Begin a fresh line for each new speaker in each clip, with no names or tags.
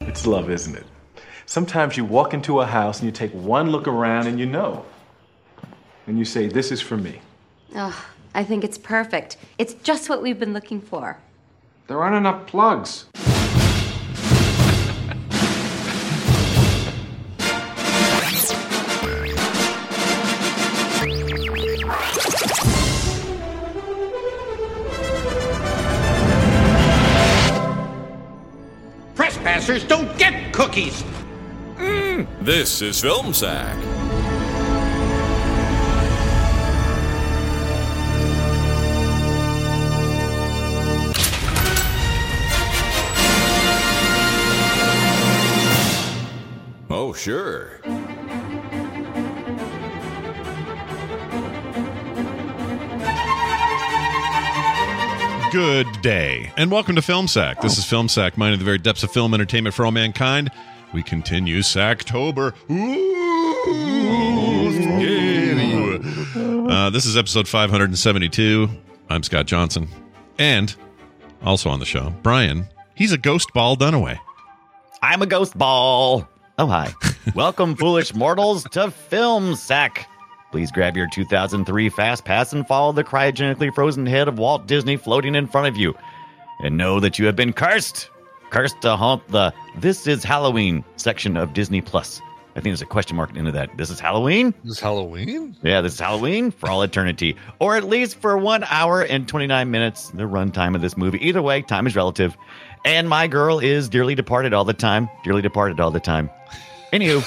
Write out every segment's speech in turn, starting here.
It's love, isn't it? Sometimes you walk into a house and you take one look around and you know. And you say, This is for me.
Oh, I think it's perfect. It's just what we've been looking for.
There aren't enough plugs.
Trespassers don't get cookies.
This is Film Sack. Oh, sure.
Good day, and welcome to Film Sack. This is Film Sack, mining the very depths of film entertainment for all mankind. We continue Sacktober. Ooh, scary. Uh, this is episode 572. I'm Scott Johnson, and also on the show, Brian. He's a ghost ball Dunaway.
I'm a ghost ball. Oh, hi. Welcome, foolish mortals, to Film Sack. Please grab your 2003 Fast Pass and follow the cryogenically frozen head of Walt Disney floating in front of you. And know that you have been cursed. Cursed to haunt the This is Halloween section of Disney Plus. I think there's a question mark into that. This is Halloween?
This Halloween?
Yeah, this is Halloween for all eternity, or at least for one hour and 29 minutes, the runtime of this movie. Either way, time is relative. And my girl is dearly departed all the time. Dearly departed all the time. Anywho,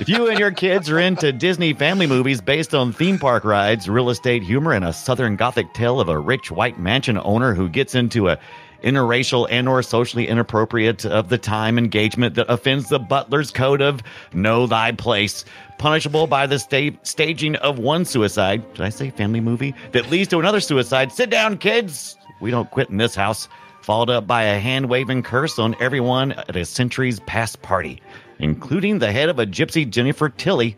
if you and your kids are into Disney family movies based on theme park rides, real estate humor, and a Southern Gothic tale of a rich white mansion owner who gets into a interracial and or socially inappropriate of the time engagement that offends the butler's code of know thy place punishable by the sta- staging of one suicide did i say family movie that leads to another suicide sit down kids we don't quit in this house followed up by a hand waving curse on everyone at a century's past party, including the head of a gypsy Jennifer Tilly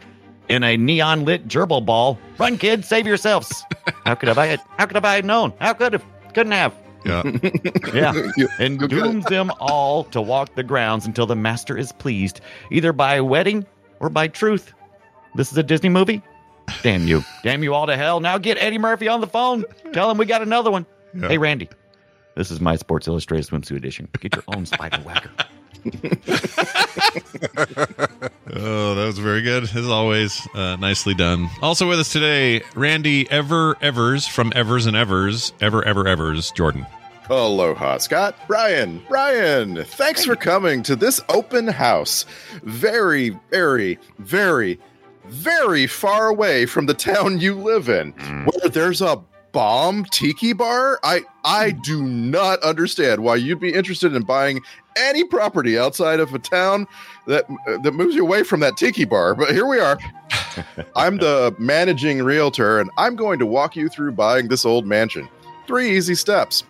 in a neon lit gerbil ball. Run, kids, save yourselves. How could have I how could have I known? How could have couldn't have?
Yeah.
Yeah.
You-
and
you got-
dooms them all to walk the grounds until the master is pleased, either by wedding or by truth. This is a Disney movie? Damn you. Damn you all to hell. Now get Eddie Murphy on the phone. Tell him we got another one.
Yeah.
Hey, Randy. This is my Sports Illustrated swimsuit edition. Get your own spider whacker.
Oh, that was very good, as always. Uh, nicely done. Also with us today, Randy Ever Evers from Evers and Evers, Ever Ever Evers, Jordan.
Aloha, Scott. Brian, Brian, thanks for coming to this open house. Very, very, very, very far away from the town you live in, where there's a bomb tiki bar. I I do not understand why you'd be interested in buying any property outside of a town that uh, that moves you away from that tiki bar. But here we are. I'm the managing realtor, and I'm going to walk you through buying this old mansion. Three easy steps.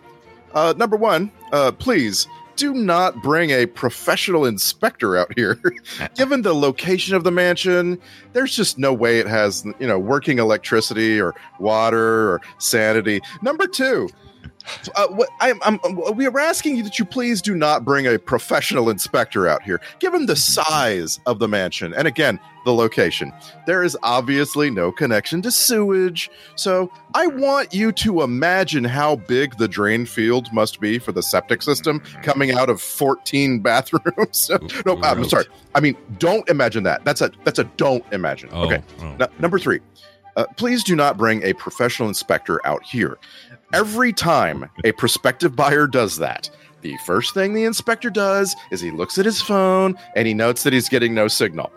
Uh, number one, uh, please do not bring a professional inspector out here. Given the location of the mansion, there's just no way it has, you know, working electricity or water or sanity. Number two,
Uh, what, I'm, I'm, we are asking you that you please do not bring a professional inspector out here. Given the size of the mansion and again the location, there is obviously no connection to sewage. So I want you to imagine how big the drain field must be for the septic system coming out of 14 bathrooms. no, I'm
Gross.
sorry. I mean, don't imagine that. That's a that's a don't imagine.
Oh,
okay.
oh.
Now, number three, uh, please do not bring a professional inspector out here. Every time a prospective buyer does that, the first thing the inspector does is he looks at his phone and he notes that he's getting no signal.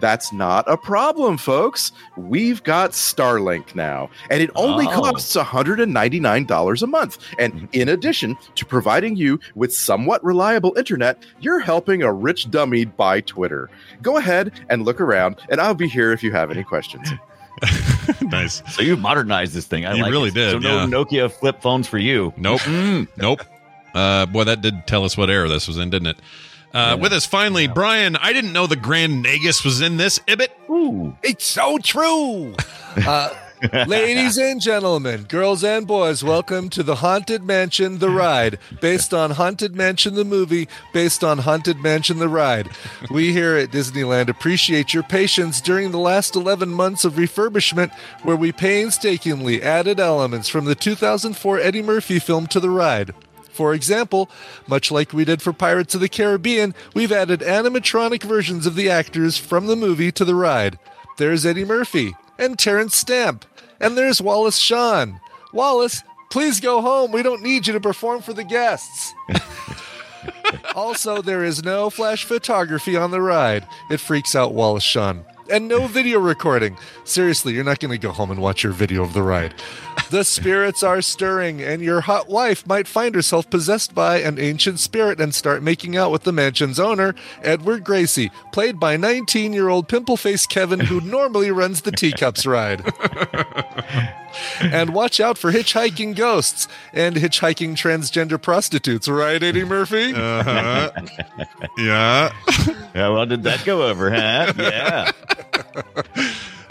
That's not a problem, folks. We've got Starlink now, and it only
Oh.
costs $199 a month. And in addition to providing you with somewhat reliable internet, you're helping a rich dummy buy Twitter. Go ahead and look around, and I'll be here if you have any questions.
nice.
So you modernized this thing. I
You
like
really
it.
did,
So no
yeah.
Nokia flip phones for you.
Nope. Mm, nope. Uh, boy, that did tell us what era this was in, didn't it? Uh, With us finally, Brian. I didn't know the Grand Nagus was in this Ibit.
Ooh.
It's so true. Uh, ladies and gentlemen, girls and boys, welcome to the Haunted Mansion The Ride, based on Haunted Mansion the movie, based on Haunted Mansion The Ride. We here at Disneyland appreciate your patience during the last 11 months of refurbishment, where we painstakingly added elements from the 2004 Eddie Murphy film to the ride. For example, much like we did for Pirates of the Caribbean, we've added animatronic versions of the actors from the movie to the ride. There's Eddie Murphy and Terrence Stamp, and there's Wallace Shawn. Wallace, please go home. We don't need you to perform for the guests. also, there is no flash photography on the ride. It freaks out Wallace Shawn. And no video recording. Seriously, you're not going to go home and watch your video of the ride. The spirits are stirring, and your hot wife might find herself possessed by an ancient spirit and start making out with the mansion's owner, Edward Gracie, played by 19 year old pimple faced Kevin, who normally runs the teacups ride and watch out for hitchhiking ghosts and hitchhiking transgender prostitutes, right, Eddie Murphy?
Uh-huh. yeah.
Yeah, well, did that go over, huh? Yeah.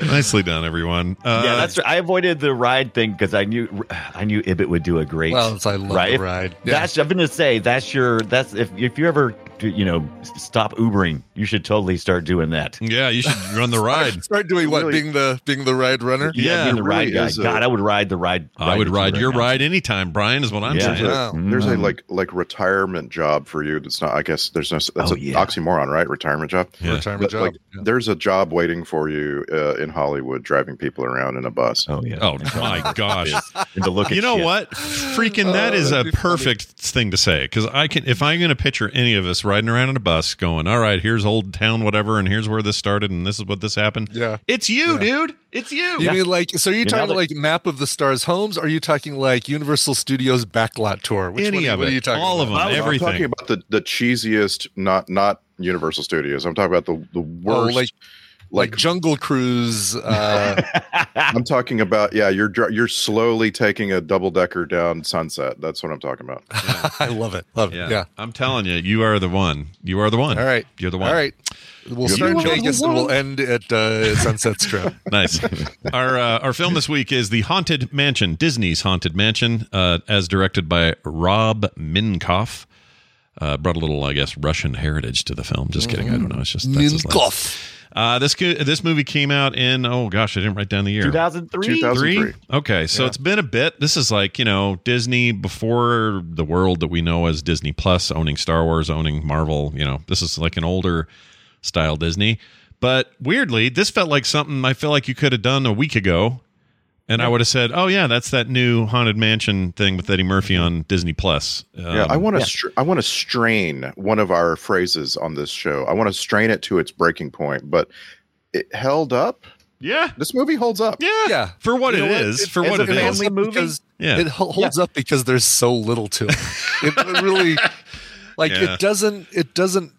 Nicely done, everyone. Uh,
yeah, that's right. I avoided the ride thing because I knew I knew Ibit would do a great
well, it's- I love
right?
the ride. Yeah.
That's I'm gonna say that's your that's if if you ever you know s- stop Ubering, you should totally start doing that.
yeah, you should run the ride.
Start doing what?
Really-
being the being the ride runner.
Yeah,
being the
it
ride
really
guy.
is a-
God, I would ride the ride.
I would
that you
ride
right
your
now.
ride anytime, Brian, is what I'm
Yeah.
saying.
Wow.
There's a
Mm.
like like retirement job for you. That's not. I guess there's no. That's
Oh,
an
yeah.
oxymoron, right? Retirement job.
Yeah.
Retirement
But,
job.
like,
Yeah.
there's a job waiting for you uh, in Hollywood, driving people around in a bus.
Oh yeah.
Oh, my gosh.
And to look at
You know
shit.
what? Freaking
Oh,
that is a
that'd be funny.
perfect thing to say because I can, if I'm going to picture any of us riding around in a bus going, all right, here's old town, whatever, and here's where this started, and this is what this happened.
Yeah.
It's you, dude. It's you.
You mean like so? Are you
You know
talking
that-
like map of the stars homes? Or are you talking like Universal Studios backlot tour? Which one,
Any of
what
it.
are you talking
All
about?
of
I
them.
was-
everything.
I'm talking about the the cheesiest, not not Universal Studios. I'm talking about the the
Oh,
ah.
worst.
like, like
like
Jungle Cruise. Uh,
I'm talking about yeah. You're dr- you're slowly taking a double decker down Sunset. That's what I'm talking about.
I love it. Love
Yeah.
it. Yeah.
I'm telling you, you are the one. You are the one.
All right.
You're the one.
All right. We'll
You're
start in
the one.
Vegas and we'll end at uh, Sunset Strip.
Nice. our uh, our film this week is The Haunted Mansion, Disney's Haunted Mansion, uh, as directed by Rob Minkoff. Uh, brought a little, I guess, Russian heritage to the film. Just kidding. I don't know. It's just that's his last- Uh, this co- this movie came out in oh gosh, I didn't write down the year.
2003.
2003.
Okay, so it's been a bit. This is like you know Disney before the world that we know as Disney Plus, owning Star Wars, owning Marvel. You know, this is like an older style Disney. But weirdly, this felt like something I feel like you could have done a week ago, and I would have said, "Oh yeah, that's that new haunted mansion thing with Eddie Murphy on Disney Plus." Um,
yeah, I want to str- I want to strain one of our phrases on this show. I want to strain it to its breaking point, but it held up.
yeah,
This movie holds up.
yeah,
Yeah.
For what it
You
is,
know what?
for
It's
what
a
it is.
family movie?
Because
Yeah.
It ho- holds up because there's so little to it. It really like
Yeah.
it doesn't it doesn't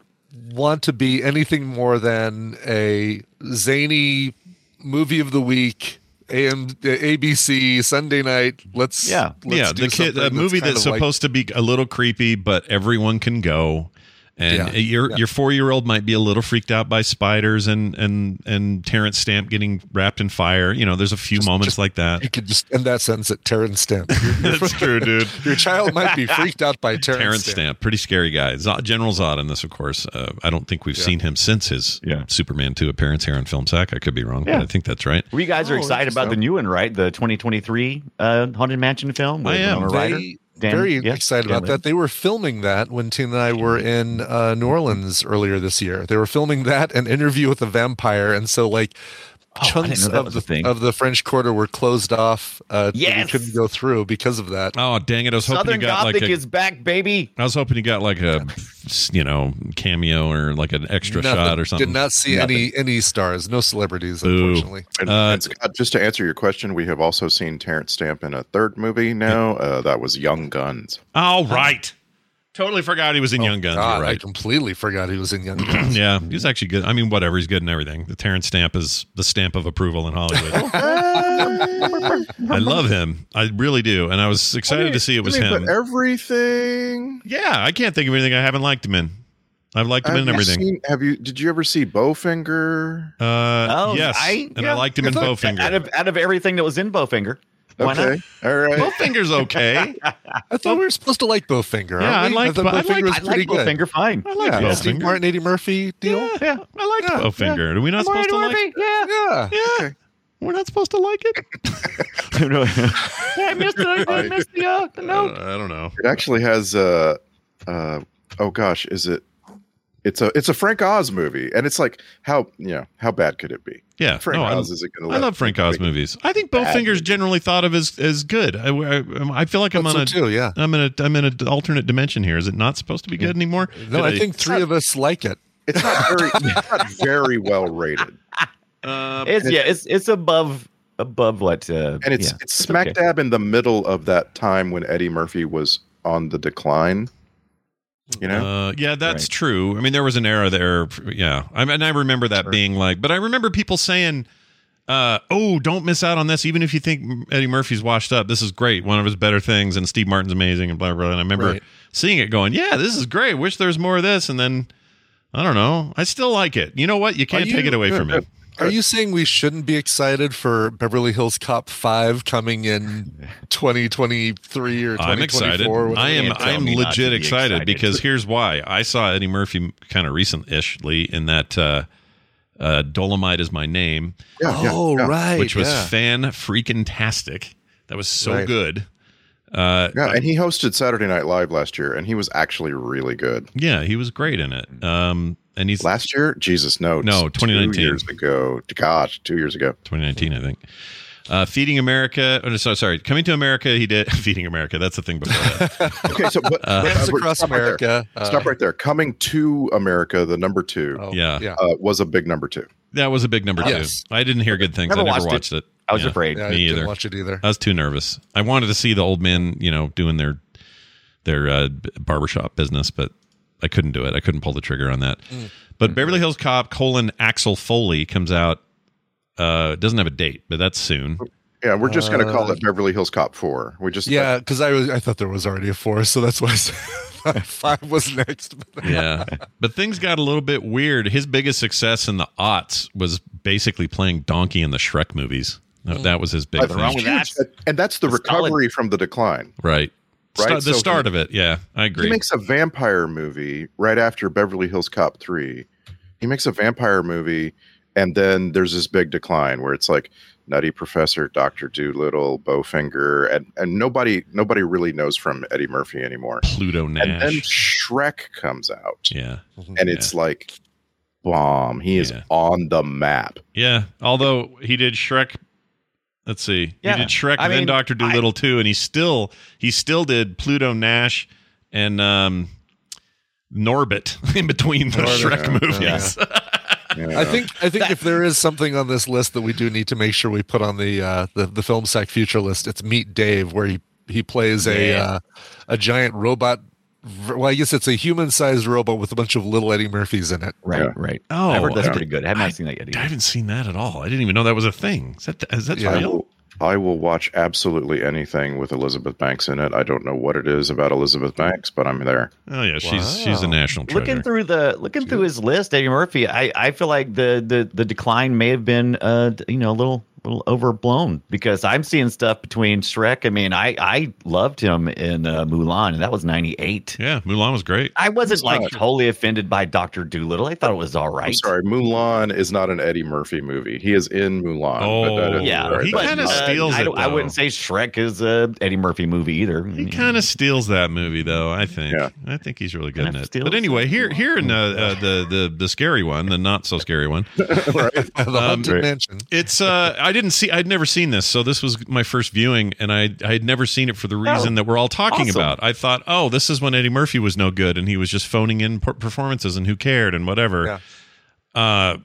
want to be anything more than a zany movie of the week. AM, ABC Sunday night. Let's
Yeah.
let's
yeah,
do
the kid,
something
a movie
kind
that's
of like-
supposed to be a little creepy, but everyone can go.
And
Yeah.
your
Yeah.
your four year old might be a little freaked out by spiders and and and Terrence Stamp getting wrapped in fire. You know, there's a few moments like that.
You could just end that sentence at Terrence Stamp.
That's true, dude.
Your child might be freaked out by Terrence,
Terrence
Stamp.
Stamp. pretty scary guy. Z- General Zod in this, of course. Uh, I don't think we've seen him since his
Yeah.
Superman 2 appearance here on Film Sack. I could be wrong, but
Yeah.
I think that's right.
Well, you guys are
Oh,
excited about the
interesting.
new one, right? The 2023 uh, Haunted Mansion film. with
I am.
Winona Ryder.
They-
Dan-
very
yeah,
excited
Dan
about that. They were filming that when Tina and I were in uh, New Orleans earlier this year. They were filming that and Interview with a Vampire, and so like
Oh, I didn't
chunks
know that
of
was a
the
thing.
of the French Quarter were closed off. Uh, that
Yes!
we couldn't go through because of that.
Oh, dang it. I was hoping
Southern
you got
Gothic
like a. Uh, I
is back, baby.
was hoping you got like a, you know, cameo or like an extra
Nothing.
shot or something.
Did not see any any stars, no celebrities,
Boo.
unfortunately.
And,
Uh,
and Scott, just to answer your question, we have also seen Terrence Stamp in a third movie now. Uh, that was Young Guns.
All right. Totally forgot he was in Young Guns.
God,
You're
I
right.
completely forgot he was in Young Guns.
Yeah, he's actually good. I mean, whatever. He's good in everything. The Terrence stamp is the stamp of approval in Hollywood. I love him. I really do. And I was excited to see it was
Didn't he
him.
put everything.
yeah, I can't think of anything I haven't liked him in. I've liked him
Have
in
you
everything.
seen- have you? Did you ever see Bowfinger?
uh,
Oh,
yes.
I-
and
yeah.
I liked him in
Out
Bowfinger.
of out of everything that was in Bowfinger, why
Okay, all right.
Bowfinger's okay.
I thought we were supposed to like Bowfinger.
Yeah, I
aren't we?
liked-
thought
I liked-
Bowfinger was
not? I
pretty
like
good.
Bowfinger fine.
I liked
Yeah,
Bowfinger.
Steve Martin, Eddie Murphy deal.
Yeah, yeah, I liked
Yeah,
Bowfinger. Are we not supposed to like
yeah.
yeah.
Yeah. We're not supposed to like it?
I missed it. I
I-
missed the, uh, the note.
Uh, I don't know.
It actually has uh, uh, oh gosh, is it? It's a it's a Frank Oz movie, and it's like how you know how bad could it be?
Yeah.
Frank
no, I-
Oz isn't going to.
I love Frank Oz movies. I think
Bad
Bowfinger's
movie.
generally thought of as as good. I, I, I feel like I'm
Thought
on a
so too, yeah.
am in a I'm in an alternate dimension here. Is it not supposed to be good anymore?
No,
Did
I think three of us like it.
It's not very it's not very well rated,
It's yeah. It's it's above above what. Uh,
and it's
yeah.
it's smack
okay.
dab in the middle of that time when Eddie Murphy was on the decline. You know,
Uh, yeah, that's
Right.
true. I mean, there was an era there. Yeah, I mean, I remember that being like, but I remember people saying, uh, "Oh, don't miss out on this. Even if you think Eddie Murphy's washed up, this is great. One of his better things." And Steve Martin's amazing, and blah blah. blah. And I remember
Right.
seeing it, going, "Yeah, this is great. Wish there's more of this." And then I don't know. I still like it. You know what? You can't
you-
take it away from me.
Are you saying we shouldn't be excited for Beverly Hills Cop 5 coming in 2023 or 2024?
I'm excited.
or whatever?
I am.
Can't tell
I am
me not
legit
to be
excited,
excited.
because here's why. I saw Eddie Murphy kind of recent-ishly in that uh, uh, "Dolomite Is My Name,"
yeah, yeah,
Oh,
yeah.
right.
which was
yeah.
fan freaking tastic. That was so
Right.
good. Uh,
yeah, and he hosted Saturday Night Live last year, and he was actually really good.
yeah, he was great in it. Um, and he's
Last year, Jesus, no,
No,
it's
2019.
two years ago. Gosh, two years ago.
2019, I think. Uh, Feeding America. Oh, no, so sorry, coming to America. He did Feeding America. That's the thing before that.
Okay, so but, but,
Friends
uh, we're-
Across
stop right there.
America. uh,
Stop right there. Coming to America, the number two
oh,
Yeah.
Yeah.
uh, was a big number two.
that was a big number
Yes.
two. I didn't hear good things.
Never
I never
watched it.
watched it.
I was
Yeah.
afraid.
yeah I
me
didn't
either.
watch it either.
I was too nervous. I wanted to see the old men, you know, doing their their uh, b- barbershop business, but I couldn't do it. I couldn't pull the trigger on that. But Beverly Hills Cop colon Axel Foley comes out. Uh, it doesn't have a date, but that's soon.
Yeah, we're just going to call
Uh,
it Beverly Hills Cop Four. We just
Yeah, because I was I thought there was already a four, so that's why I said five was next. But
Yeah, but things got a little bit weird. His biggest success in the aughts was basically playing Donkey in the Shrek movies.
Hmm.
That, that was his big
Nothing
thing,
wrong with that.
and that's the
It's solid.
recovery from the decline.
right?
Right,
Sta- the
so he-
start of it. Yeah, I agree.
He makes a vampire movie right after Beverly Hills Cop Three. He makes a vampire movie, and then there's this big decline where it's like Nutty Professor, Doctor Doolittle, Bowfinger, and and nobody nobody really knows from Eddie Murphy anymore.
Pluto Nash.
And then Shrek comes out.
yeah.
and it's like bomb he is
Yeah.
on the map
Yeah, although he did Shrek. Let's see.
Yeah.
He did Shrek
I
and then
mean,
Doctor
I-
Doolittle too, and he still he still did Pluto Nash and um Norbit in between the
Norbit,
Shrek
yeah,
movies.
I think I think if there is something on this list that we do need to make sure we put on the uh, the, the film sack future list, it's Meet Dave, where he he plays a
Yeah.
uh, a giant robot. Well, I guess it's a human sized robot with a bunch of little Eddie Murphys in it.
Right.
Yeah.
Right.
Oh,
I've heard that's
I-
pretty good. I have not seen that yet.
I
Either.
haven't seen that at all. I didn't even know that was a thing. Is that is that
Yeah.
I
real?
will,
I will watch absolutely anything with Elizabeth Banks in it. I don't know what it is about Elizabeth Banks, but I'm there.
Oh yeah, she's she's a
Wow.
national treasure.
Looking through the looking through his list, Eddie Murphy. I, I feel like the, the the decline may have been uh d- you know a little little overblown because I'm seeing stuff between Shrek. I mean, I I loved him in uh, Mulan, and that was '98.
yeah, Mulan was great.
I wasn't like
not-
totally offended by Doctor Doolittle. I thought it was all right.
I'm sorry, Mulan is not an Eddie Murphy movie. He is in Mulan. but that
Oh,
is-
Yeah,
all right,
he
that's
kinda
not-
uh,
steals
I,
it,
don't- I
though.
wouldn't say Shrek is a Eddie Murphy movie either. Mm,
He kind of steals that movie, though. I think.
Yeah.
I think he's really good in
Kinda
it.
steals
But anyway,
it.
here, here in uh, uh, the the the scary one, the not so scary one. Um,
the haunted
right.
mansion.
It's uh, I didn't see. I'd never seen this, so this was my first viewing, and I I had never seen it for the reason that we're all talking
awesome.
about. I thought, oh, this is when Eddie Murphy was no good, and he was just phoning in per- performances, and who cared, and whatever.
Yeah.
Uh,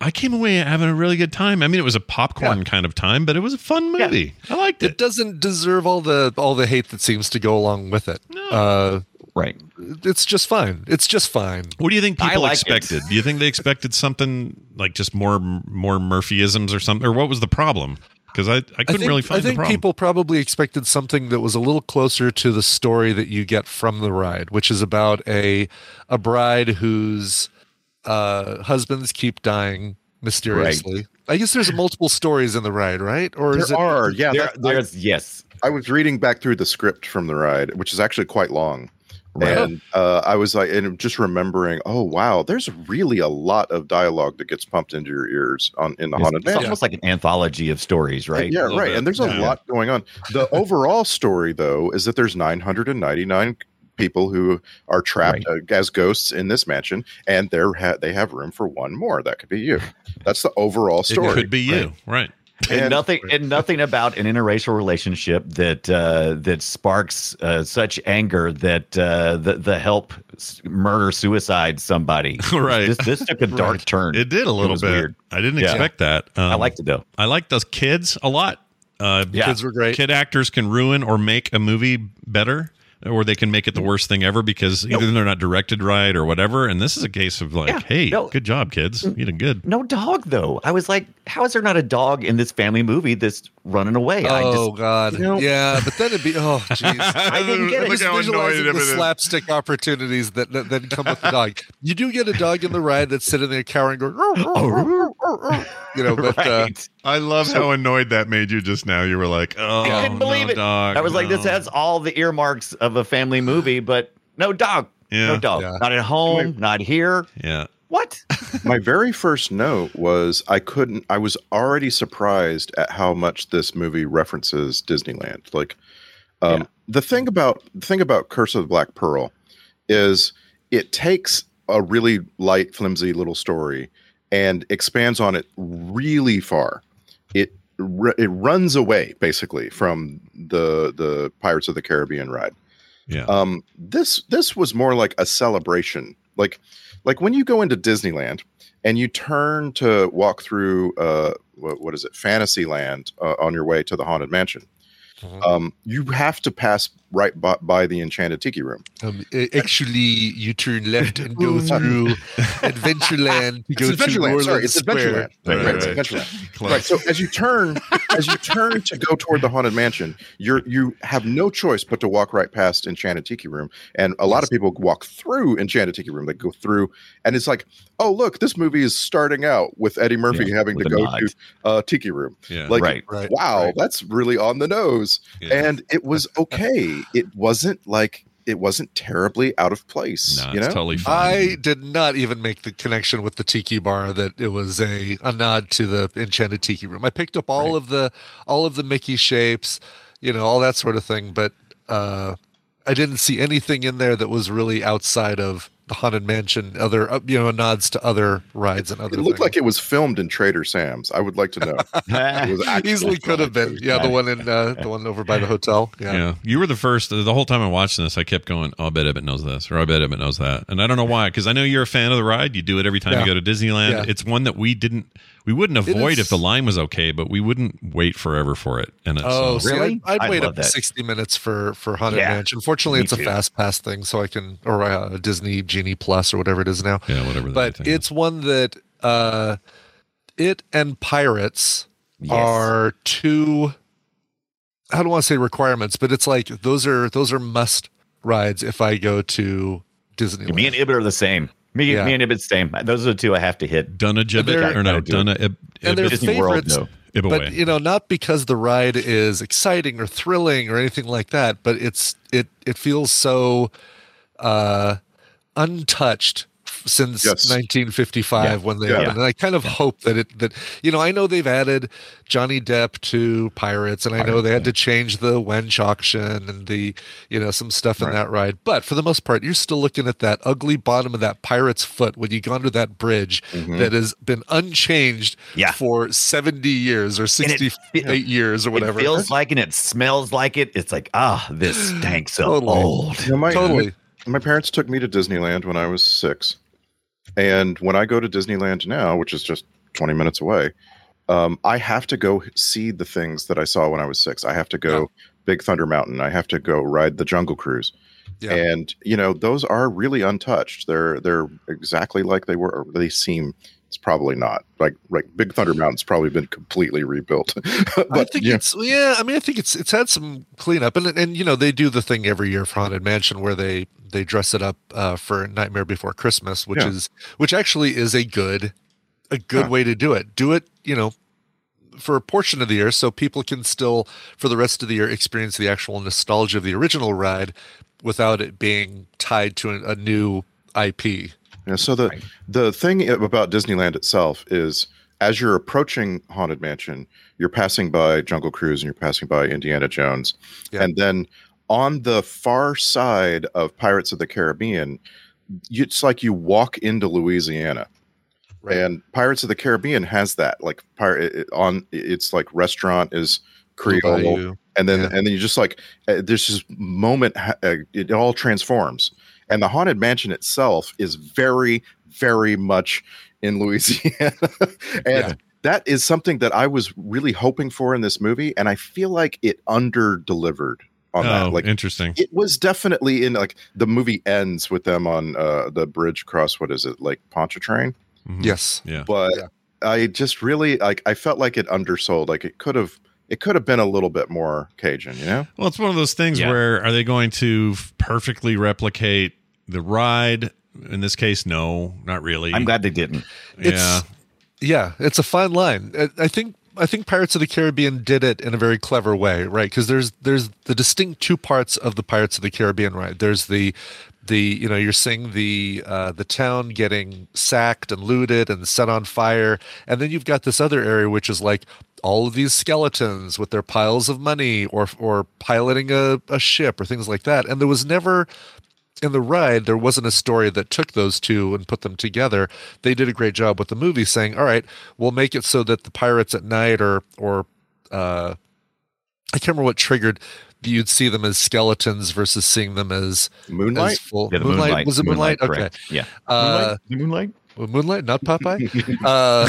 I came away having a really good time. I mean, it was a popcorn kind of time, but it was a fun
Yeah.
movie. I liked
It
it.
doesn't deserve all the all the hate that seems to go along with it. Uh,
right.
it's just fine. It's just fine.
What do you think
I
people
like it.
expected? Do you think they expected something like just more more Murphyisms or something, or what was the problem? Because I I couldn't
think,
really find
I think
the problem.
people probably expected something that was a little closer to the story that you get from the ride, which is about a a bride whose uh, husbands keep dying mysteriously. I guess there's multiple stories in the ride, right? Or is
There
it
are, yeah.
There,
that-
there's yes.
I was reading back through the script from the ride, which is actually quite long.
Right.
And uh, I was like, and just remembering, oh wow, there's really a lot of dialogue that gets pumped into your ears on in the
It's,
haunted
it's
mansion.
almost like an anthology of stories, right?
Yeah,
A little
right.
bit.
And there's a
Yeah.
lot going on. The overall story, though, is that there's 999 people who are trapped uh, as ghosts in this mansion, and they're ha- they have room for one more. That could be you. That's the overall story.
it could be you, right?
and,
And-
nothing and nothing about an interracial relationship that uh, that sparks uh, such anger that uh, the the help s- murder suicide somebody.
Right.
This, this took a dark turn.
It did a little
was
bit.
weird.
I didn't
Yeah.
expect that. Um,
I liked it though.
I like those kids a lot. Uh,
Yeah.
kids were great?
Kid actors can ruin or make a movie better, or they can make it the worst thing ever because either they're not directed right or whatever. And this is a case of like,
Yeah.
hey,
No. Mm.
good job, kids. You did good.
No dog though. I was like, how is there not a dog in this family movie that's running away? I
Oh
just
God!
know-
yeah, but then it'd be oh jeez.
I didn't get it.
Just visualizing the slapstick opportunities that, that then come with the dog. You do get a dog in the ride that's sitting there cowering, going, "Roar, roar, roar, roar, roar," you know. But uh,
right.
I love how annoyed that made you just now. You were like, oh,
I couldn't believe it. I was like, this has all the earmarks of a family movie, but no dog.
Yeah.
No dog.
Yeah.
Not at home, not here.
Yeah.
What?
My very first note was I couldn't. I was already surprised at how much this movie references Disneyland. Like um, the thing about the thing about Curse of the Black Pearl is it takes a really light, flimsy little story and expands on it really far. It ru- it runs away basically from the the Pirates of the Caribbean ride
Yeah.
um this this was more like a celebration like like when you go into disneyland and you turn to walk through uh what, what is it fantasyland uh, on your way to the haunted mansion um you have to pass right by, by the enchanted tiki room
Um, a- actually, you turn left and go through Adventureland. to go
it's
to New
adventureland sorry
Orleans
it's adventureland
Square.
right,
Right,
right, it's
right.
adventureland
Close.
Right. So as you turn, as you turn to go toward the haunted mansion, you're you have no choice but to walk right past Enchanted Tiki Room, and a lot of people walk through Enchanted Tiki Room. They go through, and it's like, oh look, this movie is starting out with Eddie Murphy
Yeah,
having to
with a
go
nod.
to uh, Tiki Room.
yeah.
Like,
right.
Right,
wow,
right.
that's really on the nose.
Yeah.
And it was okay. it wasn't like it wasn't terribly out of place.
no,
you know,
it's totally fine.
I did not even make the connection with the tiki bar that it was a, a nod to the enchanted tiki room. I picked up all of the all of the Mickey shapes, you know, all that sort of thing, but uh, I didn't see anything in there that was really outside of the haunted mansion. Other uh, you know nods to other rides and other.
it looked
things.
like it was filmed in Trader Sam's. I would like to know. It was actually
easily could
filmed
have
in
been.
Trader
Yeah, the one in uh, the one over by the hotel. Yeah.
Yeah. You were the first. The whole time I watched this, I kept going, oh, I bet Ebbett knows this, or I bet Ebbett knows that. And I don't know why, because I know you're a fan of the ride. You do it every time
Yeah.
you go to Disneyland.
Yeah.
It's one that we didn't, we wouldn't avoid
is-
if the line was okay, but we wouldn't wait forever for it. And it's,
Oh,
so-
see,
Really?
I'd, I'd
I
wait
love
up to
that.
60 minutes for for Haunted
Yeah.
Mansion. Fortunately,
Me
it's a
too.
fast pass thing, so I can or uh, Disney Genie Plus or whatever it is now.
yeah, whatever. that
but
thing is.
it's one that uh, it and Pirates are two I don't want to say requirements, but it's like those are those are must rides if I go to Disneyland.
Me and Ibit are the same. Me,
Yeah.
me and Ibit's same. Those are the two I have to hit.
Dunna Jibbit,
They're-
or no,
gotta do
Dunna
it.
Ib-
and they're
Disney World,
favorites,
no.
but
Ibaway.
you know, not because the ride is exciting or thrilling or anything like that, but it's it it feels so uh untouched f- since
Yes.
1955 when they
Yeah.
opened. And I kind of hope that it that you know, I know they've added Johnny Depp to Pirates and I know they had to change the wench auction and the you know, some stuff in that ride. But for the most part, you're still looking at that ugly bottom of that pirate's foot when you go under that bridge that has been unchanged
Yeah.
for 70 years or
And it
68 years or whatever.
It feels like and it smells like it. It's like, ah, this stinks of
Totally.
old.
You know, my,
Totally.
My, my parents took me to Disneyland when I was six, and when I go to Disneyland now, which is just twenty minutes away, um, I have to go see the things that I saw when I was six. I have to go Big Thunder Mountain. I have to go ride the Jungle Cruise,
Yeah.
and you know those are really untouched. They're they're exactly like they were. Or they seem. It's probably not like like Big Thunder Mountain's probably been completely rebuilt. but
I think
yeah,
it's yeah. I mean, I think it's it's had some cleanup, and and you know they do the thing every year for Haunted Mansion where they they dress it up uh, for Nightmare Before Christmas, which
Yeah.
is which actually is a good a good
Huh.
way to do it. Do it, you know, for a portion of the year, so people can still for the rest of the year experience the actual nostalgia of the original ride without it being tied to a, a new IP.
Yeah, so the the thing about Disneyland itself is as you're approaching Haunted Mansion, you're passing by Jungle Cruise and you're passing by Indiana Jones.
Yeah.
And then on the far side of Pirates of the Caribbean, you, it's like you walk into Louisiana.
Right.
And Pirates of the Caribbean has that like pir- it- it- on it's like restaurant is
Bayou.
Creole and then
Yeah.
and then you just like uh, there's this moment ha- uh, it all transforms and the haunted mansion itself is very very much in louisiana and
Yeah.
that is something that i was really hoping for in this movie and i feel like it under delivered on
oh,
that like
interesting.
it was definitely in like the movie ends with them on uh the bridge cross what is it like pontchartrain
Mhm.
Yes,
Yeah.
but
Yeah.
I just really like I felt like it undersold. Like it could have it could have been a little bit more Cajun, you know?
Well, it's one of those things
Yeah.
where are they going to f- perfectly replicate the ride? In this case, no, not really.
I'm glad they didn't.
Yeah.
It's- yeah it's a fine line I- i think i think pirates of the caribbean did it in a very clever way right because there's there's the distinct two parts of the pirates of the caribbean ride there's the the you know you're seeing the uh, the town getting sacked and looted and set on fire and then you've got this other area which is like all of these skeletons with their piles of money or or piloting a, a ship or things like that and there was never in the ride, there wasn't a story that took those two and put them together. They did a great job with the movie, saying, "All right, we'll make it so that the pirates at night or or uh, I can't remember what triggered that you'd see them as skeletons versus seeing them as
Moonlight?
as full
Yeah, the
moonlight,
moonlight,
was it moonlight?
correct.
Okay,
Yeah.
uh,
Moonlight? The moonlight?
well, Moonlight, not Popeye. uh,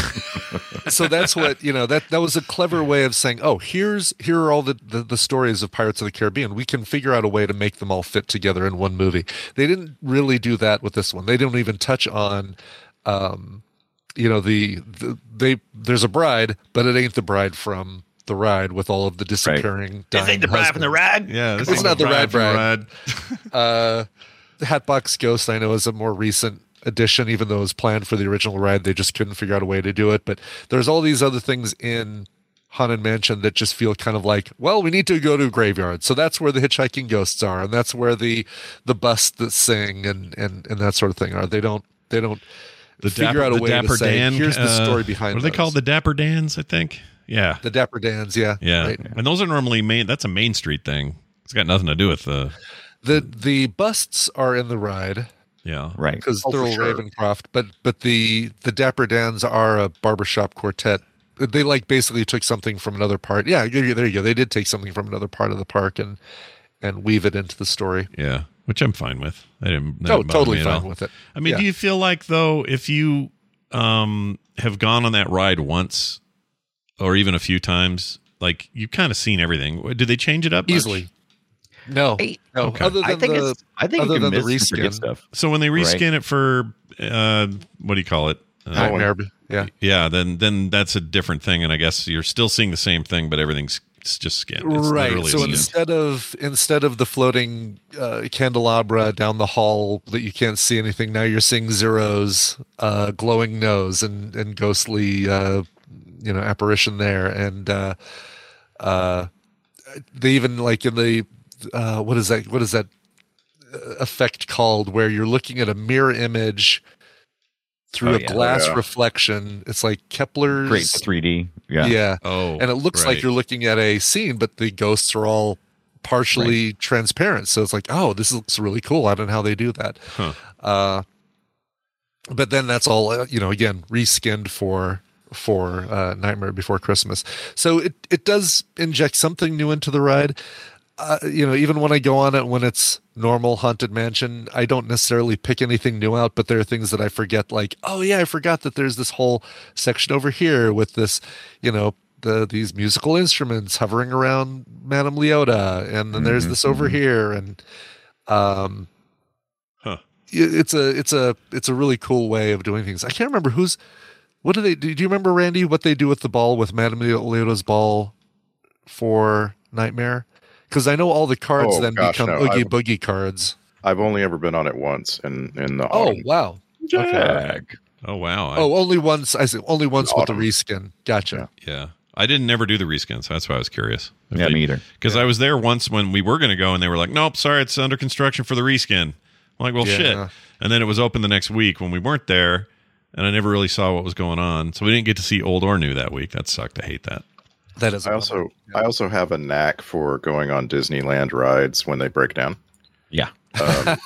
so that's what you know. That that was a clever way of saying, oh, here's here are all the, the the stories of Pirates of the Caribbean. We can figure out a way to make them all fit together in one movie. They didn't really do that with this one. They didn't even touch on, um, you know, the, the they there's a bride, but it ain't the bride from the ride with all of the disappearing.
This
dying
ain't the bride from
husbands
the ride.
Yeah. this
It's
is
not the ride
from
ride.
ride.
uh, Hatbox Ghost, I know, is a more recent addition, even though it was planned for the original ride. They just couldn't figure out a way to do it. But there's all these other things in Haunted Mansion that just feel kind of like, well, we need to go to a graveyard. So that's where the hitchhiking ghosts are, and that's where the the busts that sing and and and that sort of thing are. They don't they don't
The
figure
Dapper,
out a
the
way
Dapper
to say
Dan.
here's the
uh,
story behind.
What are they
those."
called? The Dapper Dans, I think. Yeah.
the Dapper Dans? Yeah,
Yeah.
right.
And those are normally main. That's a Main Street thing. It's got nothing to do with the.
The the busts are in the ride.
Yeah.
Right.
because
Oh, for
Thurl
sure.
Ravencroft, but but the the Dapper Dans are a barbershop quartet. They like basically took something from another part. Yeah, there you there you go. They did take something from another part of the park and and weave it into the story.
Yeah. Which I'm fine with. I didn't. that
No,
didn't bother
totally
me at
fine
all.
with it.
I mean,
Yeah.
do you feel like though if you um have gone on that ride once or even a few times, like you've kind of seen everything. Did they change it up much?
easily? No,
Hey,
no.
okay.
Other than
I think
the
it's I think
other
you can
than the
miss and forget
reskin.
stuff.
So when they
Right.
reskin it for uh what do you call it?
Nightmare. Yeah.
Yeah, then then that's a different thing, and I guess you're still seeing the same thing, but everything's it's just skin. It's
right.
literally
So
skin.
instead of instead of the floating uh, candelabra down the hall that you can't see anything, now you're seeing Zero's uh, glowing nose and and ghostly uh, you know apparition there, and uh, uh, they even like in the uh, what is that what is that uh, effect called where you're looking at a mirror image through
Oh,
a
yeah.
glass
Yeah.
reflection. It's like Kepler's
Great 3D. Yeah.
yeah.
Oh,
And it looks like
right.
you're looking at a scene, but the ghosts are all partially transparent. So it's like, oh, this looks really cool. I don't know how they do that.
Huh.
Uh, but then that's all, uh, you know, again, reskinned for for uh, Nightmare Before Christmas. So it it does inject something new into the ride. Uh, you know, even when I go on it, when it's normal haunted mansion, I don't necessarily pick anything new out, but there are things that I forget. Like, oh yeah, I forgot that there's this whole section over here with this, you know, the these musical instruments hovering around Madame Leota, and then
Mm-hmm,
there's this over here, and um,
Huh.
it- it's a it's a it's a really cool way of doing things. I can't remember who's what do they do? Do you remember Randy what they do with the ball with Madame Le- Leota's ball for Nightmare? Because I know all the cards
Oh,
then
gosh,
become
no,
Oogie
I've-
Boogie cards.
I've only ever been on it once in in the
Oh
autumn.
wow!
Jack.
Oh wow. I,
Oh, only once. I see. Only once with the
Autumn.
reskin. Gotcha.
yeah. I didn't never do the reskins. That's why I was curious.
Yeah, me either.
Because I was there once when we were going to go, and they were like, "Nope, sorry, it's under construction for the reskin." I'm like, "Well,
Yeah.
shit." And then it was open the next week when we weren't there, and I never really saw what was going on, so we didn't get to see old or new that week. That sucked. I hate that.
That is.
I also I also have a knack for going on Disneyland rides when they break down.
Yeah.
Um,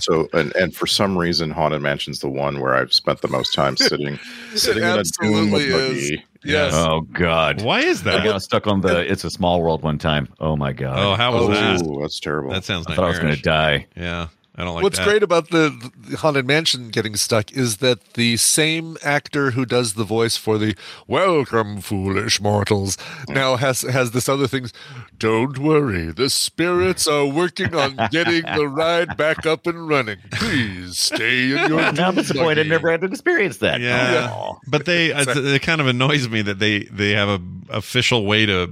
so and and for some reason, Haunted Mansion's the one where I've spent the most time sitting sitting in a dune
absolutely
with
is.
Boogie.
Yes.
Oh God.
Why is
I
that?
got stuck on the It's a Small World one time. Oh my God.
Oh, how was that?
Ooh, that's terrible.
That sounds
I thought I was going
nightmarish.
to die.
Yeah, I don't like
What's
that.
great about the, the Haunted Mansion getting stuck is that the same actor who does the voice for the "Welcome, foolish mortals" now has has this other thing. Don't worry, the spirits are working on getting the ride back up and running. Please stay in your.
Now I'm disappointed. I never had to experience that.
Yeah,
Oh.
but they it, it kind of annoys me that they they have a official way to,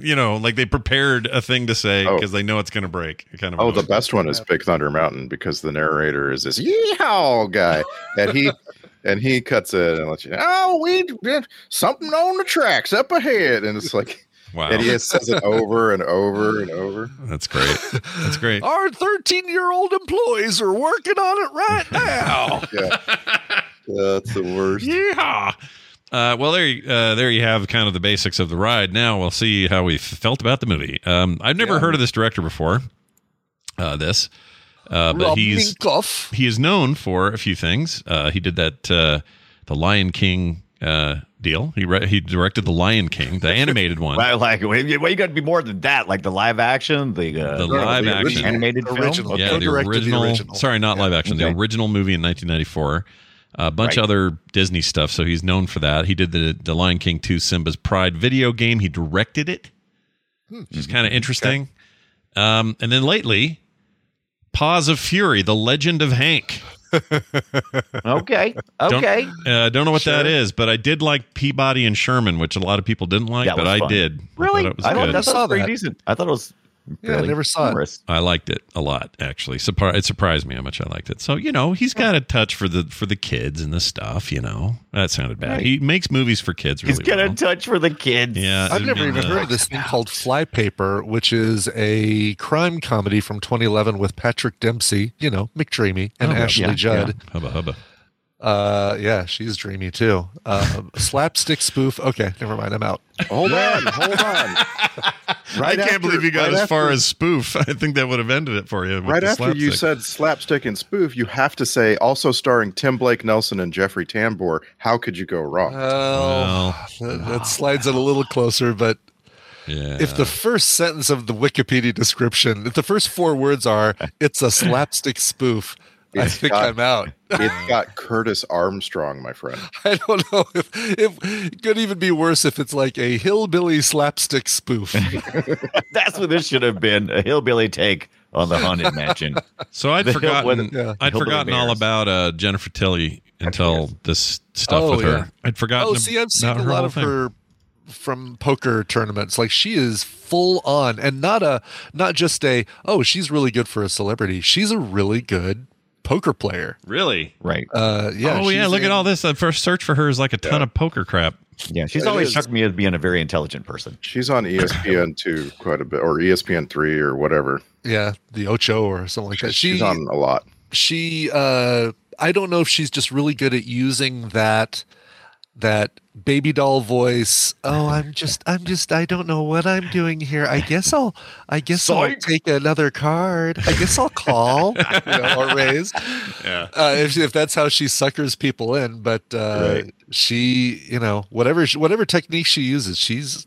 you know, like they prepared a thing to say
Oh.
because they know it's going to break. It kind of
Oh, the
annoys me.
best one is Big Thunder Mountain because the narrator is this yeehaw guy, and he and he cuts it and lets you know. Oh, we did something on the tracks up ahead, and it's like,
wow,
and he says it over and over and over.
that's great. That's great.
Our 13 year old employees are working on it right now.
Yeah, yeah that's the worst.
Yeehaw! Uh, well, there, you- uh, there you have kind of the basics of the ride. Now we'll see how we f- felt about the movie. Um, I've never heard of this director before. Uh, this, uh, but
Rob
he's
Minkoff.
he is known for a few things. Uh, he did that uh, the Lion King uh, deal. He re- he directed the Lion King, the animated one.
Well, like, well, you, got to be more than that. Like the live action, the uh,
The live
the
action.
animated film.
Original.
Yeah, the
Co-directed the
original,
original.
Sorry, not live action. The
okay.
original movie in 1994. A bunch of other Disney stuff. So he's known for that. He did the the Lion King 2 Simba's Pride video game. He directed it,
Hmm.
which is kind of interesting. Um, and then lately, Paws of Fury: The Legend of Hank.
Okay, okay.
Uh, don't know what that is, but I did like Peabody and Sherman, which a lot of people didn't like,
That
but
was
I
fun.
did. I
Really,
thought it was
I thought
good.
that
Saw
was pretty
that.
decent. I thought it was.
Yeah, I
fairly
never saw it.
humorous.
I liked it a lot, actually. Surpri- it surprised me how much I liked it. So you know, he's got a touch for the for the kids and the stuff. You know, that sounded bad.
Right.
He makes movies for kids. Really
He's got
well.
a touch for the kids.
yeah,
I've never
and,
even
uh,
heard of this thing called Flypaper, which is a crime comedy from 2011 with Patrick Dempsey, you know, McDreamy, and
Oh, yeah,
Ashley
yeah.
Judd.
Hubba hubba.
Uh, yeah, she's dreamy too. Uh, slapstick spoof. Okay, never mind. I'm out.
Hold on, hold on. Right
I can't
after-
believe you got
right
as far
after-
as spoof. I think that would have ended it for you. with
Right
the
after you
slapstick.
said slapstick and spoof, you have to say also starring Tim Blake Nelson and Jeffrey Tambor. How could you go wrong?
Uh,
Oh, that, that slides it a little closer, but
uh, yeah.
if the first sentence of the Wikipedia description, if the first four words are, it's a slapstick spoof,
I think I'm out.
it's got Curtis Armstrong, my friend.
I don't know Oh, if, if it could even be worse if it's like a hillbilly slapstick spoof.
That's what this should have been a hillbilly take on the haunted mansion.
So I'd
The hill-
forgotten.
with- yeah.
I'd
hillbilly
forgotten all
bears.
about uh, Jennifer Tilly until this stuff
Oh,
with her.
yeah.
I'd forgotten.
oh, see, I'm seeing
about
a
her
lot
whole
of
thing.
her from poker tournaments. Like she is full on, and not a not just a oh she's really good for a celebrity. She's a really good poker player.
Really?
Right.
Uh, yeah.
oh yeah,
she's
look at
in-
all this. The first search for her is like a ton of poker crap.
Yeah, she's
It
always
is.
struck me as being a very intelligent person.
She's on ESPN two quite a bit, or ESPN three, or whatever.
Yeah, the Ocho or something like that. She,
She's on a lot.
she uh i don't know if she's just really good at using that that baby doll voice oh i'm just i'm just i don't know what i'm doing here i guess i'll i guess i'll
Psych.
take another card i guess i'll call you know, or raise
Yeah.
uh, if, if that's how she suckers people in but uh she you know whatever she- whatever technique she uses she's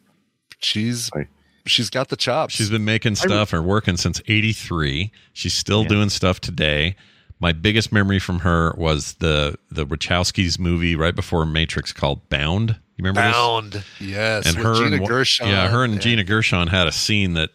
she's
Right.
she's got the chops
She's been making stuff or working since 83. She's still
Yeah.
doing stuff today. My biggest memory from her was the the Wachowskis movie right before Matrix called Bound. You remember
bound yes
this? And
with
her
Gina
and, Wa-
Gershon.
Yeah, her and Gina Gershon had a scene that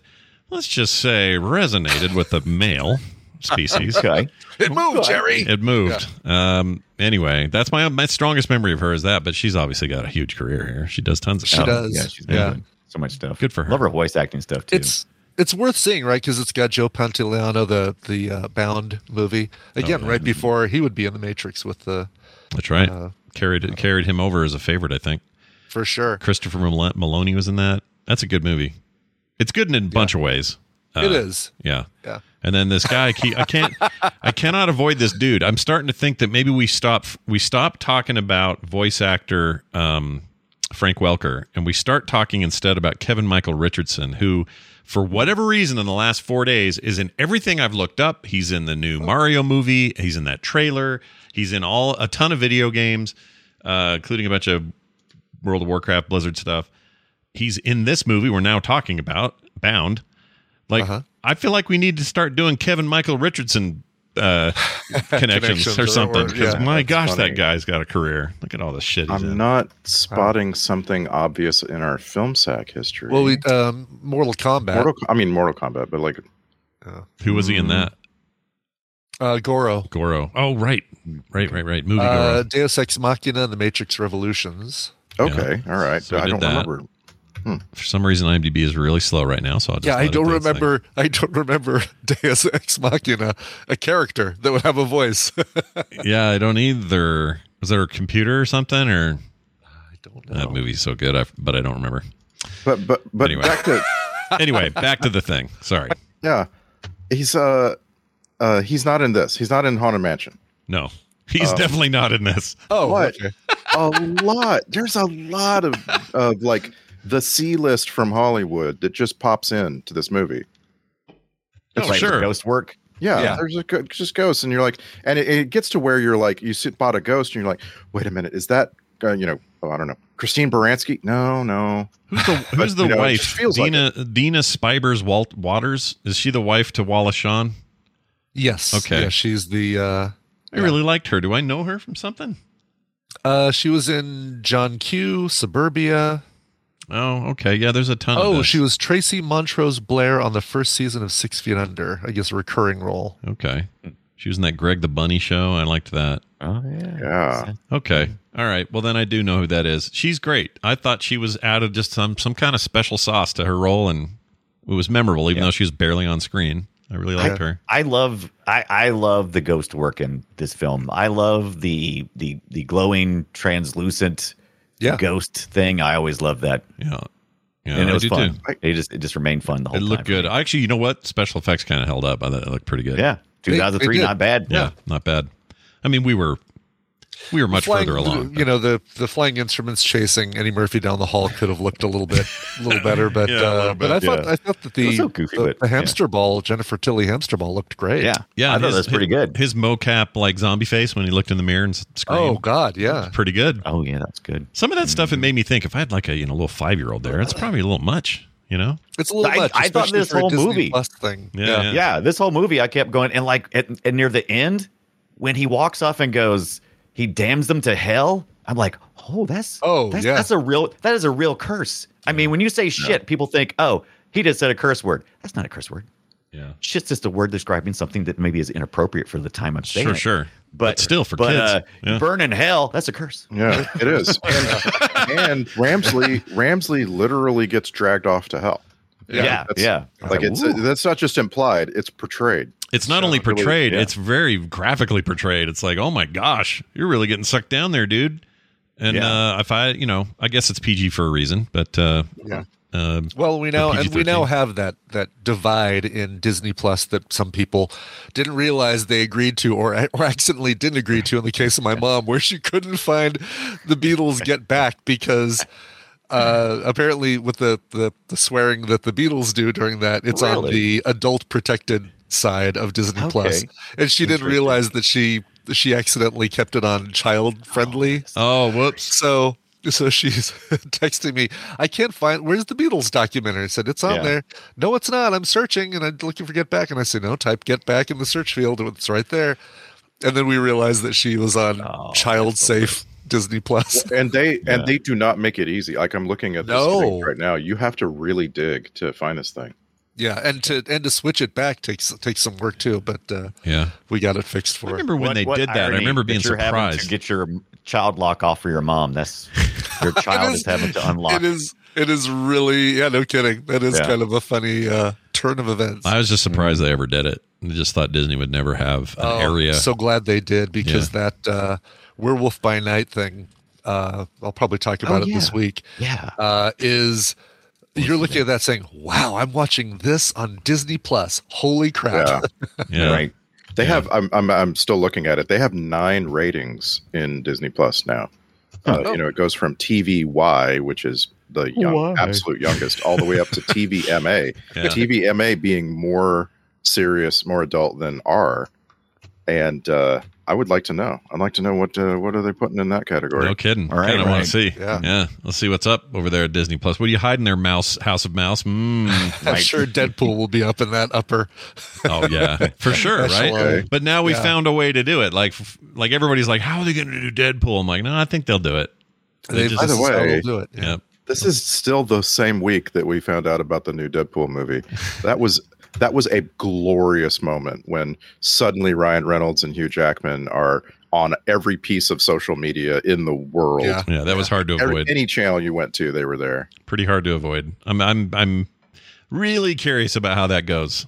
let's just say resonated with the male species.
Okay.
it moved jerry
It moved. Um anyway, that's my my strongest memory of her is that, but she's obviously got a huge career here. She does tons of
She
stuff.
does.
Yeah, she's
Yeah.
yeah. doing so much stuff.
Good for her.
Love her voice acting stuff too.
it's it's worth seeing, right? Because it's got Joe Pantoliano, the the uh, Bound movie again, right before he would be in the Matrix with the
That's right.
Uh,
carried carried him over as a favorite, I think.
for sure.
Christopher Mal- Maloney was in that. That's a good movie. It's good in a bunch of ways. Uh,
it is,
Yeah.
yeah.
And then this guy, Ke- I can't, I cannot avoid this dude. I'm starting to think that maybe we stop, we stop talking about voice actor um, Frank Welker, and we start talking instead about Kevin Michael Richardson, who, for whatever reason, in the last four days, is in everything I've looked up. He's in the new Mario movie. He's in that trailer. He's in all a ton of video games, uh, including a bunch of World of Warcraft, Blizzard stuff. He's in this movie we're now talking about, Bound. Like,
Uh-huh.
I feel like we need to start doing Kevin Michael Richardson uh, connections,
Connections
or
or-
something.
or-
'Cause
yeah,
my
that's
gosh,
funny.
that guy's got a career. Look at all the shit he's
I'm
in.
not spotting something obvious in our film sack history.
Well, we um, Mortal Kombat,
Mortal, I mean Mortal Kombat, but like
Who was he in that?
uh, Goro,
Goro. Oh, right, right, right, right. Movie
uh,
Goro.
Deus Ex Machina, and The Matrix Revolutions.
okay, all right.
So we
I
did
don't
that.
remember. Hmm.
For some reason, IMDb is really slow right now, so I'll just
Yeah,
let
I
it
don't
do its thing.
remember. I don't remember Deus Ex Machina, a character that would have a voice. I
Yeah, I don't either. Was there a computer or something? Or
don't know.
that movie's so good, I, but I don't remember.
But but but
Anyway.
back to
Anyway, back to the thing. Sorry.
yeah, he's uh uh he's not in this. He's not in Haunted Mansion.
No,
Oh.
he's definitely not in this.
Oh,
What?
okay.
a lot. There's a lot of of like the C list from Hollywood that just pops in to this movie.
That's
Oh,
right, the
sure.
Ghost work.
Yeah,
Yeah.
there's a, go- just ghosts, and you're like, and it, it gets to where you're like, you sit bought a ghost, and you're like, wait a minute, is that uh, you know, oh, I don't know, Christine Baranski? No, no,
Who's the Who's the
you know, it
wife?
just feels like
Dina Dina Spivers Walt Waters. Is she the wife to Wallace Shawn?
Yes.
Okay.
Yeah, she's the. Uh,
I really liked her. Do I know her from something?
uh, she was in John Q, Suburbia.
Oh, okay. Yeah, there's a ton. of
Oh,
this.
she was Tracy Montrose Blair on the first season of Six Feet Under. I guess a recurring role.
okay. She was in that Greg the Bunny show. I liked that.
Oh yeah.
yeah,
Okay. All right. Well, then I do know who that is. She's great. I thought she was out of just some some kind of special sauce to her role, and it was memorable, even
Yeah.
though she was barely on screen. I really liked her.
I love I, I love the ghost work in this film. I love the the the glowing translucent
Yeah.
ghost thing. I always love that.
Yeah. Yeah.
and
I
it was
do
fun.
too.
It just it just remained fun the whole
It
time.
looked good. Actually, you know what? Special effects kind of held up. I thought it looked pretty good.
Yeah. Two thousand
It-
three,
it did.
not bad.
yeah, not bad. I mean, we were we were much
Flying-
further along.
You know, the the flying instruments chasing Eddie Murphy down the hall could have looked a little bit a little better, but
Yeah, a
uh,
little
but I thought
yeah.
I thought that the,
was so goofy,
the,
but,
the
yeah.
hamster ball, Jennifer Tilly hamster ball looked great.
Yeah.
yeah,
I
and
thought
his-
that was pretty
his-
good.
His mocap like zombie face when he looked in the mirror and s- screamed.
Oh God, yeah.
pretty good.
Oh yeah, that's good.
Some of that stuff
Mm-hmm.
it made me think if I had like a you know little five year old there, it's probably a little much. You know,
It's a little
I-
much.
I thought
especially
this
for a
whole
Disney
movie-
Plus thing.
Yeah,
yeah. this whole movie I kept going and like at, and near the end when he walks off and goes, he damns them to hell. I'm like, oh, that's
oh,
that's,
yeah.
that's a real that is a real curse. I mean, when you say shit, people think, oh, he just said a curse word. That's not a curse word.
Yeah.
Shit's just a word describing something that maybe is inappropriate for the time I'm saying.
Sure,
it.
sure.
But,
But still, for
but,
kids.
uh,
Yeah.
burn in hell. That's a curse. uh,
Yeah, it is. And, and Ramsley Ramsley literally gets dragged off to hell.
Yeah, yeah.
That's- Like it's that's not just implied; it's portrayed.
It's not only
really-
portrayed,
yeah.
it's very graphically portrayed. It's like, oh my gosh, you're really getting sucked down there, dude. And
Yeah.
uh, if I, you know, I guess it's PG for a reason, but uh,
Yeah.
uh,
Well, we now
For
and we now
PG-13.
have that that divide in Disney Plus that some people didn't realize they agreed to, or or accidentally didn't agree to. In the case of my mom, where she couldn't find the Beatles Get Back because uh, apparently with the, the the swearing that the Beatles do during that, it's on
Really?
the adult protected side of Disney Plus,
Okay.
and she didn't
Interesting.
realize that she she accidentally kept it on child friendly.
oh, whoops.
So so she's texting me. I can't find where's the Beatles documentary. I said it's on
Yeah.
there. No, it's not. I'm searching and I'm looking for Get Back, and I said no. Type Get Back in the search field. and It's right there. And then we realized that she was on child safe Disney Plus.
And they and they do not make it easy. Like I'm looking at this
No.
thing right now. You have to really dig to find this thing.
yeah, and to and to switch it back takes takes some work too. But uh,
Yeah.
we got it fixed for
I
her.
remember when
What-
they
what
did that. I
irony
remember
that
being
you're having
surprised.
To get your child lock off for your mom. That's your child is, having to unlock.
It is. It is really. Yeah, no kidding. That is
Yeah.
kind of a funny uh, turn of events.
I was just
Mm-hmm.
surprised they ever did it. I just thought Disney would never have an
Oh,
area.
So glad they did because that uh, werewolf by night thing. Uh, I'll probably talk about it this
yeah.
week.
Yeah.
Uh, is you're looking at that saying, "Wow, I'm watching this on Disney Plus. Holy crap!"
Yeah.
yeah.
Right.
They have. I'm, I'm. I'm still looking at it. They have nine ratings in Disney Plus now. Uh,
Oh.
You know, it goes from TVY, which is the young, absolute youngest, all the way up to TVMA.
Yeah.
Uh-huh.
TVMA being more serious, more adult than R. And uh, I would like to know. I'd like to know what uh, what are they putting in that category?
No kidding.
All right,
Kinda want
right.
to see.
Yeah.
Yeah. Let's see what's up over there at Disney Plus. What do you hide in their mouse house of mouse? Mm.
I'm sure Deadpool will be up in that upper.
Oh yeah, for sure, right?
Echelon.
But now we
Yeah.
found a way to do it. Like, f- like everybody's like, "How are they going to do Deadpool?" I'm like, "No, I think they'll do it." They
They-
just-
By the
this is how
way-
they'll do it.
Yep.
This is still the same week that we found out about the new Deadpool movie. That was that was a glorious moment when suddenly Ryan Reynolds and Hugh Jackman are on every piece of social media in the world.
Yeah.
Yeah, that was hard to
Every,
avoid.
any channel you went to, they were there.
Pretty hard to avoid. I'm, I'm, I'm really curious about how that goes,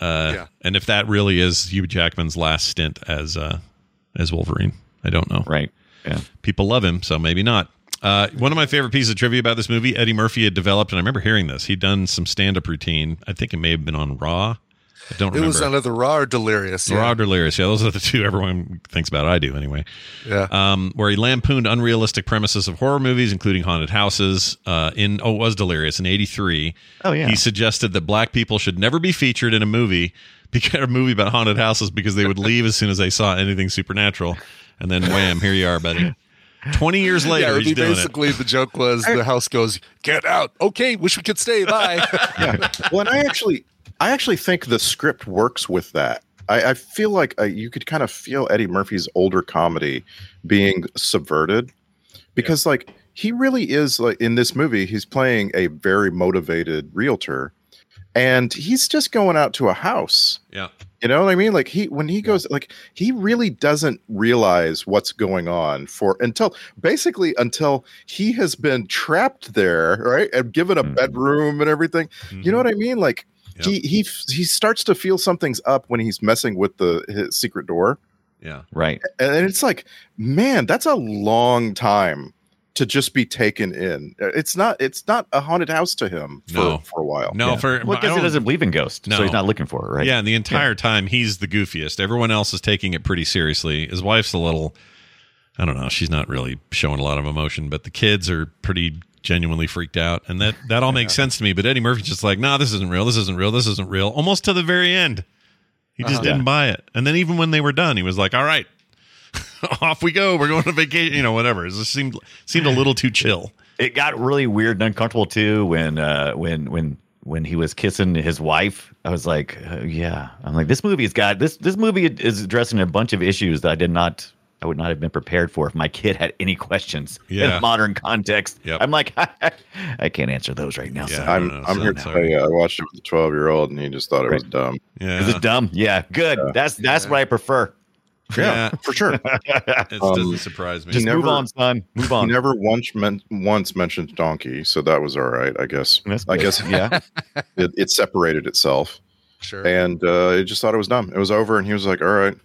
uh,
Yeah.
and if that really is Hugh Jackman's last stint as, uh, as Wolverine. I don't know.
Right. Yeah.
people love him, so maybe not. Uh, one of my favorite pieces of trivia about this movie, Eddie Murphy had developed, and I remember hearing this. He'd done some stand-up routine. I think it may have been on Raw. I don't
It
remember.
was another raw or delirious. Yeah.
Raw or Delirious. Yeah, those are the two everyone thinks about. I do anyway.
yeah.
Um, where he lampooned unrealistic premises of horror movies, including haunted houses. Uh, in oh, it was Delirious in '83.
Oh, yeah.
He suggested that black people should never be featured in a movie, beca- a movie about haunted houses, because they would leave as soon as they saw anything supernatural. And then wham, here you are, buddy. Twenty years later,
yeah, I mean,
he's doing it.
basically the joke was the house goes, get out. Okay, wish we could stay. Bye.
Well, and I actually I actually think the script works with that. I, I feel like uh, you could kind of feel Eddie Murphy's older comedy being subverted because like he really is like in this movie he's playing a very motivated realtor and he's just going out to a house
Yeah.
you know what i mean like he when he goes like he really doesn't realize what's going on for until basically until he has been trapped there right and given a bedroom and everything you know what i mean like
Yeah.
he he f- he starts to feel something's up when he's messing with the his secret door
Yeah.
Right.
and it's like man that's a long time to just be taken in Uh, it's not it's not a haunted house to him for,
No.
for a while
No, for
Well,
I
because he
don't-
doesn't believe in ghosts,
No.
so he's not looking for it, right?
Yeah, and the entire time he's the goofiest. Everyone else is taking it pretty seriously. His wife's a little I don't know, she's not really showing a lot of emotion, but the kids are pretty genuinely freaked out. And that that all makes sense to me. But Eddie Murphy's just like, nah, this isn't real, this isn't real, this isn't real. Almost to the very end. He
Uh-huh.
just didn't buy it. And then even when they were done, he was like, All right, off we go. We're going to vacation, you know, whatever. It just seemed seemed a little too chill.
It got really weird and uncomfortable too when uh, when when when he was kissing his wife, I was like, uh, yeah. I'm like, this movie's got this. This movie is addressing a bunch of issues that I did not. I would not have been prepared for if my kid had any questions
Yeah.
in modern context.
Yep.
I'm like, I can't answer those right now. son.
I'm,
no,
I'm
so-
here to tell you, I watched it with a 12 year old and he just thought it was dumb.
Yeah.
Is it dumb? Um, Yeah, good. That's that's what I prefer.
Yeah.
for sure.
It
Um,
doesn't surprise me.
Just
never-
move on, son. Move
he
on.
never once men- once mentioned donkey, so that was all right, I guess.
That's
I
good.
guess
yeah.
it, it separated itself,
Sure.
and uh, it just thought it was dumb. It was over, and he was like, "All right,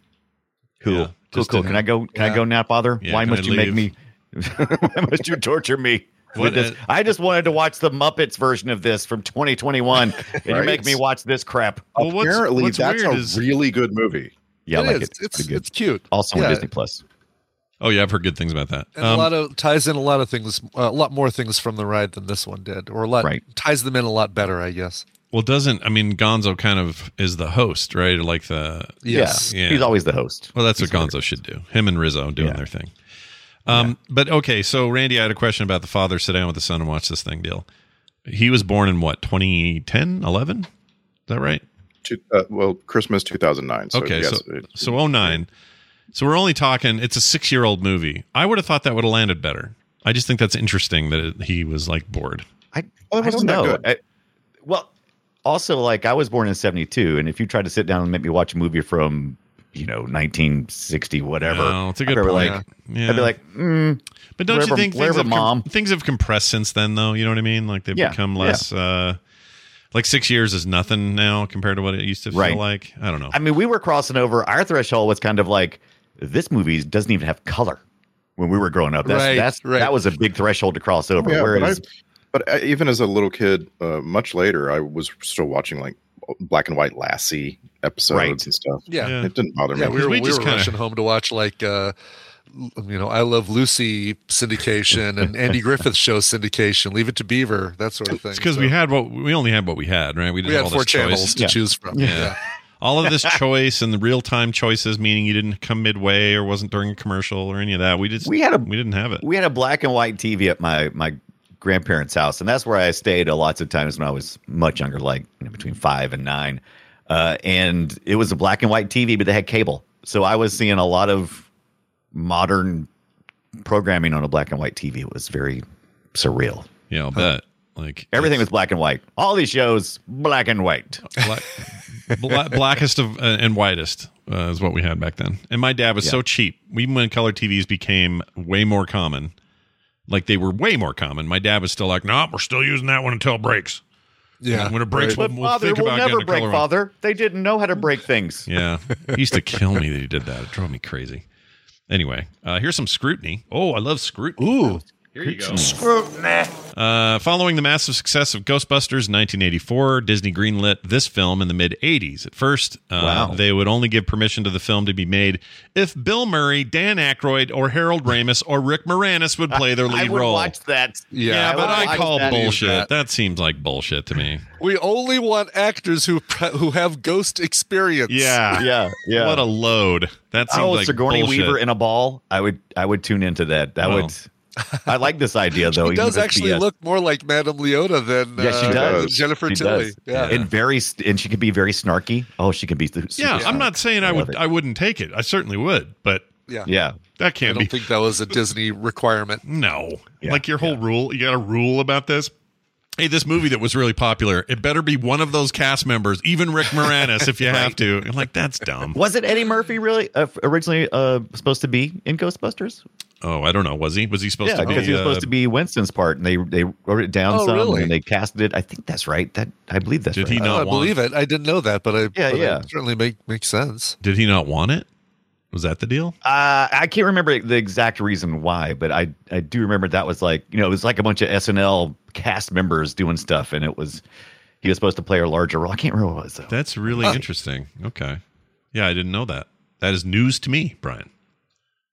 Cool.
Yeah,
cool.
just
Cool.
didn't-
Can I go? Can I go now, Father?
Yeah,
Why
can
must
I
you make me?
leave?
Why must you torture me?
What uh,
with this?
a-
I just wanted to watch the Muppets version of this from 2021, and you
Right.
make me watch this crap.
Well, what's-
apparently
what's
that's
weird
a
is-
really good movie."
Yeah, I
It
like
is.
it. It's
It's
pretty good.
it's cute.
Also on
Yeah.
Disney Plus.
Oh yeah, I've heard good things about that.
And
Um,
a lot of ties in a lot of things, a lot more things from the ride than this one did, or a lot
Right.
ties them in a lot better, I guess.
well, doesn't I mean Gonzo kind of is the host, right? Like the
Yes.
Yeah.
He's always the host.
well, that's what Gonzo should do. Him and Rizzo doing
Yeah.
their thing. Um, but okay, so Randy, I had a question about the father sit down with the son and watch this thing deal. He was born in what 2010, 11? Is that right?
Two, uh, well, Christmas 2009. So
okay,
yes,
so
it-
so 09. So we're only talking. It's a six year old movie. I would have thought that would have landed better. I just think that's interesting that it, he was like bored.
I,
Well, Oh, it
I don't
wasn't that
know.
good.
I, well, also, like I was born in '72, and if you tried to sit down and make me watch a movie from you know 1960 whatever,
No, it's a
I'd
good
be
point.
Like,
Yeah.
I'd be like, mm,
But don't you
Wherever-
think things
wherever
have, com-
mom-
things have compressed since then, though? You know what I mean? Like they've
Yeah,
become
yeah.
less. Uh, like six years is nothing now compared to what it used to feel
Right.
like. I don't know.
I mean, we were crossing over. Our threshold was kind of like this movie doesn't even have color when we were growing up. That's,
Right,
that's
right.
that was a big threshold to cross over.
Yeah, but, I,
Whereas,
but I- even as a little kid, uh, much later, I was still watching like black and white Lassie episodes
Right.
and stuff.
Yeah.
Yeah.
It didn't bother
Yeah,
me.
we were,
we
we
just
were
kinda-
rushing home to watch like, uh, l- you know, I Love Lucy syndication and Andy Griffith show syndication, Leave It to Beaver, that sort of thing.
it's because we
So
had what we only had what we had, right? We didn't
we
have
had
all
four
this
channels
choice.
to
Yeah.
choose from.
Yeah. all of this choice and the real time choices, meaning you didn't come midway or wasn't during a commercial or any of that. We just
We had a-
we didn't have it.
we had a black and white TV at my my grandparents' house, and that's where I stayed a lots of times when I was much younger, like you know, between five and nine. Uh, and it was a black and white TV, but they had cable, so I was seeing a lot of modern programming on a black and white TV. It was very surreal.
yeah, I'll bet. Like
Everything was black and white. All these shows, black and white.
black, bla- blackest of, uh, and whitest uh, is what we had back then. And my dad was so cheap. Even when color TVs became way more common, like they were way more common, my dad was still like, "Nah, we're still using that one until it breaks.
Yeah.
When it breaks,
But
we'll, we'll
father
think
will
about
never
getting a
break.
color one."
Father, they didn't know how to break things.
Yeah, he used to kill me that he did that. It drove me crazy. Anyway, uh, here's some scrutiny. Oh, I love scrutiny.
Ooh.
Here you go. Uh, following the massive success of Ghostbusters in 1984, Disney greenlit this film in the mid 80s. At first, uh,
Wow.
they would only give permission to the film to be made if Bill Murray, Dan Aykroyd, or Harold Ramis or Rick Moranis would play their lead
I would
role.
watch that.
Yeah,
yeah,
I
but
would
I,
watch
call
that.
bullshit. That. seems like bullshit to me.
We only want actors who pre- who have ghost experience.
Yeah, yeah.
What a load. That seems
oh,
like
Sigourney
bullshit. Oh.
Weaver in a ball. I would, I would tune into that. That
Wow.
would. I like this idea though.
She
even
does
if it's
actually
BS.
look more like Madame Leota than
Yeah, she
uh,
does.
Jennifer
She
Tilly.
does.
Yeah.
and very, st- and she could be very snarky. Oh, she could be. super
Yeah, I'm
snarky.
not saying I,
love
would.
it.
I wouldn't take it. I certainly would, but
yeah.
yeah,
that
I
can't
don't
be.
think that was a Disney requirement.
No.
Yeah,
like your whole rule, you got a rule about this. Hey, this movie that was really popular, it better be one of those cast members, even Rick Moranis, if you have to. And like, that's dumb.
was it Eddie Murphy really uh, originally uh, supposed to be in Ghostbusters?
Oh, I don't know. Was he? Was he supposed
Yeah,
to be?
because he was supposed
uh,
to be Winston's part, and they they wrote it down
Oh,
some,
really?
and they casted it. I think that's right. That I believe that's
Did
right.
he
I
not want,
believe it. I didn't know that, but I
Yeah,
but it
yeah.
certainly make makes sense.
Did he not want it? Was that the deal?
Uh, I can't remember the exact reason why, but I, I do remember that was like, you know, it was like a bunch of SNL cast members doing stuff, and it was, he was supposed to play a larger role. I can't remember what it was, though.
That's really interesting. Okay. Yeah, I didn't know that. That is news to me, Brian.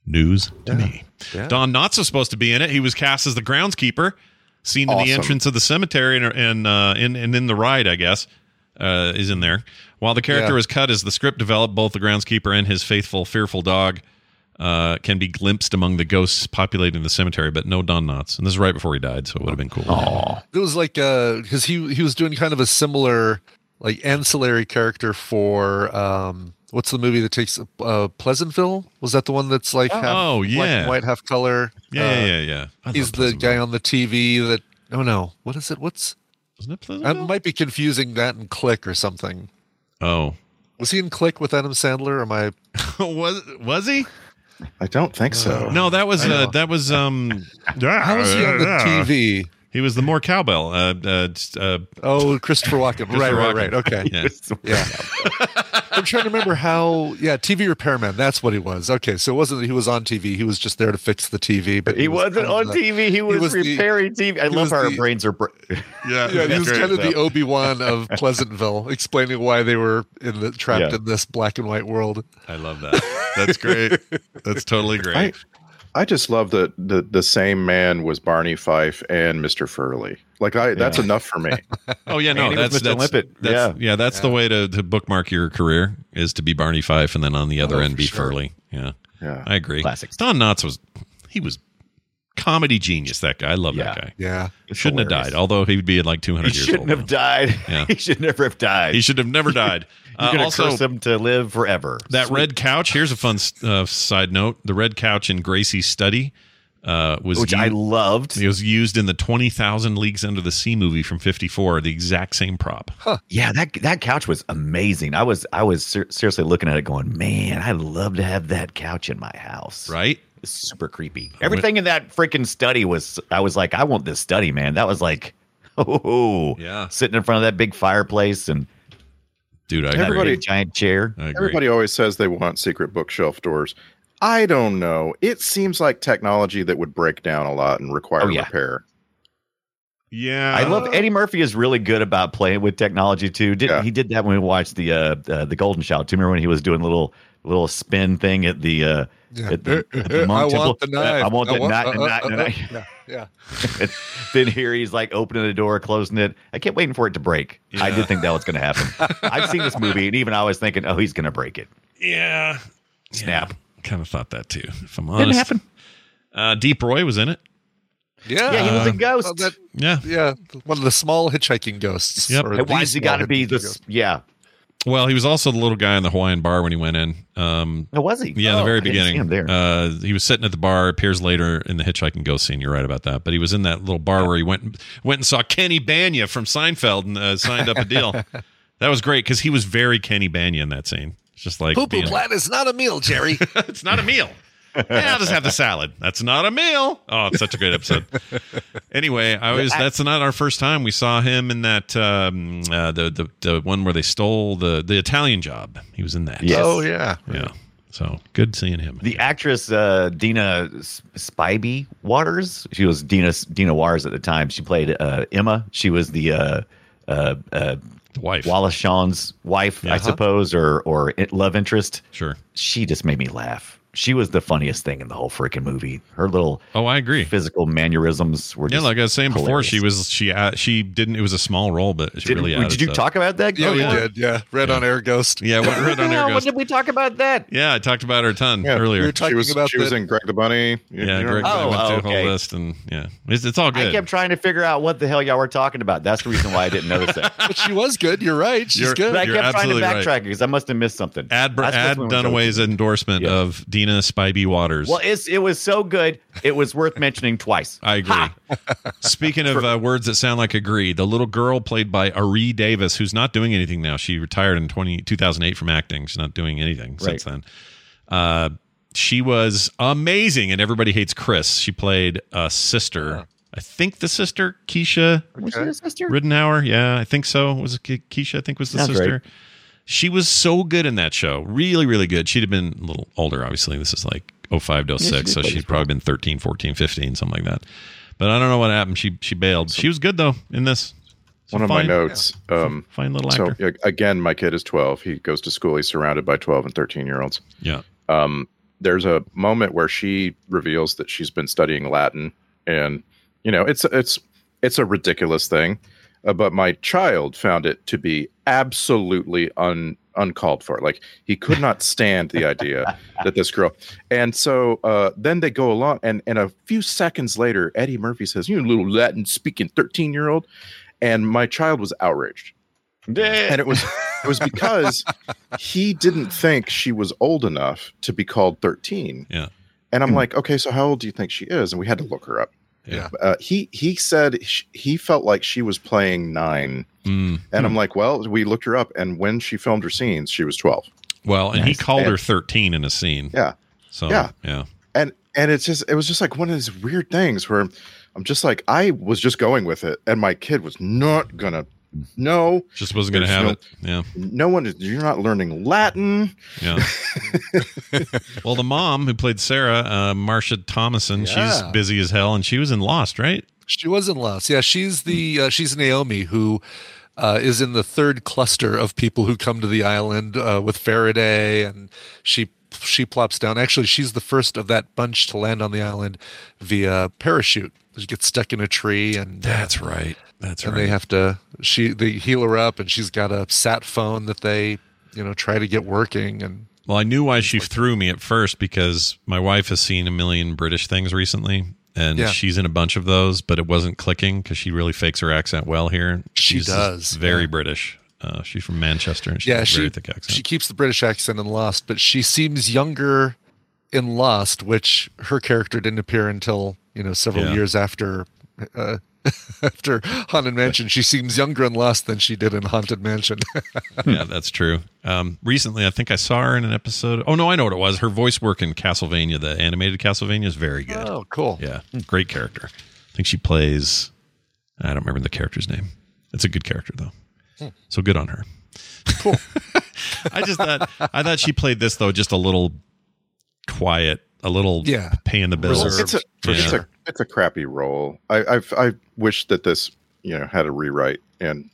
News to me. Don Knotts was supposed to be in it. He was cast as the groundskeeper, seen in the
Awesome.
entrance of the cemetery and and, uh, in, and in the ride, I guess, uh, is in there. While the character
Yeah.
was cut as the script developed, both the groundskeeper and his faithful, fearful dog uh, can be glimpsed among the ghosts populating the cemetery, but no Don Knotts. And this is right before he died, so it would have been cool.
Aw.
It was like because he he was doing kind of a similar like ancillary character for um what's the movie that takes uh Pleasantville? Was that the one that's like half
Oh,
black
yeah.
and white, half color?
Yeah,
Uh,
yeah, yeah, yeah. I love
He's the
Pleasantville.
guy on the TV that oh no, what is it? What's
Wasn't it
I
Pleasantville?
might be confusing that and Click or something.
Oh,
Was he in Click with Adam Sandler? Or am I?
was was he?
I don't think so.
No, that was
I know.
uh, that was um.
How was he on the TV?
He was the more cowbell. Uh, uh, just, uh,
Oh, Christopher Walken. right,
Christopher
right,
Walken.
right. Okay.
Yeah.
Yeah. I'm trying to remember how. Yeah, TV repairman. That's what he was. Okay, so it wasn't that he was on TV. He was just there to fix the TV. But
He wasn't
kind
on
of the-
TV. He was,
was the-
repairing TV. I
he
love
was
how our
the-
brains are. Br-
yeah,
Yeah, he
That's
was
great,
kind of the
though.
Obi Wan of Pleasantville, explaining why they were in the trapped
Yeah.
in this black and white world.
I love that. That's great. That's totally great.
I, I just love that the, the same man was Barney Fife and Mr. Furley. Like I, that's enough for me.
Oh yeah, no,
And he
that's
was Mr.
that's,
Limpet.
that's-
Yeah.
yeah, that's the way to, to bookmark your career is to be Barney Fife and then on the other end be Furley. Yeah,
Yeah.
I agree.
Classics.
Don Knotts was he was comedy genius. That guy, I love that
Yeah.
guy.
Yeah,
Shouldn't
hilarious.
have died. Although he would be like two
he
hundred years old.
shouldn't have
now.
died.
Yeah.
he should never have died.
He should have never died.
You're
Uh,
gonna
also,
curse him to live forever.
that red couch. Here's a fun uh, side note: the red couch in Gracie's study uh, was
which I
used-
loved.
It was used in the 20,000 Leagues Under the Sea movie from 54, the exact same prop.
Yeah, that that couch was amazing. I was I was ser- seriously looking at it, going, man, I'd love to have that couch in my house.
Right?
It's super creepy. Everything in that freaking study was. I was like, I want this study, man. That was like, oh
Yeah.
sitting in front of that big fireplace and
Dude, I agree.
that
Everybody-
big giant chair.
I agree.
Everybody always says they want secret bookshelf doors. I don't know. It seems like technology that would break down a lot and require
Oh, yeah.
repair.
yeah.
I
Uh,
love Eddie Murphy is really good about playing with technology too. Did
Yeah.
not he did that when we watched the uh, uh the Golden Child? Do you remember when he was doing a little little spin thing at the uh
yeah.
at the, at the
I
Mong temple?
want the knife.
I want the knife.
uh,
the knife,
uh,
the
uh,
knife.
yeah, yeah.
And then here he's like opening the door, closing it. I kept waiting for it to break. I
Yeah.
did think that was going to happen. I've seen this movie, and even I was thinking, oh, he's going to break it.
Yeah.
Snap.
Kind of thought that too, if I'm honest.
Didn't happen.
Uh, Deep Roy was in it.
Yeah.
yeah, he was a
Uh,
ghost.
Oh, that-
Yeah.
yeah, one of the small hitchhiking ghosts.
Yep.
or
and
the
why's he
small
got to be
hitchhiking
this?
ghost.
Yeah.
Well, he was also the little guy in the Hawaiian bar when he went in. Um,
No, was he?
yeah, the
Oh,
very
I didn't see
beginning.
him there.
Uh, he was sitting at the bar. Appears later in the Hitchhiking Ghost scene. You're right about that. But he was in that little bar where he went went and saw Kenny Banya from Seinfeld and uh, signed up a deal. that was great because he was very Kenny Banya in that scene. It's just like
Poo poo
being-
plat is not a meal, Jerry.
it's not a meal. Yeah, I'll just have the salad. That's not a meal. Oh, it's such a great episode. Anyway, I was. That's not our first time we saw him in that um, uh, the, the the one where they stole the the Italian job. He was in that.
Yes.
Oh yeah,
Yeah. So good seeing him.
The actress uh, Dina S- Spivey Waters, she was Dina Dina Waters at the time. She played uh, Emma. She was the uh, uh, uh,
The wife.
Wallace Shawn's wife, I
Uh-huh.
suppose, or or it- love interest.
Sure.
She just made me laugh. She was the funniest thing in the whole freaking movie. Her little
Oh, I agree.
physical mannerisms were
Yeah,
just
like I was saying before,
hilarious.
she was she uh, she didn't. It was a small role, but she
Did,
really
did
added
you
stuff.
talk about that?
yeah,
Oh,
we did. Yeah, red on air ghost.
Yeah, what, right on air
Yeah, when
ghost.
did we talk about that?
Yeah, I talked about her a ton
Yeah,
earlier.
we were talking
she was
about
she was
that-
in Greg the Bunny. You- you
yeah,
don't
Greg
remember?
I
Oh,
went through the
okay.
whole list, and yeah, it's, it's all good.
I kept trying to figure out what the hell y'all were talking about. That's the reason why I didn't notice that.
but she was good. You're right. She's
You're-
good.
But I
You're
kept trying to
absolutely right.
backtrack because I must have missed something.
Ad,
That's
Ad
when we were
Dunaway's
going.
endorsement
Yeah.
of Dina Spivey Waters.
Well, it's it was so good, it was worth mentioning twice.
I agree. Speaking of uh, words that sound like agree, the little girl played by Ari Davis, who's not doing anything now. She retired in 20, 2008 from acting. She's not doing anything since then. Uh, she was amazing, and everybody hates Chris. She played a sister. I think the sister, Keisha
Was she a sister?
Riddenauer. Yeah, I think so. Was it Ke- Keisha? I think was the
Sounds
sister.
right.
She was so good in that show. Really, really good. She'd have been a little older, obviously. This is like 05 to 06,
Yeah, she did
so
play
she'd
this
probably been 13, 14, 15, something like that. But I don't know what happened. She she bailed. She was good though in this. She's
One of my
fine,
notes. Um,
Fine little
so
actor.
yeah, again, my kid is 12. He goes to school. He's surrounded by 12 and 13 year olds.
yeah.
um, there's a moment where she reveals that she's been studying Latin, and you know it's it's it's a ridiculous thing, uh, but my child found it to be absolutely un uncalled for. Like he could not stand the idea that this girl. And so uh, then they go along, and and a few seconds later, Eddie Murphy says, "You little Latin speaking thirteen year old," and my child was outraged. And it was it was because he didn't think she was old enough to be called thirteen.
Yeah.
And I'm like, okay, so how old do you think she is? And we had to look her up.
Yeah.
Uh, he he said sh- he felt like she was playing nine,
Mm.
and I'm like, well, we looked her up, and when she filmed her scenes, she was twelve.
Well, and he
Nice.
called her
And-
13 in a scene.
Yeah,
So,
Yeah.
yeah.
and and it's just it was just like one of these weird things where I'm just like I was just going with it, and my kid was not gonna. No,
Just wasn't going to
There's
have
no-
it. Yeah.
no one is. You're not learning Latin.
Yeah. well, the mom who played Sarah, uh, Marsha Thomason,
Yeah.
she's busy as hell and she was in Lost, right?
She wasn't lost. Yeah, she's the
Hmm.
uh, she's Naomi who uh, is in the third cluster of people who come to the island uh, with Faraday, and she she plops down. Actually, she's the first of that bunch to land on the island via parachute. She gets stuck in a tree, and uh,
That's right. That's
and
right.
they have to she they heal her up, and she's got a sat phone that they you know try to get working, and
Well, I knew why she threw me at first because my wife has seen a million British things recently, and
Yeah.
she's in a bunch of those, but it wasn't clicking because she really fakes her accent well here.
She
She's
does,
Very
yeah.
British. Uh, she's from Manchester, and she
yeah,
has a
she
very thick accent.
she keeps the British accent in Lost, but she seems younger in Lost, which her character didn't appear until you know several
Yeah.
years after uh, after Haunted Mansion. She seems younger in Lost than she did in Haunted Mansion.
yeah, that's true. Um, recently, I think I saw her in an episode. Oh no, I know what it was. Her voice work in Castlevania, the animated Castlevania, is very good.
oh, cool.
Yeah, great character. I think she plays. I don't remember the character's name. It's a good character though.
Hmm.
So good on her.
Cool.
I just thought I thought she played this though just a little quiet, a little
Yeah.
paying the bills.
Reserved.
It's a
For
it's
sure.
a it's a crappy role. I I've, I wish that this you know had a rewrite and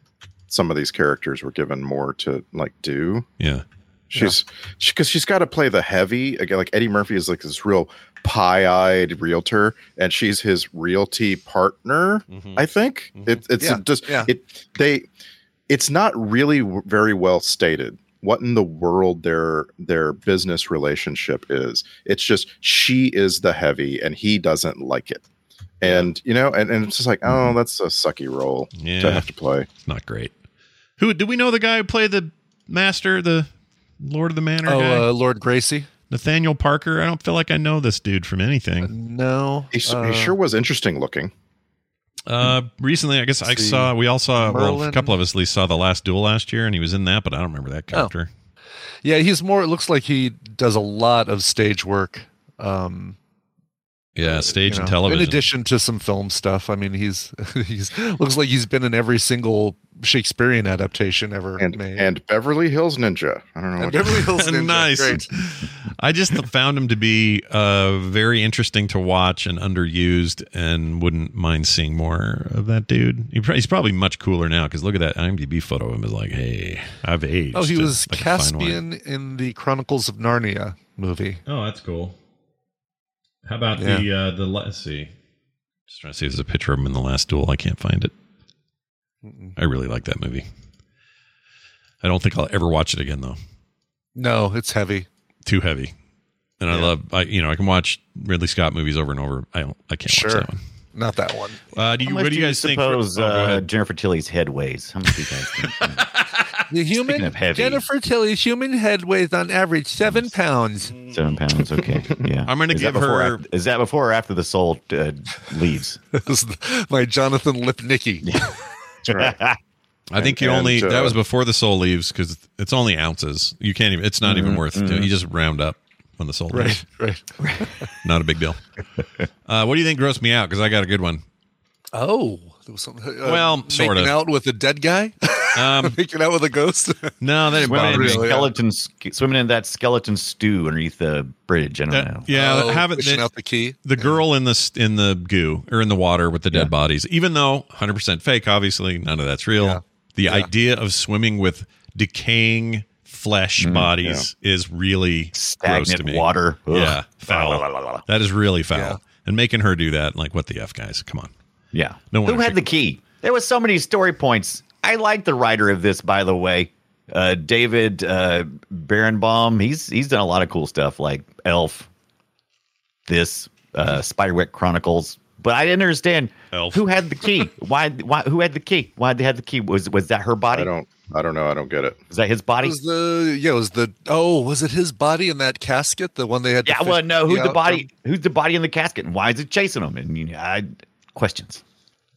some of these characters were given more to like do.
yeah.
She's because she, has got to play the heavy again. Like Eddie Murphy is like this real pie-eyed realtor, and she's his realty partner. I think it, it's
Yeah,
just
yeah.
it. They, it's not really w- very well stated what in the world their their business relationship is. It's just she is the heavy, and he doesn't like it. And you know, and, and it's just like, oh, that's a sucky role
Yeah.
to have to play.
It's not great. Who do we know the guy who played the master, the Lord of the Manor guy?
Oh, uh, Lord Gracie.
Nathaniel Parker. I don't feel like I know this dude from anything.
No,
He, s-
uh,
he sure was interesting looking.
Uh, recently, I guess I
see.
saw. We all saw. Well, a
Merlin.
couple of us at least saw the last duel last year, and he was in that, but I don't remember
Oh.
that character.
Yeah, he's more. It looks like he does a lot of stage work. Um,
Yeah, stage
you
and
know,
television.
In addition to some film stuff, I mean, he's he's looks like he's been in every single Shakespearean adaptation ever
And
made.
and Beverly Hills Ninja. I don't know.
Uh,
And
what
Beverly Hills Ninja,
nice.
great.
I just found him to be uh, very interesting to watch and underused, and wouldn't mind seeing more of that dude. He prob- he's probably much cooler now because look at that IMDb photo of him. Is like, hey, I've aged.
Oh, he
a-
was
like a fine wine.
Caspian in the Chronicles of Narnia movie.
Oh, that's cool. How about the uh, the let's see. Just trying to see if there's a picture of him in the last duel. I can't find it. I really like that movie. I don't think I'll ever watch it again though.
No, it's heavy.
Too heavy. And I love I you know, I can watch Ridley Scott movies over and over. I don't I can't watch
Sure.
that one.
Not that one.
Uh, do you,
How much
what do you guys think? for-
suppose
oh, go
uh,
ahead.
Jennifer Tilly's head weighs? How much do you guys think?
The human
of heavy.
Jennifer Tilly's human head weighs on average seven pounds.
Seven pounds. Okay. Yeah.
I'm gonna
Is
give
that before or
her-
after- is that before or after the soul uh, leaves?
This is my Jonathan Lipnicki.
I think you
and,
only
uh,
that was before the soul leaves because it's only ounces. You can't even it's not even worth doing. You just round up when the soul leaves.
Right, right.
Not a big deal. uh, what do you think grossed me out? Because I got a good one.
Oh, there was something. uh,
Well, sort
making
of.
out with a dead guy,
Um,
making out with a ghost.
no, that didn't
Swimming
bother
in,
me.
really?
skeleton, sk- swimming in that skeleton stew underneath the bridge. I don't know.
That- yeah,
Oh,
have it.
fishing
The,
out the key.
the girl in the s- in the goo or in the water with the dead bodies, even though 100 percent fake, obviously none of that's real.
Yeah.
The idea of swimming with decaying flesh bodies is really gross to
Mm-hmm. Stagnant
me.
water. Ugh.
Yeah,
La, la, la, la,
foul.
la.
That is really foul.
Yeah.
And making her do that, like, what the f, guys? Come on.
Yeah.
No
Who
wonder
had
she-
the key? There was so many story points. I like the writer of this, by the way. Uh, David uh, Barenbaum, he's he's done a lot of cool stuff like Elf, this uh, Spiderwick Chronicles. But I didn't understand
Elf.
who had the key. why? Why? Who had the key? Why they had the key? Was was that her body?
I don't. I don't know. I don't get it.
Was that his body?
was the yeah? Was the oh? Was it his body in that casket? The one they had? to
yeah.
fish
Well, no. Who's
out
the
from?
body? Who's the body in the casket? And why is it chasing him? And you know, I questions.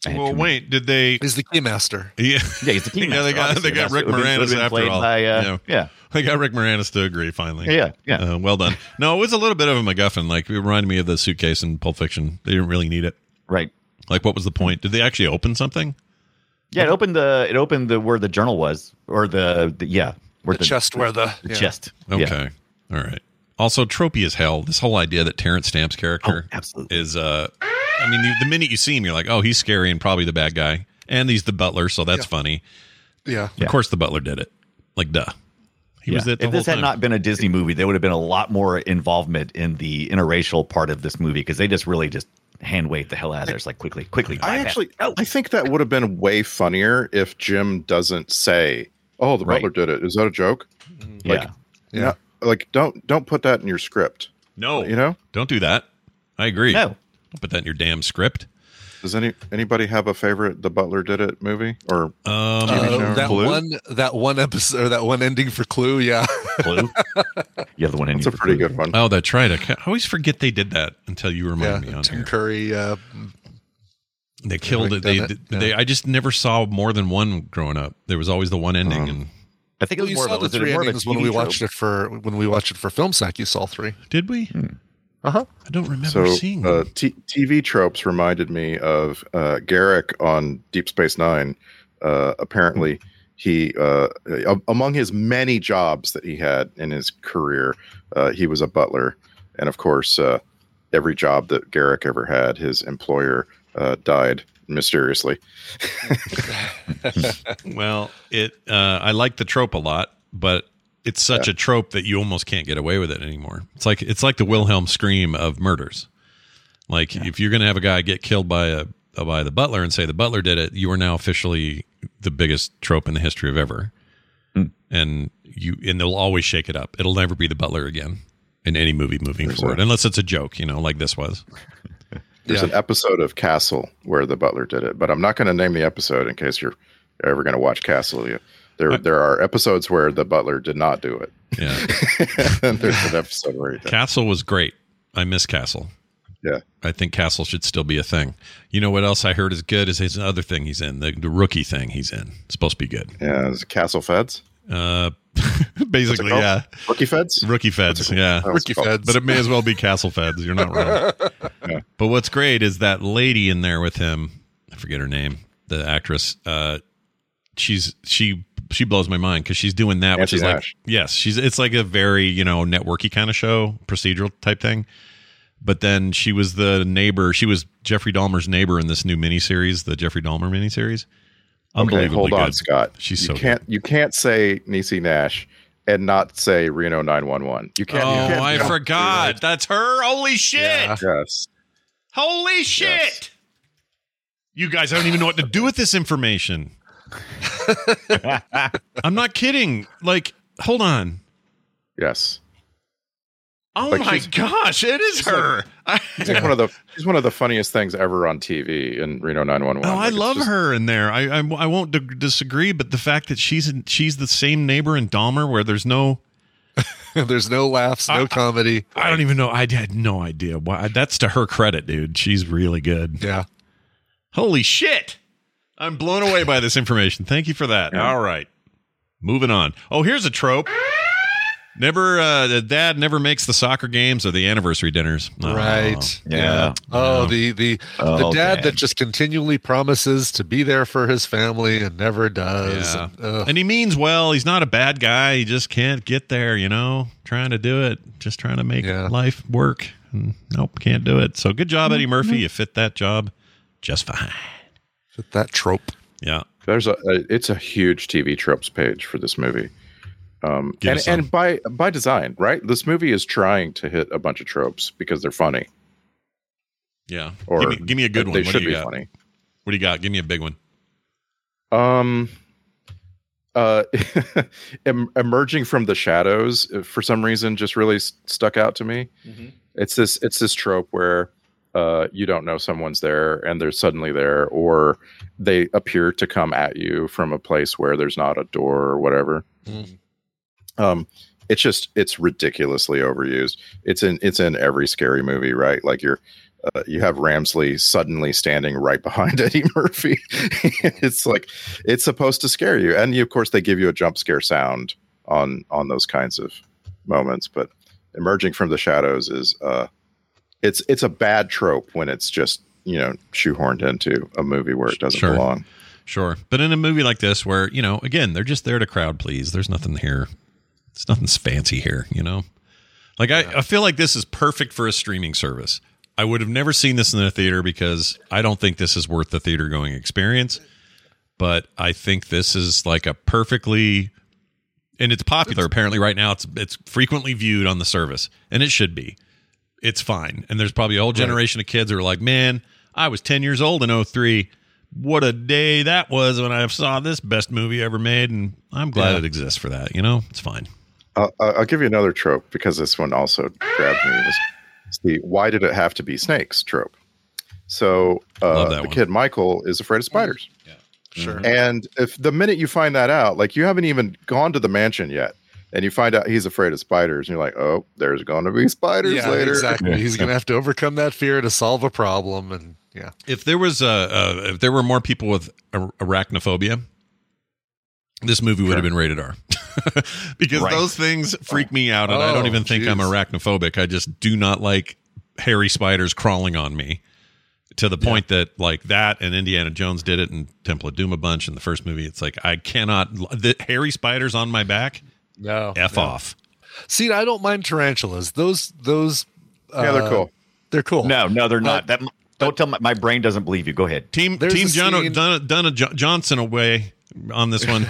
I had
Well,
too many.
wait, did they?
He's the keymaster.
Yeah,
Yeah, he's the key
yeah, they
master,
got
obviously.
they got
That's-
Rick
it would've been- would've
Moranis
been
after
played
all.
by, uh, yeah.
they got Rick Moranis to agree finally.
Yeah, yeah.
Uh, well done. No, it was a little bit of a MacGuffin. Like it reminded me of the suitcase in Pulp Fiction. They didn't really need it.
Right.
Like, what was the point? Did they actually open something?
Yeah, it opened the it opened the where the journal was or the, the yeah where
The, chest where the,
the
yeah.
chest.
Okay.
Yeah.
All right. Also, tropey as hell. This whole idea that Terrence Stamp's character
Oh, absolutely.
is, uh, I mean, the, the minute you see him, you're like, oh, he's scary and probably the bad guy. And he's the butler, so that's funny.
Yeah.
Yeah.
Of course, the butler did it. Like, duh. He was
Yeah.
it the
if
whole
this had
time.
not been a Disney movie, there would have been a lot more involvement in the interracial part of this movie because they just really just hand waved the hell out of there. It's like quickly, quickly.
I
buy that.
actually, I think that would have been way funnier if Jim doesn't say, "Oh, the
Right.
butler did it." Is that a joke?
yeah.
Yeah. like, don't don't put that in your script.
no,
You know,
don't do that. I agree.
No.
Don't put that in your damn script.
does any anybody have a favorite "The Butler Did It" movie or TV
Uh,
Um,
show?
that
Clue?
one, that one episode, or that one ending for Clue. Yeah,
Clue. You have the one in
That's a
you for
pretty
Clue.
good one.
oh, that's right. I, ca- I always forget they did that until you
yeah.
remind me on
Tim
here.
Curry. Uh,
They killed it.
like
They,
done it, yeah.
they. I just never saw more than one growing up. There was always the one
Mm.
ending, and
I think it
well,
was
you
more
saw
of a,
the
was it
three
more of a
endings when
TV
we
trope?
watched it for when we watched it for film sack. You saw three.
Did we?
Uh huh.
I don't remember
Hmm. Uh-huh. So,
seeing
uh,
them.
t- TV tropes reminded me of uh, Garrick on Deep Space Nine. Uh, apparently, he uh, a- among his many jobs that he had in his career, uh, he was a butler, and of course, uh, every job that Garrick ever had, his employer uh, died mysteriously.
Well, it. Uh, I like the trope a lot, but it's such a trope that you almost can't get away with it anymore. It's like it's like the Wilhelm scream of murders. Like if you're going to have a guy get killed by a by the butler and say the butler did it, you are now officially the biggest trope in the history of ever.
Hmm.
And you and they'll always shake it up. It'll never be the butler again in any movie moving forward, unless it's a joke, you know, like this was.
There's an episode of Castle where the butler did it, but I'm not going to name the episode in case you're ever going to watch Castle. You, there, there are episodes where the butler did not do it.
Yeah.
and there's an episode where he did.
Castle was great. I miss Castle.
Yeah.
I think Castle should still be a thing. You know what else I heard is good is his other thing he's in, the, the rookie thing he's in. It's supposed to be good.
Yeah, is it Castle Feds?
Uh, basically,
called?
yeah.
Rookie Feds?
Rookie feds, yeah.
That's
Ricky
called-
Feds.
But it may as well be Castle feds. You're not wrong. But what's great is that lady in there with him. I forget her name. The actress. Uh, she's she she blows my mind because she's doing that, which
Nancy
is
Nash.
like yes, she's it's like a very you know networky kind of show, procedural type thing. But then she was the neighbor. She was Jeffrey Dahmer's neighbor in this new miniseries, the Jeffrey Dahmer miniseries.
Okay,
Unbelievably
hold on,
good.
Scott.
She's
you
so
can't you can't say Nisi Nash and not say Reno 911. You can't. you
Oh,
can't
I
jump.
forgot. That's her. Holy shit.
Yes.
Holy shit! You guys, I don't even know what to do with this information. I'm not kidding. Like, hold on.
Yes.
Oh
Like,
my
she's-
gosh, it is her. I,
She's like one of the she's one of the funniest things ever on TV in Reno 911.
oh,
Like,
I
it's
love
just-
her in there. I I, I won't d- disagree, but the fact that she's in, she's the same neighbor in Dahmer, where there's no
There's no laughs,
Uh,
no comedy.
I don't even know. I had no idea why. That's to her credit, dude. She's really good.
Yeah.
Holy shit. I'm blown away by this information. Thank you for that. All right. Moving on. Oh, here's a trope. Never uh the dad never makes the soccer games or the anniversary dinners. Oh.
Right.
Yeah.
Oh, the the
Oh,
the dad
dad.
that just continually promises to be there for his family and never does.
Oh, Yeah.
And, ugh.
And he means well. He's not a bad guy. He just can't get there, you know, trying to do it, just trying to make
Yeah.
life work. And Nope, can't do it. So good job, Eddie
Mm-hmm.
Murphy. You fit that job just fine.
that trope.
Yeah.
There's a, a it's a huge TV tropes page for this movie. Um,
Give
and
us some.
and by by design, right? This movie is trying to hit a bunch of tropes because they're funny.
Yeah.
Or
give, me, give me a good
they
one. What
should
do you
be
got?
funny.
What do you got? Give me a big one.
Um, uh, em- emerging from the shadows uh, for some reason just really s- stuck out to me. It's this it's this trope where uh, you don't know someone's there and they're suddenly there, or they appear to come at you from a place where there's not a door or whatever. Um, it's just it's ridiculously overused. It's in it's in every scary movie, right? Like you're. Uh, you have Ramsley suddenly standing right behind Eddie Murphy. it's like it's supposed to scare you and you, of course they give you a jump scare sound on on those kinds of moments but emerging from the shadows is uh it's it's a bad trope when it's just you know shoehorned into a movie where it doesn't
Sure.
belong
Sure. But in a movie like this, where, you know, again, they're just there to crowd please, there's nothing here. It's nothing's fancy here, you know? Like, I, I feel like this is perfect for a streaming service. I would have never seen this in a theater because I don't think this is worth the theater going experience. But I think this is like a perfectly. And it's popular apparently right now. It's it's frequently viewed on the service, and it should be. It's fine. And there's probably a whole generation of kids who are like, "Man, I was 10 years old in 03. What a day that was when I saw this best movie ever made." And I'm glad
Yeah.
it exists for that. You know, it's fine.
I'll, I'll I'll give you another trope because this one also grabbed me. It was the why did it have to be snakes trope. So uh,
Love that
the
one.
kid Michael is afraid of spiders. Yeah, sure. And if the minute you find that out, like you haven't even gone to the mansion yet, and you find out he's afraid of spiders, and you're like, oh, there's going to be spiders
yeah,
later.
exactly. He's going to have to overcome that fear to solve a problem, and yeah,
If there was a, uh if there were more people with ar- arachnophobia, this movie would have been rated R. because
Right.
those things freak me out and I don't
Oh,
even think I'm
geez.
arachnophobic. I just do not like hairy spiders crawling on me. To the point that like that and Indiana Jones did it in Temple of Doom a bunch in the first movie. It's like I cannot the hairy spiders on my back.
no,
F off.
See, I don't mind tarantulas. Those those uh,
yeah, they're cool.
They're cool.
No, no, they're not. That don't tell my, my brain doesn't believe you. Go ahead.
Team
There's
Team
a
John
scene-
Donna, Donna Jo- Johnson away on this one.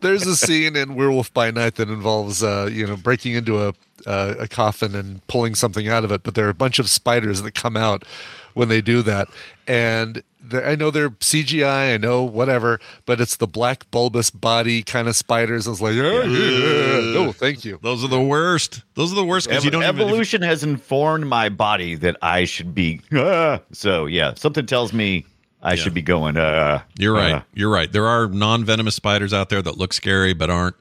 There's a scene in Werewolf by Night that involves, uh, you know, breaking into a uh, a coffin and pulling something out of it. But there are a bunch of spiders that come out when they do that, and the- I know they're CGI, I know whatever, but it's the black bulbous body kind of spiders. I was like, "Yeah, yeah, yeah. no, thank you.
Those are the worst. Those are the worst because you don't even, if you-
Evolution has informed my body that I should be. ah. so yeah, something tells me I should be going. Uh,
You're right.
uh.
You're right. There are non-venomous spiders out there that look scary but aren't.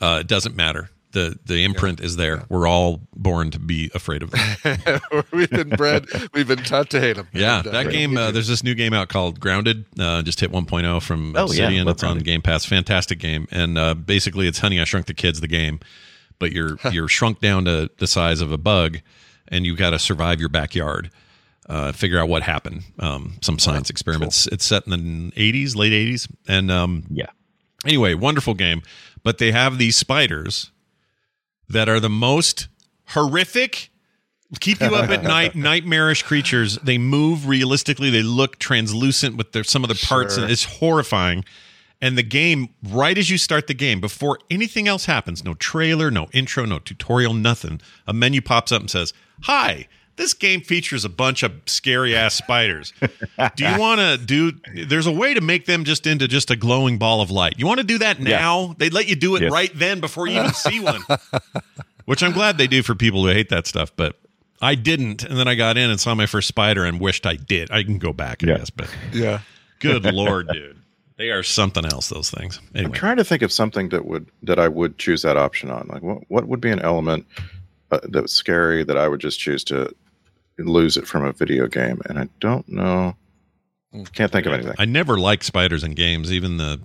Uh, it doesn't matter. The the imprint is there. We're all born to be afraid of them.
we've been bred, we've been taught to hate them.
Yeah,
And, uh,
that game. Uh, there's this new game out called Grounded. Uh, just hit 1.0 from
Oh, yeah,
Obsidian.
love
it's on
Grounded.
Game Pass. Fantastic game. And uh, basically, it's Honey I Shrunk the Kids, the game, but you're you're shrunk down to the size of a bug, and you got to survive your backyard. Uh, figure out what happened. Um, some science experiments. It's set in the 80s, late 80s, and um,
Yeah.
Anyway, wonderful game. But they have these spiders that are the most horrific, keep you up at night, nightmarish creatures. They move realistically. They look translucent with their, some of their parts, and it's horrifying. And the game, right as you start the game, before anything else happens, no trailer, no intro, no tutorial, nothing, a menu pops up and says, Hi, this game features a bunch of scary ass spiders. do you want to do, there's a way to make them just into just a glowing ball of light. You want to do that now? They let you do it
Yes.
right then before you even see one, which I'm glad they do for people who hate that stuff. But I didn't. And then I got in and saw my first spider and wished I did. I can go back, I
Yeah.
guess, but.
yeah.
Good lord, dude. They are something else, those things.
I'm
Anyway.
trying to think of something that would that I would choose that option on. Like, what what would be an element uh, that was scary that I would just choose to lose it from a video game? And I don't know. Can't think of anything.
Mm. I never liked spiders in games, even the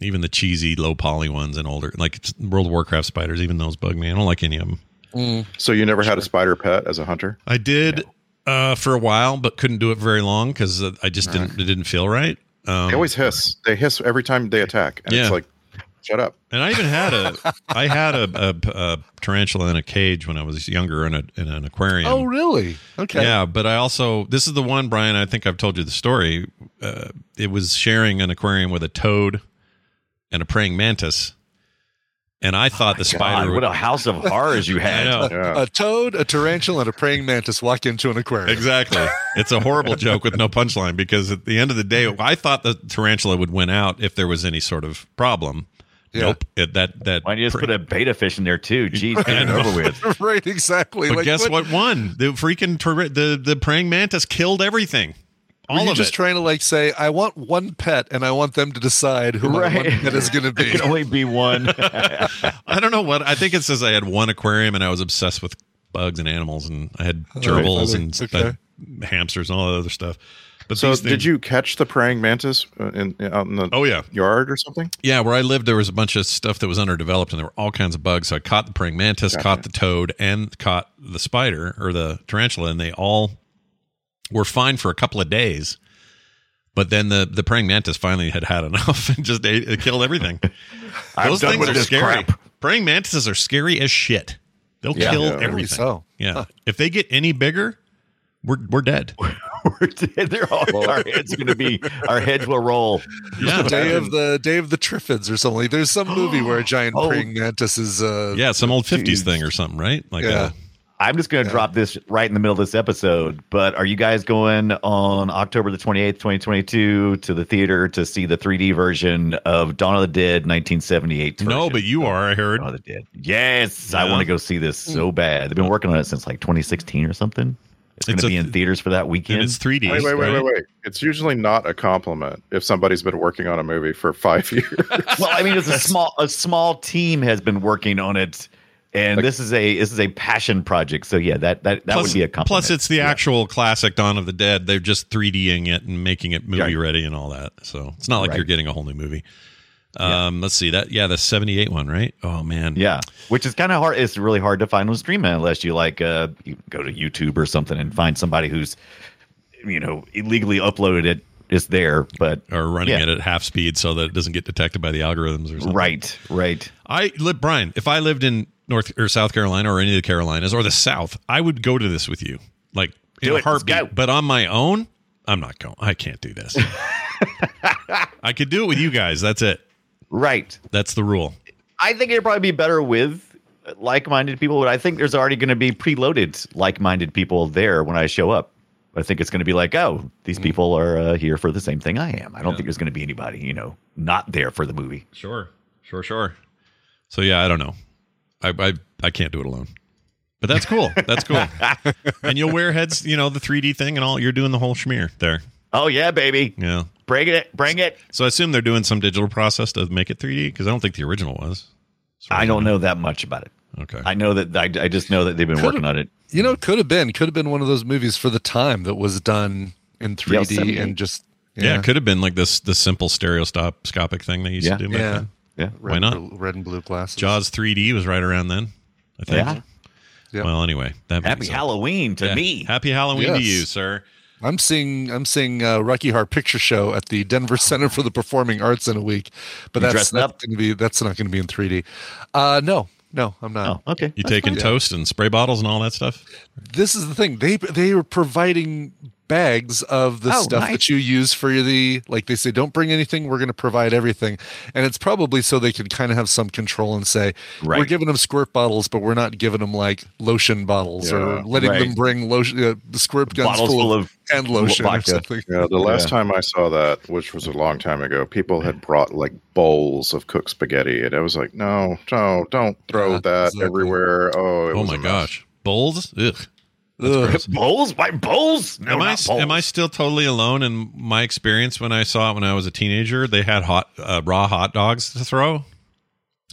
even the cheesy low poly ones and older like it's World of Warcraft spiders, even those bug me. I don't like any of them.
So you never had a spider pet as a hunter?
I did uh for a while but couldn't do it very long cuz I just didn't it didn't feel right. Um
They always hiss. They hiss every time they attack, and
Yeah.
it's like, shut up.
and I even had a I had a, a, a tarantula in a cage when I was younger in a in an aquarium.
Oh, really? Okay.
Yeah, but I also this is the one, Brian. I think I've told you the story. Uh, it was sharing an aquarium with a toad and a praying mantis, and I thought the spider.
Oh God,
would-
what a house of horrors you had.
I know.
A toad, a tarantula, and a praying mantis walk into an aquarium.
Exactly. It's a horrible joke with no punchline because at the end of the day, I thought the tarantula would win out if there was any sort of problem.
Yeah.
Nope. It, that that.
Why don't you just
pre-
put a beta fish in there too? Geez, get it over with.
right, exactly.
but
Like,
guess what? won? The freaking tar- the the praying mantis killed everything.
Were
All
you
of
just
it.
trying to like say, I want one pet, and I want them to decide who my one
Right.
pet is going to
There
be.
can only be one.
I don't know what. I think it says I had one aquarium and I was obsessed with bugs and animals and I had gerbils
funny.
and
Okay.
uh, hamsters and all that other stuff. But
So,
these
did
things-
you catch the praying mantis uh, in out in the
Oh yeah,
yard or something?
yeah. Where I lived, there was a bunch of stuff that was underdeveloped and there were all kinds of bugs. So I caught the praying mantis, caught the toad, and caught the spider or the tarantula, and they all were fine for a couple of days. But then the the praying mantis finally had had enough and just ate, it killed everything.
I'm
Those
done
things
with
are
this
scary.
crap.
Praying mantises are scary as shit. They'll
Yeah.
kill
Yeah.
Maybe
everything.
so.
Yeah. If they get any bigger, we're we're dead.
They're all, our heads are going to be. Our heads will roll.
Yeah.
Day of the Day of the Triffids or something. Like, There's some movie where a giant
Oh.
praying mantis is. Uh,
Yeah, some old fifties thing or something, right? Like uh,
Yeah.
a,
I'm just going to drop this right in the middle of this episode. But are you guys going on October the 28th, 2022, to the theater to see the 3D version of Dawn of the Dead 1978?
no,
version?
but you are. I heard.
Dawn of the Dead. Yes, I
Yeah.
want to go see this so bad. They've been working on it since like 2016 or something. It's going
It's a-
to be in theaters for that
And
weekend.
it's three D.
Wait, wait, wait, wait, wait. It's usually not a compliment if somebody's been working on a movie for five years.
well, I mean, it's a small a small team has been working on it, and
Like-
this is a this is a passion project. So yeah, that that that
plus,
would be a compliment.
plus it's the actual classic Dawn of the Dead. They're just 3Ding it and making it movie ready and all that. So it's not like
Right.
you're getting a whole new movie. Um, let's see that. Yeah, the 78 one, right? Oh man.
Yeah, which is kind of hard. It's really hard to find on streaming unless you like uh, you go to YouTube or something and find somebody who's you know illegally uploaded it. It's there, but
Or running
Yeah.
it at half speed so that it doesn't get detected by the algorithms or something.
right, right.
I live Brian. If I lived in North or South Carolina or any of the Carolinas or the South, I would go to this with you, like in a
Do it. Let's go.
heartbeat. But on my own, I'm not going. I can't do this. I could do it with you guys. That's it.
Right.
That's the rule.
I think it'd probably be better with like-minded people, but I think there's already going to be preloaded like-minded people there when I show up. I think it's going to be like, oh, these
Mm.
people are uh, here for the same thing I am. I don't think there's going to be anybody, you know, not there for the movie.
Sure, sure, sure. So yeah, I don't know. I I, I can't do it alone. But that's cool. That's cool. and you'll wear heads, you know, the 3D thing and all. You're doing the whole schmear there.
Oh yeah, baby,
Yeah.
bring it, bring it.
So I assume they're doing some digital process to make it 3D because I don't think the original was.
I don't know that much about it.
Okay.
I know that I, I just know that they've been working on it.
You know, it could have been. Could have been one of those movies for the time that was done in 3D
78.
and just.
Yeah, it could have been like this the simple stereoscopic thing they used
Yeah.
to do. Back
Yeah.
then.
Yeah,
Red
Why
and
not?
blue- red and blue glasses.
Jaws 3D was right around then. I think.
yeah.
Yeah.
Well, anyway, that
Happy
makes sense.
Halloween to
Yeah.
me.
Happy Halloween to
Yes.
you, sir.
I'm seeing I'm seeing uh, Rocky Horror Picture Show at the Denver Center for the Performing Arts in a week, but
You
that's
dressing
not
up?
going to be that's not going to be in 3D. Uh, no, no, I'm not.
Oh, okay.
You taking toast and spray bottles and all that stuff?
This is the thing they they are providing bags of the
Oh,
stuff
nice.
that you use for the like they say don't bring anything we're going to provide everything and it's probably so they can kind of have some control and say we're
Right.
giving them squirt bottles but we're not giving them like lotion bottles or
Yeah,
letting them
right.
bring lotion uh, squirt guns
Bottles
full,
full
of,
of
hand lotion or
vodka.
something
Yeah, the last
Yeah.
time I saw that, which was a long time ago, people had brought like bowls of cooked spaghetti, and I was like, "No, no, don't throw
Yeah,
that
exactly.
everywhere." Oh, it
Ah, oh
was a
my
mess.
gosh. Bowls? Ugh.
Ugh.
Bowls? My bowls? No,
am I
not bowls.
am I still totally alone in my experience when I saw it when I was a teenager? They had hot uh, raw hot dogs to throw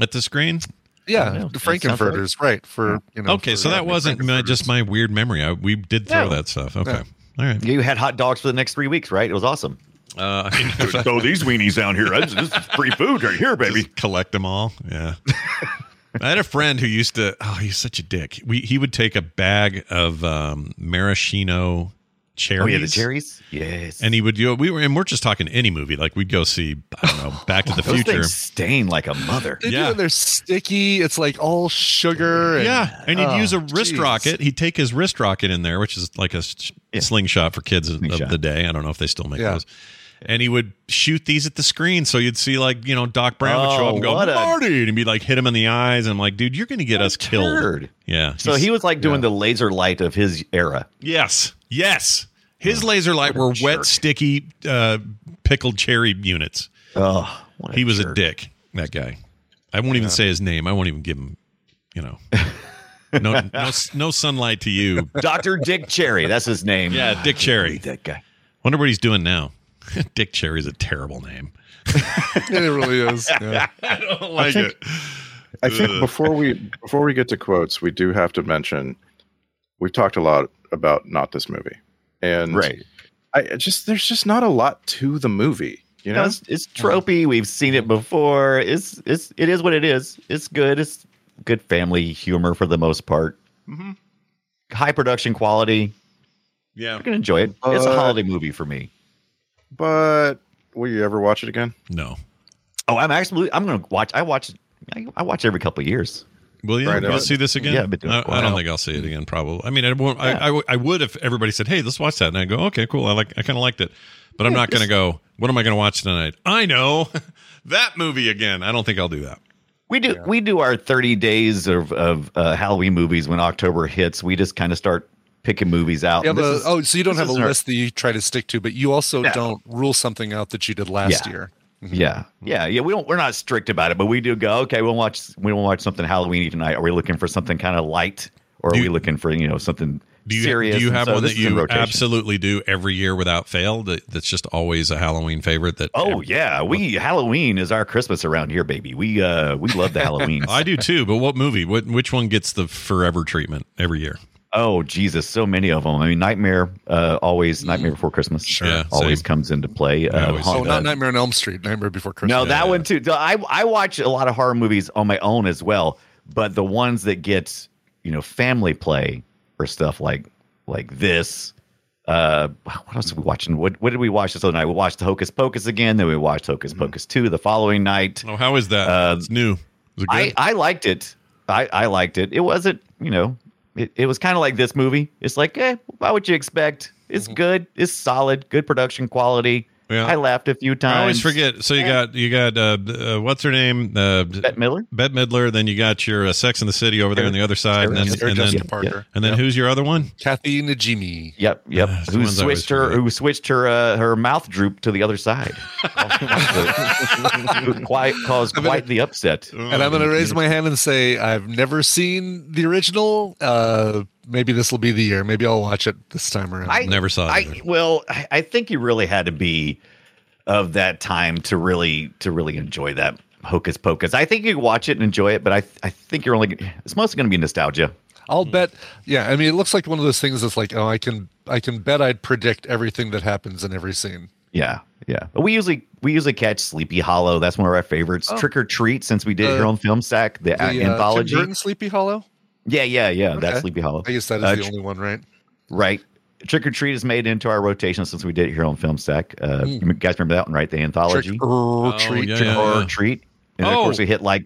at the screen.
Yeah,
know.
the
That sounds right.
Frankenfurters, right? For you know.
okay,
for-
so
yeah,
that wasn't my, just my weird memory. I, we did throw
No.
that stuff. Okay.
No.
All right.
You had hot dogs for the next three weeks, right? It was awesome.
Uh, I can-
Throw these weenies down here. This is free food right here,
Just collect them all. Yeah. I had a friend who used to. Oh, he's such a dick. We he would take a bag of um, maraschino cherries.
Oh yeah, the cherries. Yes.
And he would go. We were and we're just talking any movie. Like we'd go see. I don't know. Back to the
those
Future.
things stain like a mother.
They do,
yeah.
and they're sticky. It's like all sugar. And,
Yeah, and he'd
Oh,
use a wrist
geez.
rocket. He'd take his wrist rocket in there, which is like a s-
Yeah.
slingshot for kids of- of
Slingshot.
the day. I don't know if they still make
Yeah.
those. and he would shoot these at the screen. So you'd see like you know Doc Brown would show up and go
Oh, what a-
Marty, and he'd be like hit him in the eyes, and I'm like, dude, you're gonna get us killed.
turd.
Yeah.
So he was like doing the laser light of his era.
Yes. Yes. His laser light were wet, sticky, uh, pickled cherry units.
Oh, what
He was a
jerk.
dick. That guy. I won't even say his name. I won't even give him. You know. No, no, no sunlight to you.
Dr. Dick Cherry. That's his name.
Yeah, Dick Cherry.
That guy.
Wonder what he's doing now. Dick Cherry is a terrible name.
it really is. Yeah.
I don't like
think-
it.
I think before we before we get to quotes, we do have to mention we've talked a lot about not this movie, and
Right.
I I just there's just not a lot to the movie. You know,
No, it's, it's tropey. We've seen it before. It's it's it is what it is. It's good. It's good family humor for the most part.
Mm-hmm.
High production quality.
Yeah.
I can enjoy it. it's a
But-
holiday movie for me.
but will you ever watch it again?
No.
Oh, I'm actually I'm gonna watch. I watch. I, I watch every couple of years.
Will you?
Right,
I'll
uh,
see this again.
yeah, I've been doing
I,
it for a
I don't
while. Mm-hmm.
think I'll see it again. Probably. I mean, I won't. I
Yeah.
I, w- I would if everybody said, "Hey, let's watch that," and I go, "Okay, cool. I like. I kind of liked it," but I'm not going to go. What am I going to watch tonight? I know that movie again. I don't think I'll do that.
We do we do our 30 days of of uh, Halloween movies when October hits. We just kind of start picking movies out.
Yeah,
And this
but,
is-
oh, so you don't
this
have a
is our-
list that you try to stick to, but you also
No.
don't rule something out that you did last
Yeah.
year.
Yeah, yeah, yeah. We don't. We're not strict about it, but we do go. Okay, we'll watch. We will watch something Halloweeny tonight. Are we looking for something kind of light, or are
Do you-
we looking for you know something
Do you
serious?
do you
And
have
so
one
this
that
is in
you
rotation.
absolutely do every year without fail? That that's just always a Halloween favorite. That
Oh yeah, we Halloween is our Christmas around here, baby. We uh we love the Halloween.
I do too. But what movie? What which one gets the forever treatment every year?
oh Jesus, so many of them. I mean, Nightmare uh, always Nightmare Before Christmas sure,
Yeah,
always
Mm. same.
comes into play. Uh,
always
Haunt-
Oh, not
uh,
Nightmare on Elm Street, Nightmare Before Christmas.
No, that one too. I I watch a lot of horror movies on my own as well, but the ones that get you know family play or stuff like like this. Uh, what else are we watching? What what did we watch this other night? We watched Hocus Pocus again. Then we watched Hocus
Mm-hmm.
Pocus two the following night.
Oh, how is that?
Uh,
it's new. Is it good?
I I liked it. I I liked it. It wasn't you know it, it was kind of like this movie. It's like eh, why would you expect? It's good. It's solid. Good production quality.
Mm-hmm. Yeah.
I laughed a few times.
I always forget. So you got you got uh, uh what's her name? Uh,
Bette Miller.
Bette Midler. Then you got your uh, Sex in the City over there on the other side, and then
Sarah
and then,
Jessica Parker.
and then who's your other one?
Kathy Najimy.
Yep, yep.
it's the
who
ones I always
switched her?
forget.
Who switched her? Uh, her mouth droop to the other side. quite caused quite the upset.
And I'm going to raise my hand and say I've never seen the original. Uh, maybe this will be the year. Maybe I'll watch it this time around.
I
Never saw it
I,
either.
well, I I think you really had to be of that time to really to really enjoy that hocus pocus. I think you could watch it and enjoy it, but I I think you're only it's mostly going to be nostalgia.
I'll
Hmm.
bet. Yeah, I mean, it looks like one of those things that's like, oh, I can, I can bet I'd predict everything that happens in every scene.
Yeah, yeah. But we usually we usually catch Sleepy Hollow. That's one of our favorites. Trick or Treat, since we did
Uh,
your own film sack, Oh. the,
The,
uh,
uh, Tim
anthology.
Burton Sleepy Hollow.
yeah, yeah, yeah.
Okay.
That's Sleepy Hollow.
I guess that is
Uh,
the
tr-
only one, right?
Right. Trick or Treat is made into our rotation since we did it here on Film Stack. Uh,
Mm.
You guys remember that one, right? The anthology.
Trick or treat.
yeah,
Trick
yeah,
or
yeah.
Oh, Treat. And then, of course,
Oh.
we hit like,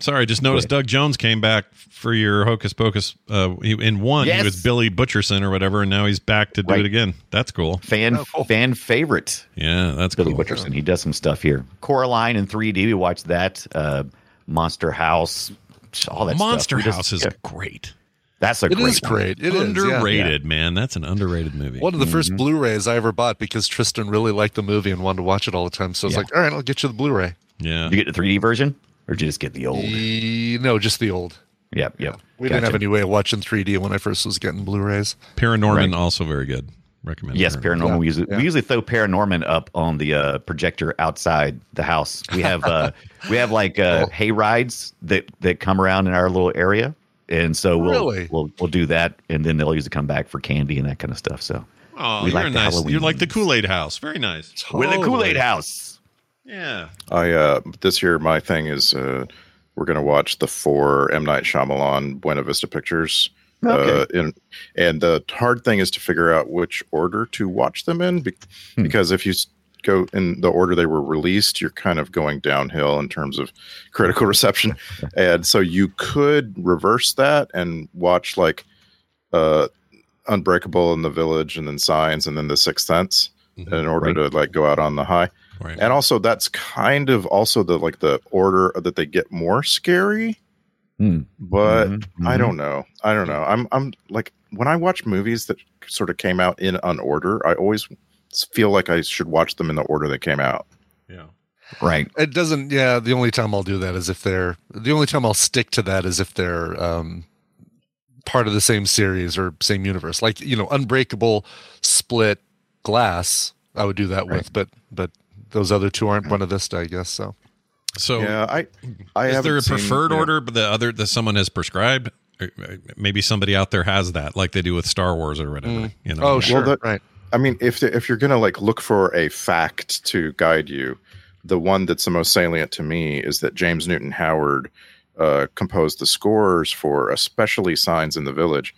Sorry, I just noticed Doug Jones came back for your Hocus Pocus. Uh, he, in one, he
Yes.
was Billy Butcherson or whatever, and now he's back to do
Right.
it again. That's cool.
fan
Oh, cool.
fan favorite
Yeah, that's
Billy
cool.
Butcherson. He does some stuff here. Coraline in 3D. We watched that. Uh, Monster House. All that
Monster
stuff. We just-
House is
yeah,
great.
that's a
It
great
is
one.
great. It is, yeah.
underrated, man. That's an underrated movie.
One of the
Mm-hmm.
1st Blu rays I ever bought because Tristan really liked the movie and wanted to watch it all the time. So I was
Yeah.
like, all right, I'll get you the Blu ray.
Yeah.
You get the 3D version or did you just get the old? Yep,
E, No, just the old.
yep.
We didn't have
Gotcha.
any way of watching 3D when I first was getting Blu rays.
Paranorman
Right.
also very good. Recommend.
Yes, paranormal.
Yeah,
we, usually,
yeah.
we usually throw paranorman up on the uh, projector outside the house. We have uh, we have like uh,
Oh.
hay rides that that come around in our little area, and so we'll
Really?
we'll we'll do that, and then they'll usually come back for candy and that kind of stuff. So
Oh,
We
you're
like the
nice. You're
Halloween
like the
movies.
Kool Aid House. Very nice.
we're
Oh,
the Kool Aid
Totally.
House.
Yeah.
I uh this year my thing is uh we're gonna watch the four M Night Shyamalan Buena Vista Pictures. Uh, and and the hard thing is to figure out which order to watch them in be- because if you s- go in the order they were released, you're kind of going downhill in terms of critical reception. and so you could reverse that and watch like uh Unbreakable in the Village and then Signs and then The Sixth Sense in order to like go out on the high.
Right.
And also that's kind of also the like the order that they get more scary.
Hmm.
But
Mm-hmm.
I don't know. I don't know. I'm I'm like when I watch movies that sort of came out in unorder, I always feel like I should watch them in the order they came out.
Yeah.
Right.
It doesn't. Yeah, the only time I'll do that is if they're the only time I'll stick to that is if they're um, part of the same series or same universe. Like you know, Unbreakable, Split, Glass. I would do that with, but but those other two aren't one of this, I guess. So
So
yeah, I I
is there a
haven't seen-
preferred
yeah.
order but the other that someone has prescribed? Or, uh, Maybe somebody out there has that, like they do with Star Wars or whatever. You know.
oh sure,
that-
right.
I mean, if the, if you're gonna like look for a fact to guide you, the one that's the most salient to me is that James Newton Howard uh, composed the scores for, especially Signs in the Village,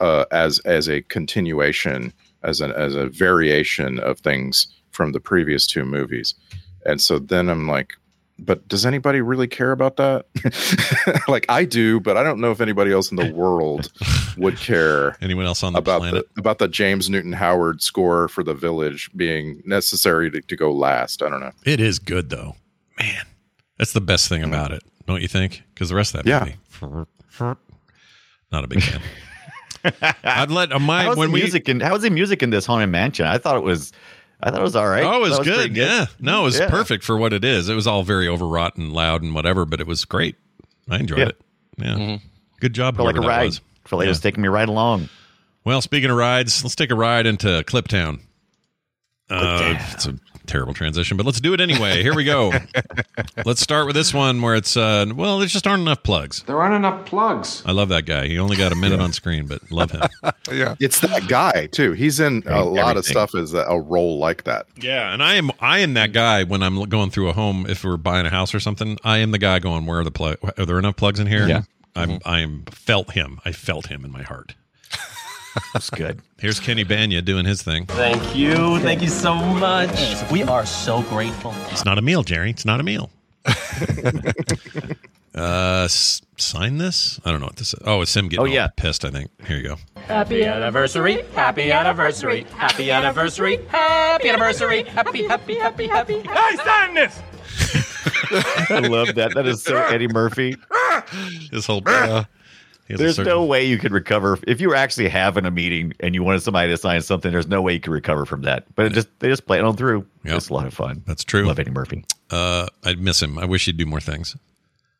uh, as as a continuation, as an as a variation of things from the previous two movies, and so then I'm like. But does anybody really care about that? like I do, but I don't know if anybody else in the world would care
Anyone else on the
about
planet?
the about the James Newton Howard score for the village being necessary to, to go last. I don't know.
It is good though, man. That's the best thing about it, don't you think? Because the rest of that
Yeah.
movie, not a big fan. I'd let uh, my
How's the
when we
music in How's the music in this haunted mansion? I thought it was, I thought it was all right.
oh, it was
That pretty
good. Yeah, no, it was
Yeah.
perfect for what it is. It was all very overwrought and loud and whatever, but it was great. I enjoyed
Yeah.
it. Yeah, good job.
Felt like a
whoever that
ride.
was.
Felt like
Yeah.
it was taking me right along.
Well, speaking of rides, let's take a ride into Cliptown. Uh, it's a terrible transition, but let's do it anyway. Here we go. let's start with this one where it's uh, well, there just aren't enough plugs.
There aren't enough plugs.
I love that guy. He only got a minute on screen, but love him.
Yeah,
It's that guy too. He's in a lot
everything.
of stuff as a, a role like that.
yeah, and I am I am that guy when I'm going through a home if we're buying a house or something. I am the guy going, where are the plug? Are there enough plugs in here?
Yeah.
I'm I'm felt him. I felt him in my heart.
That's good.
Here's Kenny Banya doing his thing.
Thank you. Thank you so much. We are so grateful.
It's not a meal, Jerry. It's not a meal. uh, s- sign this. I don't know what this is. Oh, it's him getting all
Oh, yeah.
pissed. I think. Here you go.
Happy anniversary. Happy anniversary. Happy anniversary. Happy anniversary. Happy, happy, happy, happy. Hey, sign this.
I love that. That is so Eddie Murphy.
This whole. He has a
Ah! There's
certain-
no way you could recover if you were actually having a meeting and you wanted somebody to sign something. There's no way you could recover from that. But it just they just play it on through.
Yep.
It's a lot of fun.
That's true.
Love Eddie Murphy.
Uh, I miss him. I wish he'd do more things.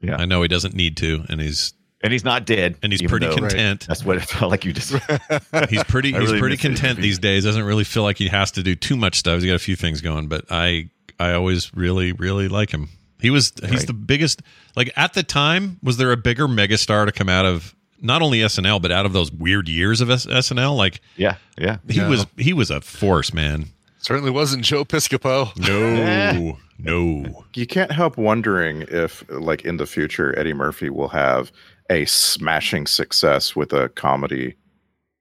Yeah,
I know he doesn't need to, and he's
and he's not dead.
and he's
even
pretty
though-
content.
That's what it felt like. You just
He's pretty.
I
he's
really
pretty
miss Eddie
content
Murphy.
these days. Doesn't really feel like he has to do too much stuff. He's got a few things going, but I I always really really like him. He was he's
Right.
the biggest. Like at the time, was there a bigger megastar to come out of not only SNL but out of those weird years of S- SNL? Like
yeah yeah.
he
Yeah.
was he was a force, man.
certainly wasn't Joe Piscopo.
No, no.
You can't help wondering if, like in the future, Eddie Murphy will have a smashing success with a comedy,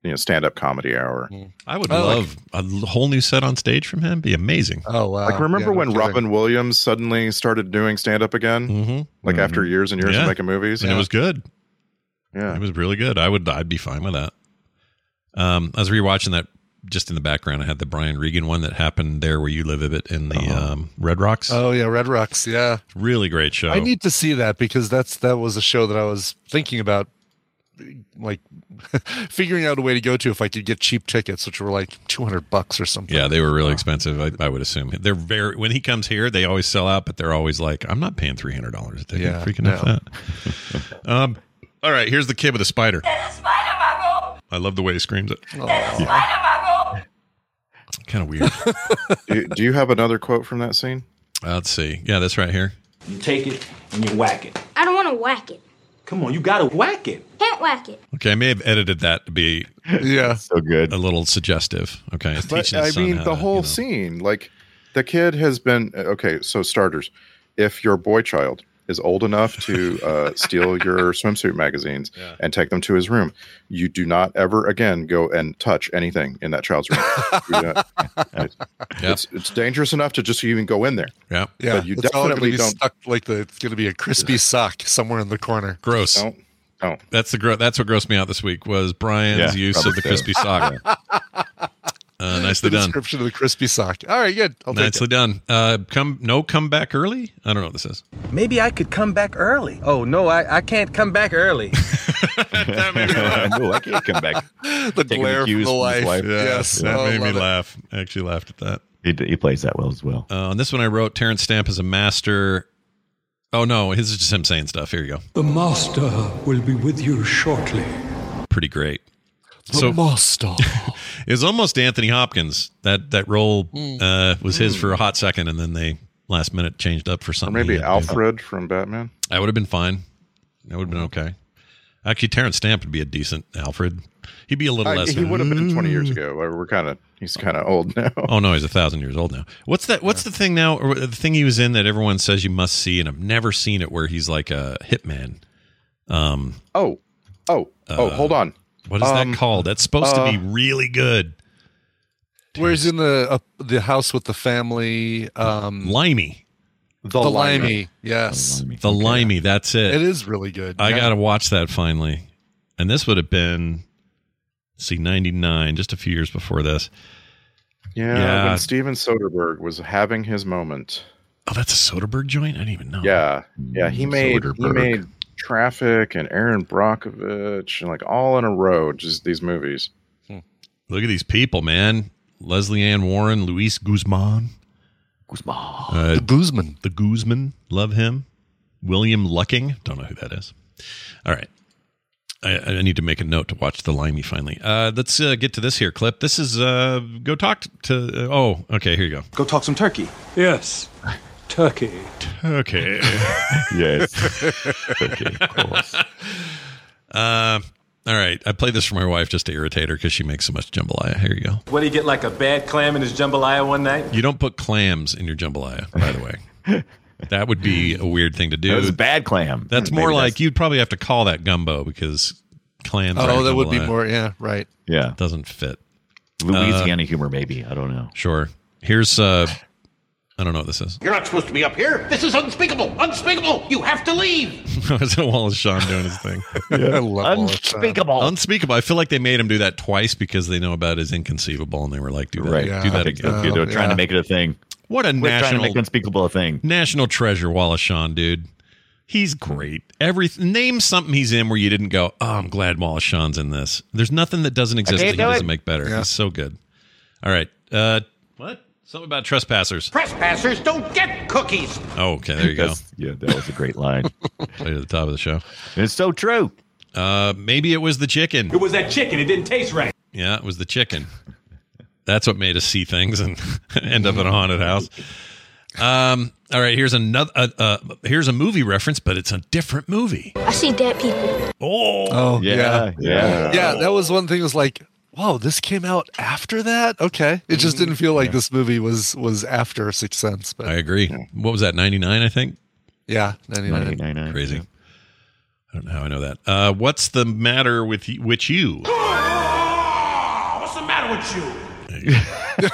you know, stand-up comedy hour.
I would
I like-
love a whole new set on stage from him. Be amazing.
Oh wow!
Like, remember
Yeah, no
when
kidding.
Robin Williams suddenly started doing stand-up again,
Mm-hmm.
like after years and years
Yeah.
of making movies?
And it was good.
yeah.
It was really good. I would I'd be fine with that. Um, I was rewatching that just in the background. I had the Brian Regan one that happened there where you live a bit in the um, Red Rocks.
Uh-huh. Oh yeah, Red Rocks. Yeah,
really great show.
I need to see that because that's that was a show that I was thinking about, like figuring out a way to go to if I could get cheap tickets, which were like two hundred bucks or something.
yeah, they were
Uh-huh.
really expensive. I, I would assume they're very. When he comes here, they always sell out, but they're always like, "I'm not paying three hundred dollars a ticket."
Yeah,
freaking
no.
out that. um, all right, here's the kid with a spider. I love the way he screams it. Kind of weird. uh,
do, do you have another quote from that scene?
let's see. Yeah, that's right here.
You take it and you whack it.
I don't want to whack it.
Come on, you gotta whack it.
Can't whack it.
Okay, I may have edited that to be
yeah.
So good.
a little suggestive. Okay, it's
But
teaching his
I
son
mean,
how
the
to,
whole
you know.
scene, like the kid has been uh, okay. So starters, if your boy child is old enough to uh, steal your swimsuit magazines and take them to his room, you do not ever again go and touch anything in that child's room. Do not- it's, it's, it's dangerous enough to just even go in there.
Yeah,
Yeah,
But you
it's all gonna
definitely
be
don't-
stuck like the. It's going to be a crispy sock somewhere in the corner.
gross.
Don't, don't.
That's the gro- that's what grossed me out this week was Brian's
Yeah,
use of the
probably so.
crispy sock. Uh, and I Nicely
the
done.
Description of the crispy sock. All right, good. I'll take
Nicely done. Uh, come no come back early. I don't know what this is.
Maybe I could come back early. Oh, no, I, I can't come back early.
no, I can't come back.
the glare from the
cues from his
wife.
wife.
Yes,
that
Oh,
made me
love it.
laugh. I actually laughed at that.
He, he plays that well as well.
Uh, on this one, I wrote Terrence Stamp is a master. Oh no, this is just him saying stuff. Here you go.
The master will be with you shortly.
Pretty great.
The master.
It was almost Anthony Hopkins. That that role
Hmm.
uh, was his for a hot second, and then they last minute changed up for
Or
something.
maybe
he had to do.
Alfred from Batman.
That would have been fine. That would have been okay. Actually, Terrence Stamp would be a decent Alfred. He'd be a little
I-
less.
Uh, he would have been 20 years
"Ooh."
ago. We're we're kind of he's kind of old now.
Oh no, he's a thousand years old now. What's that? What's the thing now? Or the thing he was in that everyone says you must see, and I've never seen it, where he's like a hitman. Um,
Oh, oh, oh!
Uh,
hold on.
what is
Um,
that called? That's supposed to be
uh,
really good.
Where he's in the uh, the house with the family. Um,
Limey,
the, limey. Yes,
the limey. That's it.
it is really good.
I
Yeah.
gotta watch that finally. And this would have been, let's see, ninety nine, just a few years before this.
Yeah,
Yeah.
when Steven Soderbergh was having his moment.
Oh, that's a Soderbergh joint. I didn't even know.
Yeah, yeah. He made he
Mm, Soderbergh.
made Traffic and Aaron Brockovich and like all in a row. Just these movies.
Look at these people, man. Leslie Ann Warren, Luis Guzman.
Guzman.
Uh,
the Guzman.
The Guzman. Love him. William Lucking. Don't know who that is. All right. I, I need to make a note to watch The Limey finally. Uh, let's uh, get to this here clip. This is uh, go talk to. oh, okay. Here you go.
Go talk some turkey.
Yes, Turkey.
Okay.
yes. Okay, of course.
Uh, all right. I played this for my wife just to irritate her because she makes so much jambalaya. Here you go.
What do you get like a bad clam in his jambalaya one night?
You don't put clams in your jambalaya, by the way. that would be a weird thing to do.
That was a bad clam.
That's
Maybe
more like you'd probably have to call that gumbo because clams. are
Oh, that would be
jambalaya.
more. Yeah, right.
Yeah.
Doesn't fit.
Louisiana humor, maybe. I don't know.
Sure. Here's uh, I don't know what this is.
You're not supposed to be up here. This is unspeakable. Unspeakable. You have to leave.
it's a Wallace Shawn doing his thing.
I love all that.
Unspeakable.
Unspeakable. I feel like they made him do that twice because they know about is inconceivable, and they were like, "Do that,
Right.
do
Yeah,
that
I think
again."
so.
They're trying
yeah.
to make it a thing.
What a
We're trying to
national
make unspeakable a thing.
National treasure, Wallace Shawn, dude. He's great. Every name something he's in where you didn't go. Oh, I'm glad Wallace Shawn's in this. There's nothing that doesn't exist that he
can't do
doesn't
it.
make better.
Yeah.
He's so good. All right. Uh, what? Something about trespassers.
Trespassers don't get cookies.
Oh, okay. There you go.
That's- Yeah, that was a great line.
Played at the top of the show.
it's so true.
Uh, maybe it was the chicken.
It was that chicken. It didn't taste right.
Yeah, it was the chicken. That's what made us see things and end up in a haunted house. Um. All right. Here's another. Uh, uh, here's a movie reference, but it's a different movie.
I see dead people.
Oh.
Oh yeah.
Yeah. Yeah.
Yeah, that was one thing. that Was like, wow, this came out after that. Okay, it
Mm-hmm.
just didn't feel like this movie was was after Sixth Sense, but
I agree. What was that? Ninety nine, I think.
yeah, ninety nine.
99.
Crazy. I don't know how I know that. Uh, what's the matter with y- with you?
Oh, what's the matter with you?
It's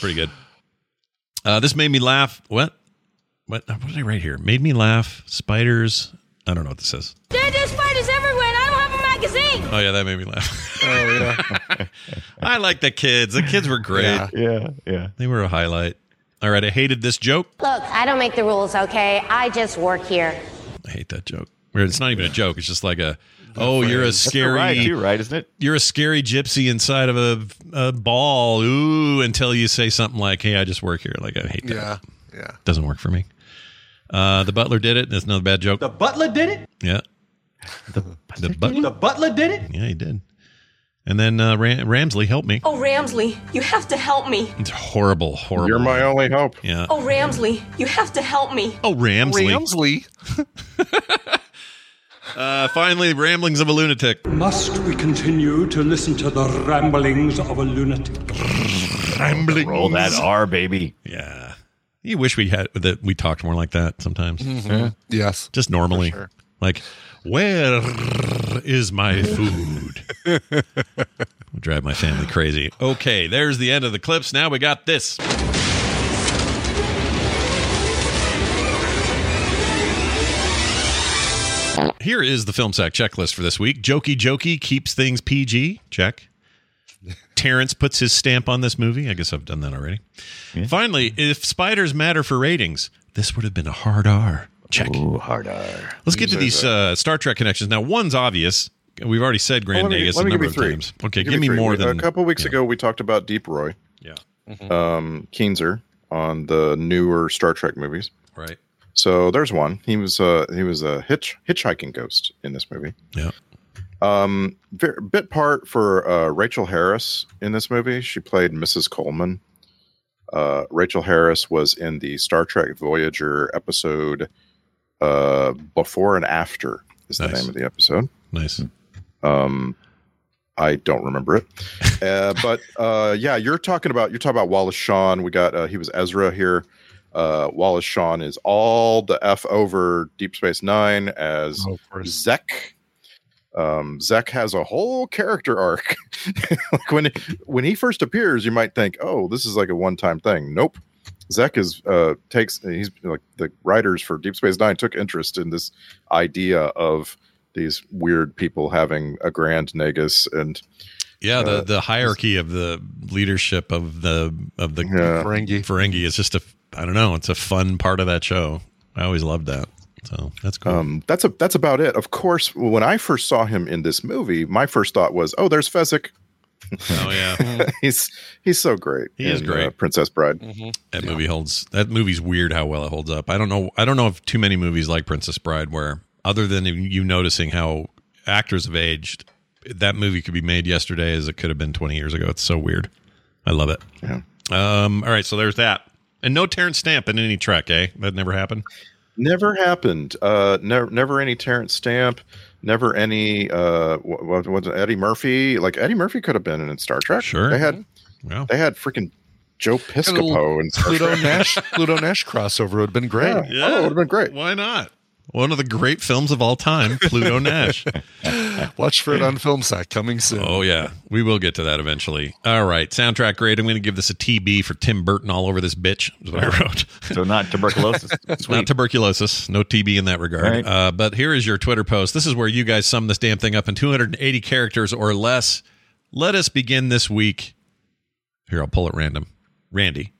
pretty good. Uh, this made me laugh. What? What? What did I write here? Made me laugh. Spiders. I don't know what this is.
There are spiders everywhere, and I don't have a magazine.
Oh yeah, that made me laugh.
Oh yeah.
I like the kids. The kids were great.
Yeah.
Yeah, yeah.
They were a highlight. All right, I hated this joke.
Look, I don't make the rules, okay? I just work here.
I hate that joke. Where it's not even a joke. It's just like a, oh, you're a
That's You're
scary,
right, you're right, isn't it?
you're a scary gypsy inside of a, a ball. Ooh, until you say something like, "Hey, I just work here." Like I hate that.
Yeah, yeah.
Doesn't work for me. Uh, the butler did it. That's another bad joke.
The butler did it.
yeah, the butler.
The butler did it.
Yeah, he did. And then uh, Ram- Ramsley helped me.
Oh, Ramsley, you have to help me.
It's horrible, horrible.
You're my only hope.
yeah.
Oh, Ramsley, you have to help me.
Oh, Ramsley.
Ramsley.
Uh, finally, ramblings of a lunatic.
Must we continue to listen to the ramblings of a lunatic?
Ramblings.
Roll that R, baby.
Yeah. You wish we had that we talked more like that sometimes.
Yes.
Just normally. Like, where is my food? Would Drive my family crazy. Okay, there's the end of the clips. Now we got this. Here is the film sack checklist for this week. Jokey Jokey keeps things PG. Check. Terrence puts his stamp on this movie. I guess I've done that already. Finally, if spiders matter for ratings, this would have been a hard R. Check.
Ooh, hard R.
Let's get to these uh, Star Trek connections. Now, one's obvious. We've already said Grand
Well, Oh, let me-
Nagus
let
a
me give
number
you
of
three.
times. Okay,
Give
give,
me
me
three.
more
We-
than
a couple weeks ago. We talked about Deep Roy.
Yeah.
Um, Keenzer on the newer Star Trek movies.
Right.
So there's one. He was a he was a hitch hitchhiking ghost in this movie.
Yeah.
Um, ver- bit part for uh, Rachel Harris in this movie. She played Mrs. Coleman. Uh, Rachel Harris was in the Star Trek Voyager episode uh, "Before and After." Is the name of the episode? Uh,
Nice.
Um, I don't remember it, uh, but uh, yeah, you're talking about you're talking about Wallace Shawn. We got uh, he was Ezra here. Uh, Wallace Shawn is all the f over Deep Space Nine as Zek. Um, Zek has a whole character arc. like when when he first appears, you might think, "Oh, this is like a one time thing." Nope. Zek is uh, takes he's like the writers for Deep Space Nine took interest in this idea of these weird people having a grand negus and
Yeah, the,
Uh,
the hierarchy of the leadership of the of the Ferengi. Ferengi is just a I don't know, it's a fun part of that show. I always loved that. So that's cool.
um, that's a that's about it. Of course, when I first saw him in this movie, my first thought was, "Oh, there's Fezzik."
oh yeah,
he's he's so great.
He is
in,
great.
Princess Bride.
That movie holds. That movie's weird how well it holds up. I don't know. I don't know of too many movies like Princess Bride where, other than you noticing how actors have aged, that movie could be made yesterday as it could have been 20 years ago. It's so weird. I love it.
Yeah.
Um. All right. So there's that. And no Terrence Stamp in any Trek, eh? That never happened.
Never happened. Uh, never never any Terrence Stamp. Never any uh, what, what, Eddie Murphy? Like Eddie Murphy could have been in Star Trek.
Sure.
they had
Wow.
they had freaking Joe Piscopo and
Pluto Nash Pluto Nash crossover would have been great.
Yeah. Oh, it would have been great.
Why not? One of the great films of all time, Pluto Nash.
Watch for it on film sack coming soon.
Oh yeah, we will get to that eventually. All right, soundtrack grade. I'm going to give this a TB for Tim Burton all over this bitch. Is what I wrote.
So not tuberculosis.
It's
Sweet.
Not tuberculosis, no TB in that regard.
All right.
Uh, but here is your Twitter post. This is where you guys sum this damn thing up in 280 characters or less. Let us begin this week. Here, I'll pull at random. Randy.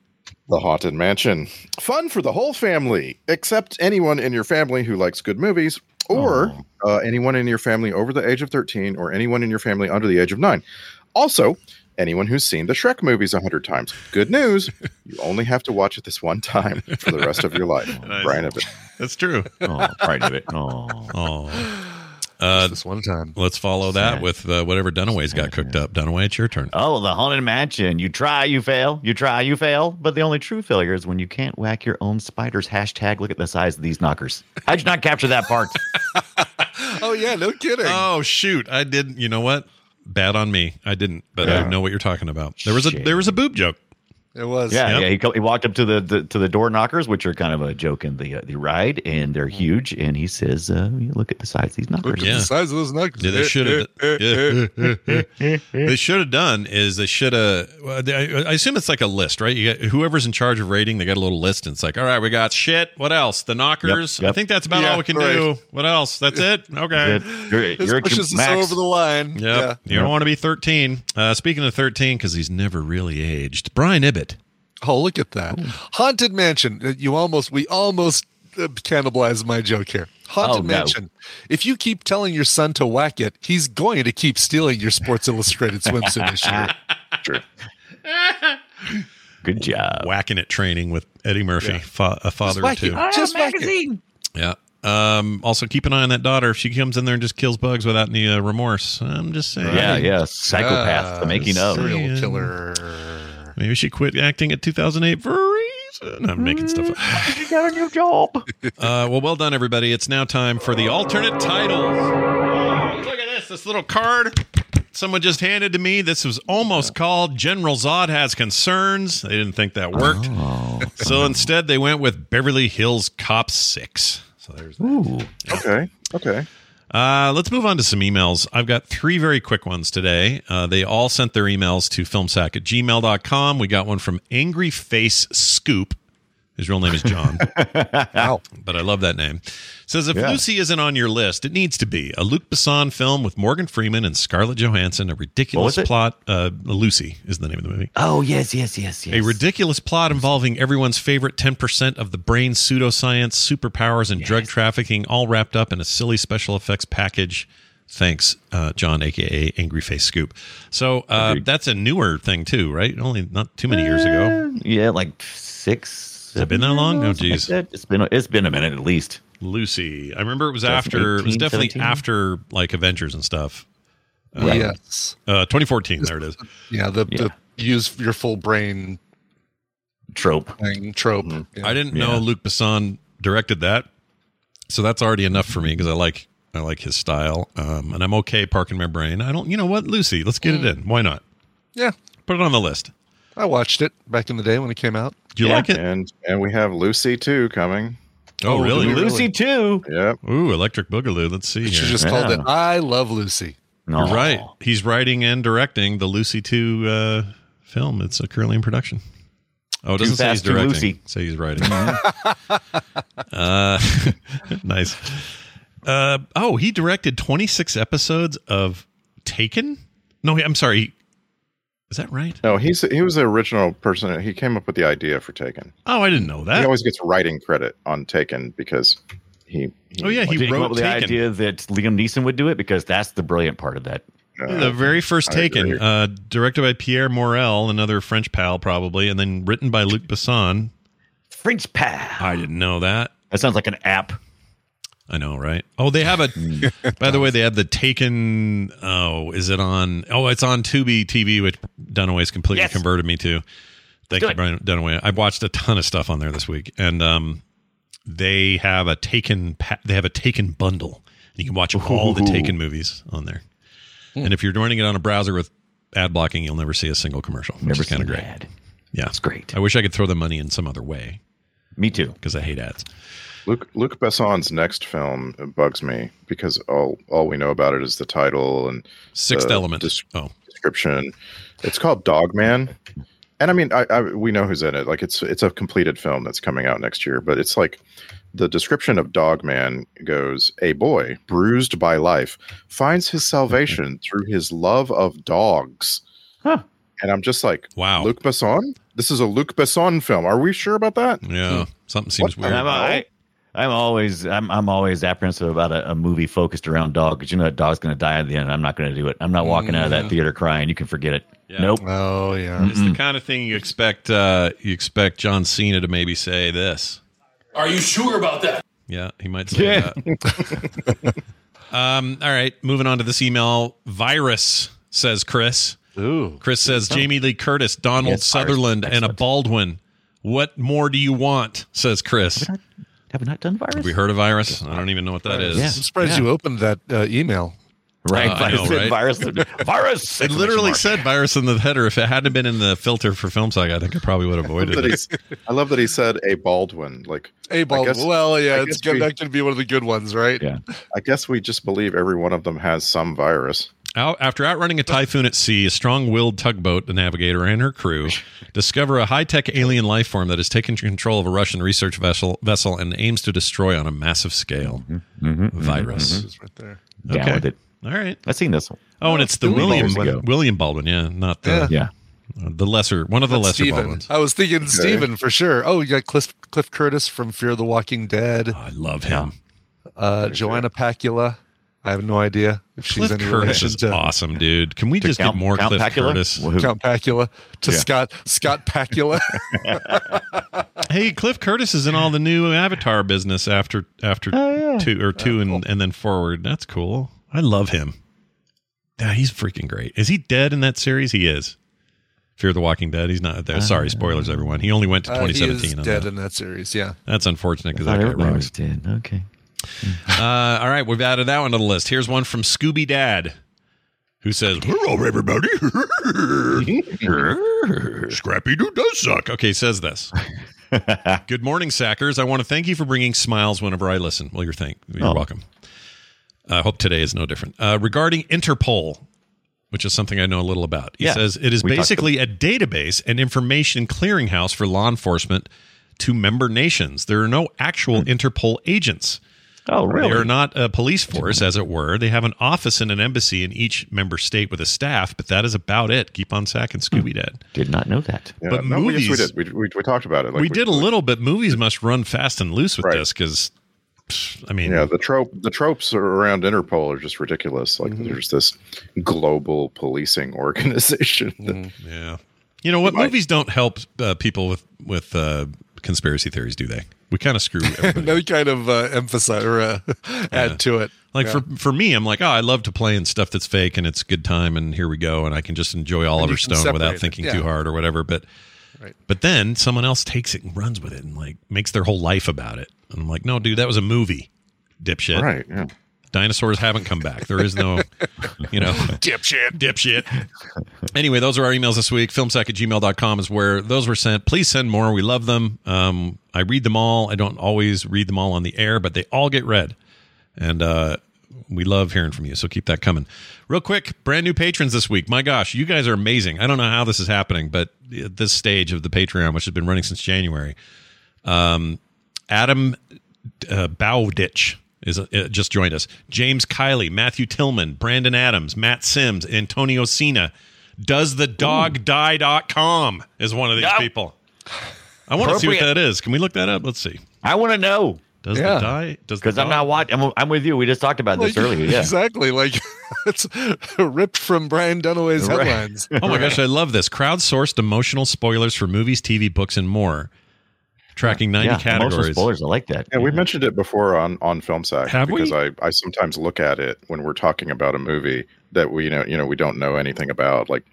The Haunted Mansion. Fun for the whole family, except anyone in your family who likes good movies, or uh, anyone in your family over the age of 13, or anyone in your family under the age of 9. Also, anyone who's seen the Shrek movies 100 times. Good news, you only have to watch it this one time for the rest of your life. Brian Abbott.
That's true.
Oh, Brian Abbott. Oh.
Uh,
this one time.
Let's follow that with uh, whatever Dunaway's got cooked up. Dunaway, it's your turn.
Oh, the Haunted Mansion. You try, you fail. You try, you fail. But the only true failure is when you can't whack your own spiders. Hashtag look at the size of these knockers. How'd you not capture that part?
Oh yeah, no kidding.
Oh shoot, I didn't. You know what? Bad on me. I didn't, but I
Yeah.
know what you're talking about. There was a
Shit.
there was a boob joke.
It was.
Yeah,
Yep.
yeah. He, co- he walked up to the, the to the door knockers, which are kind of a joke in the uh, the ride, and they're huge. And he says, uh, "You "Look at the size of these
Mm-hmm. Look
knockers."
at the size of those knuckles.
Yeah, they should have. yeah. they should have done is they should have. I I assume it's like a list, right? You got, whoever's in charge of rating, they got a little list, and it's like, all right, we got shit. What else? The knockers.
Yep, yep.
I think that's about
Yeah,
all we can
right.
do. What else? That's it. Okay.
Good. You're,
This
you're a
pushes us
Max.
over the line.
Yep. You don't want to be 13. Uh, speaking of 13, because he's never really aged. Brian Ibbett.
Oh, look at that. Haunted Mansion. Uh, You almost, we almost uh, cannibalized my joke here. Haunted
Oh, no.
Mansion. If you keep telling your son to whack it, he's going to keep stealing your Sports Illustrated swimsuit issue.
Good job.
Whacking it training with Eddie Murphy, fa- a father of
whack it.
two.
Just whack it.
Yeah. Um, also, keep an eye on that daughter. If she comes in there and just kills bugs without any uh, remorse, I'm just saying.
Yeah, yeah. Psychopath. the making of.
Uh, Serial killer.
Maybe she quit acting at 2008 for a reason. I'm making stuff up.
You got a new job.
Uh, well, well done, everybody. It's now time for the alternate titles. Oh, look at this. This little card someone just handed to me. This was almost called General Zod Has Concerns. They didn't think that worked.
Oh.
So instead, they went with Beverly Hills Cop 6. So there's that.
Ooh.
Okay. Okay.
Uh, let's move on to some emails. I've got three very quick ones today. Uh, they all sent their emails to filmsack at gmail.com. We got one from Angry Face Scoop. His real name is John. but I love that name. Says if
Yeah.
Lucy isn't on your list, it needs to be a Luke Besson film with Morgan Freeman and Scarlett Johansson. A ridiculous
was it?
plot. Uh, Lucy is the name of the movie.
Oh yes, yes, yes, yes.
A ridiculous plot involving everyone's favorite 10% of the brain pseudoscience, superpowers, and drug trafficking, all wrapped up in a silly special effects package. Thanks, uh, John, aka Angry Face Scoop. So uh, that's a newer thing too, right? Only not too many years ago.
Eh, Yeah, like six.
Has it been that long? No,
something like
geez.
that. it's been it's been a minute at least.
Uh, Lucy, I remember it was after. It was
2018,
definitely
17?
after like Avengers and stuff. Uh,
Right. Yes.
Uh, 2014. There it is.
Yeah, the, the use your full brain
trope.
Thing, trope.
I didn't know Luke Besson directed that, so that's already enough for me because I like I like his style, um, and I'm okay parking my brain. I don't, you know what, Lucy, let's get it in. Why not?
Yeah.
Put it on the list.
I watched it back in the day when it came out.
Do you like it?
And and we have Lucy too coming.
Oh, Oh, really? really? Lucy
too.
Yep.
Ooh, Electric Boogaloo. Let's see.
You
here.
just called it I Love Lucy.
Oh.
You're right. He's writing and directing the Lucy Two uh, film. It's a currently in production. Oh, it
Too
doesn't say he's
fast, too
directing.
loosey.
Say he's writing.
Mm-hmm.
uh, nice. Uh, oh, he directed 26 episodes of Taken. No, I'm sorry. Is that right?
No, Oh, he's he was the original person. He came up with the idea for Taken.
Oh, I didn't know
He
that.
always gets writing credit on Taken because he. he
Oh, yeah,
Did
he
Did he come
wrote
up with
Taken.
the idea that Liam Neeson would do it because that's the brilliant part of that.
the very first
Uh, I
Taken,
agree.
uh, directed by Pierre Morel, another French pal probably, and then written by Luc Besson.
French pal.
I didn't know that.
That sounds like an app.
I know, right? Oh, they have a. by the way, they have the Taken. Oh, is it on? Oh, it's on Tubi TV, which Dunaway's completely
Yes.
converted me to. Thank
do
you,
it.
Brian Dunaway. I watched a ton of stuff on there this week, and um, they have a Taken. pa- They have a Taken bundle. You can watch all the
Ooh.
Taken movies on there.
Hmm.
And if you're running it on a browser with ad blocking, you'll never see a single commercial. Which
Never
is kind of
seen
great.
an ad.
Yeah,
it's great.
I wish I could throw the money in some other way.
Me too,
because I hate ads.
Luke Luke Besson's next film bugs me because all all we know about it is the title and
Sixth
the
Element.
des-
oh.
description. It's called Dog Man, and I mean I, I we know who's in it. Like it's it's a completed film that's coming out next year, but it's like the description of Dog Man goes: A boy bruised by life finds his salvation through his love of dogs.
Huh.
And I'm just like,
wow,
Luke Besson. This is a Luke Besson film. Are we sure about that?
Yeah, something seems
hmm. What the
And I'm, I, I'm always I'm I'm always apprehensive about a, a movie focused around dog because you know that dog's going to die at the end. I'm not going to do it. I'm not walking out of
Yeah.
that theater crying. You can forget it. Nope.
Oh yeah.
It's the kind of thing you expect. Uh, you expect John Cena to maybe say this.
Are you sure about that?
Yeah, he might say
Yeah.
that. um, all right, moving on to this email. Virus says Chris.
Ooh.
Chris says Jamie Lee Curtis, Donald
Yes, virus.
Sutherland, and a
Excellent.
Baldwin. What more do you want? Says Chris.
Have we not done virus?
Have we heard of virus? I don't even know what that is.
I'm surprised you opened that uh, email.
Right,
Uh, I know,
virus,
right?
virus, virus.
It literally
exclamation
said virus in the header. If it hadn't been in the filter for film saga, I think I probably would have avoided
that
it.
he's- I love that he said a Baldwin. Like
A Baldwin.
guess-
well,
I
yeah,
guess
it's good,
we-
that could be one of the good ones, right?
Yeah.
I guess we just believe every one of them has some virus.
Out, after outrunning a typhoon at sea, a strong willed tugboat, the navigator, and her crew discover a high tech alien life form that has taken control of a Russian research vessel, vessel and aims to destroy on a massive scale. Virus.
It's right there.
mark. Down
Mm-hmm. Okay.
Mm-hmm. with it.
All right.
I've seen this one.
Oh, and it's the
Billy
William
Baldwin.
Baldwin. William Baldwin, yeah, not the
Yeah.
uh, the lesser one of the
That's
lesser
Steven.
Baldwins.
I was thinking Steven for sure. Oh, you got Cliff, Cliff Curtis from Fear the Walking Dead. I
love him.
Uh, Joanna Pacula. I have no idea if she's
Cliff
any
Curtis
relation
is
to
awesome, dude. Can we
to
just
Count-
get more
Count
Cliff
Pacula?
Curtis?
Count Pacula to
Yeah.
Scott Scott Pacula.
hey, Cliff Curtis is in all the new Avatar business after after
Oh,
two or two and, and then forward. That's cool. I love him. Yeah, he's freaking great. Is he dead in that series? He is. Fear the Walking Dead. He's not
Uh,
there. Sorry, spoilers, everyone. He only went to
Uh, he is
2017. on
dead
that.
in that series. Yeah.
That's unfortunate because
I
that
thought
guy
everybody
rocks.
was dead. Okay.
Uh, all right, we've added that one to the list. Here's one from Scooby Dad, who says, "Hello, everybody. Scrappy Doo does suck." Okay, he says this. Good morning, Sackers. I want to thank you for bringing smiles whenever I listen. Well, you're thank. You're
Oh.
welcome. I hope today is no different. Uh, regarding Interpol, which is something I know a little about, he
Yeah,
says it is
we talked
basically a database and information clearinghouse for law enforcement to member nations. There are no actual Interpol agents.
Oh, Hmm. really?
They are not a police force, as it were. They have an office and an embassy in each member state with a staff, but that is about it. Keep on Sack and Scooby Dad.
Did not know that.
Yeah,
but
no,
movies,
we, yes, we did. We, we, we talked about it. Like,
we, did a little, but movies must run fast and loose with this 'cause this because, I mean,
yeah, the trope the tropes are around Interpol are just ridiculous. Like there's this global policing organization. that-
yeah. You know what? Movies don't help uh, people with with uh, conspiracy theories, do they? We kind of screw everybody.
no kind of uh, emphasize or uh, add to it.
Like
Yeah.
for for me, I'm like, oh, I love to play in stuff that's fake and it's good time, and here we go, and I can just enjoy Oliver
you can
Stone
separate
without
it,
thinking
yeah.
too hard or whatever. But
Right.
but then someone else takes it and runs with it and like makes their whole life about it. And I'm like, no, dude, that was a movie, dipshit.
Right. Yeah.
Dinosaurs haven't come back. There is no, you know,
dipshit,
dipshit. Anyway, those are our emails this week. Filmsack at gmail.com is where those were sent. Please send more. We love them. Um, I read them all. I don't always read them all on the air, but they all get read. And uh, we love hearing from you. So keep that coming. Real quick, brand new patrons this week. My gosh, you guys are amazing. I don't know how this is happening, but at this stage of the Patreon, which has been running since January, um, Adam uh, Bowditch is uh, just joined us. James Kiley, Matthew Tillman, Brandon Adams, Matt Sims, Antonio Cena. Does the dog die.com is one of these people. I want to see what
Appropriate.
that is. Can we look that up? Let's see.
I want to know.
Does
Yeah.
the die? Does the
Because I'm
dog-
not watching. I'm, I'm with you. We just talked about this
Like,
earlier. Yeah.
Exactly. Like it's ripped from Brian Dunaway's
Right.
headlines.
Oh my gosh, I love this. Crowdsourced emotional spoilers for movies, TV, books, and more. Tracking 90
yeah. Emotional
categories.
spoilers. I like that.
Yeah, we mentioned it before on on film sack
Have we?
because I, I sometimes look at it when we're talking about a movie that we you know you know we don't know anything about like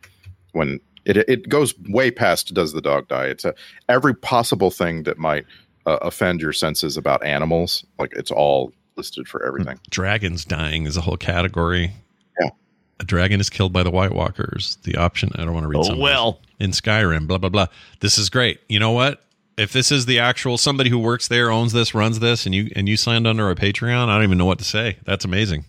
when it it goes way past does the dog die it's a, every possible thing that might uh, offend your senses about animals like it's all listed for everything
Dragons dying is a whole category.
Yeah.
A dragon is killed by the White Walkers. The option, I don't want to read
Oh,
some of this.
well.
In Skyrim, blah, blah, blah. This is great. You know what? If this is the actual somebody who works there, owns this, runs this, and you and you signed under a Patreon, I don't even know what to say. That's amazing.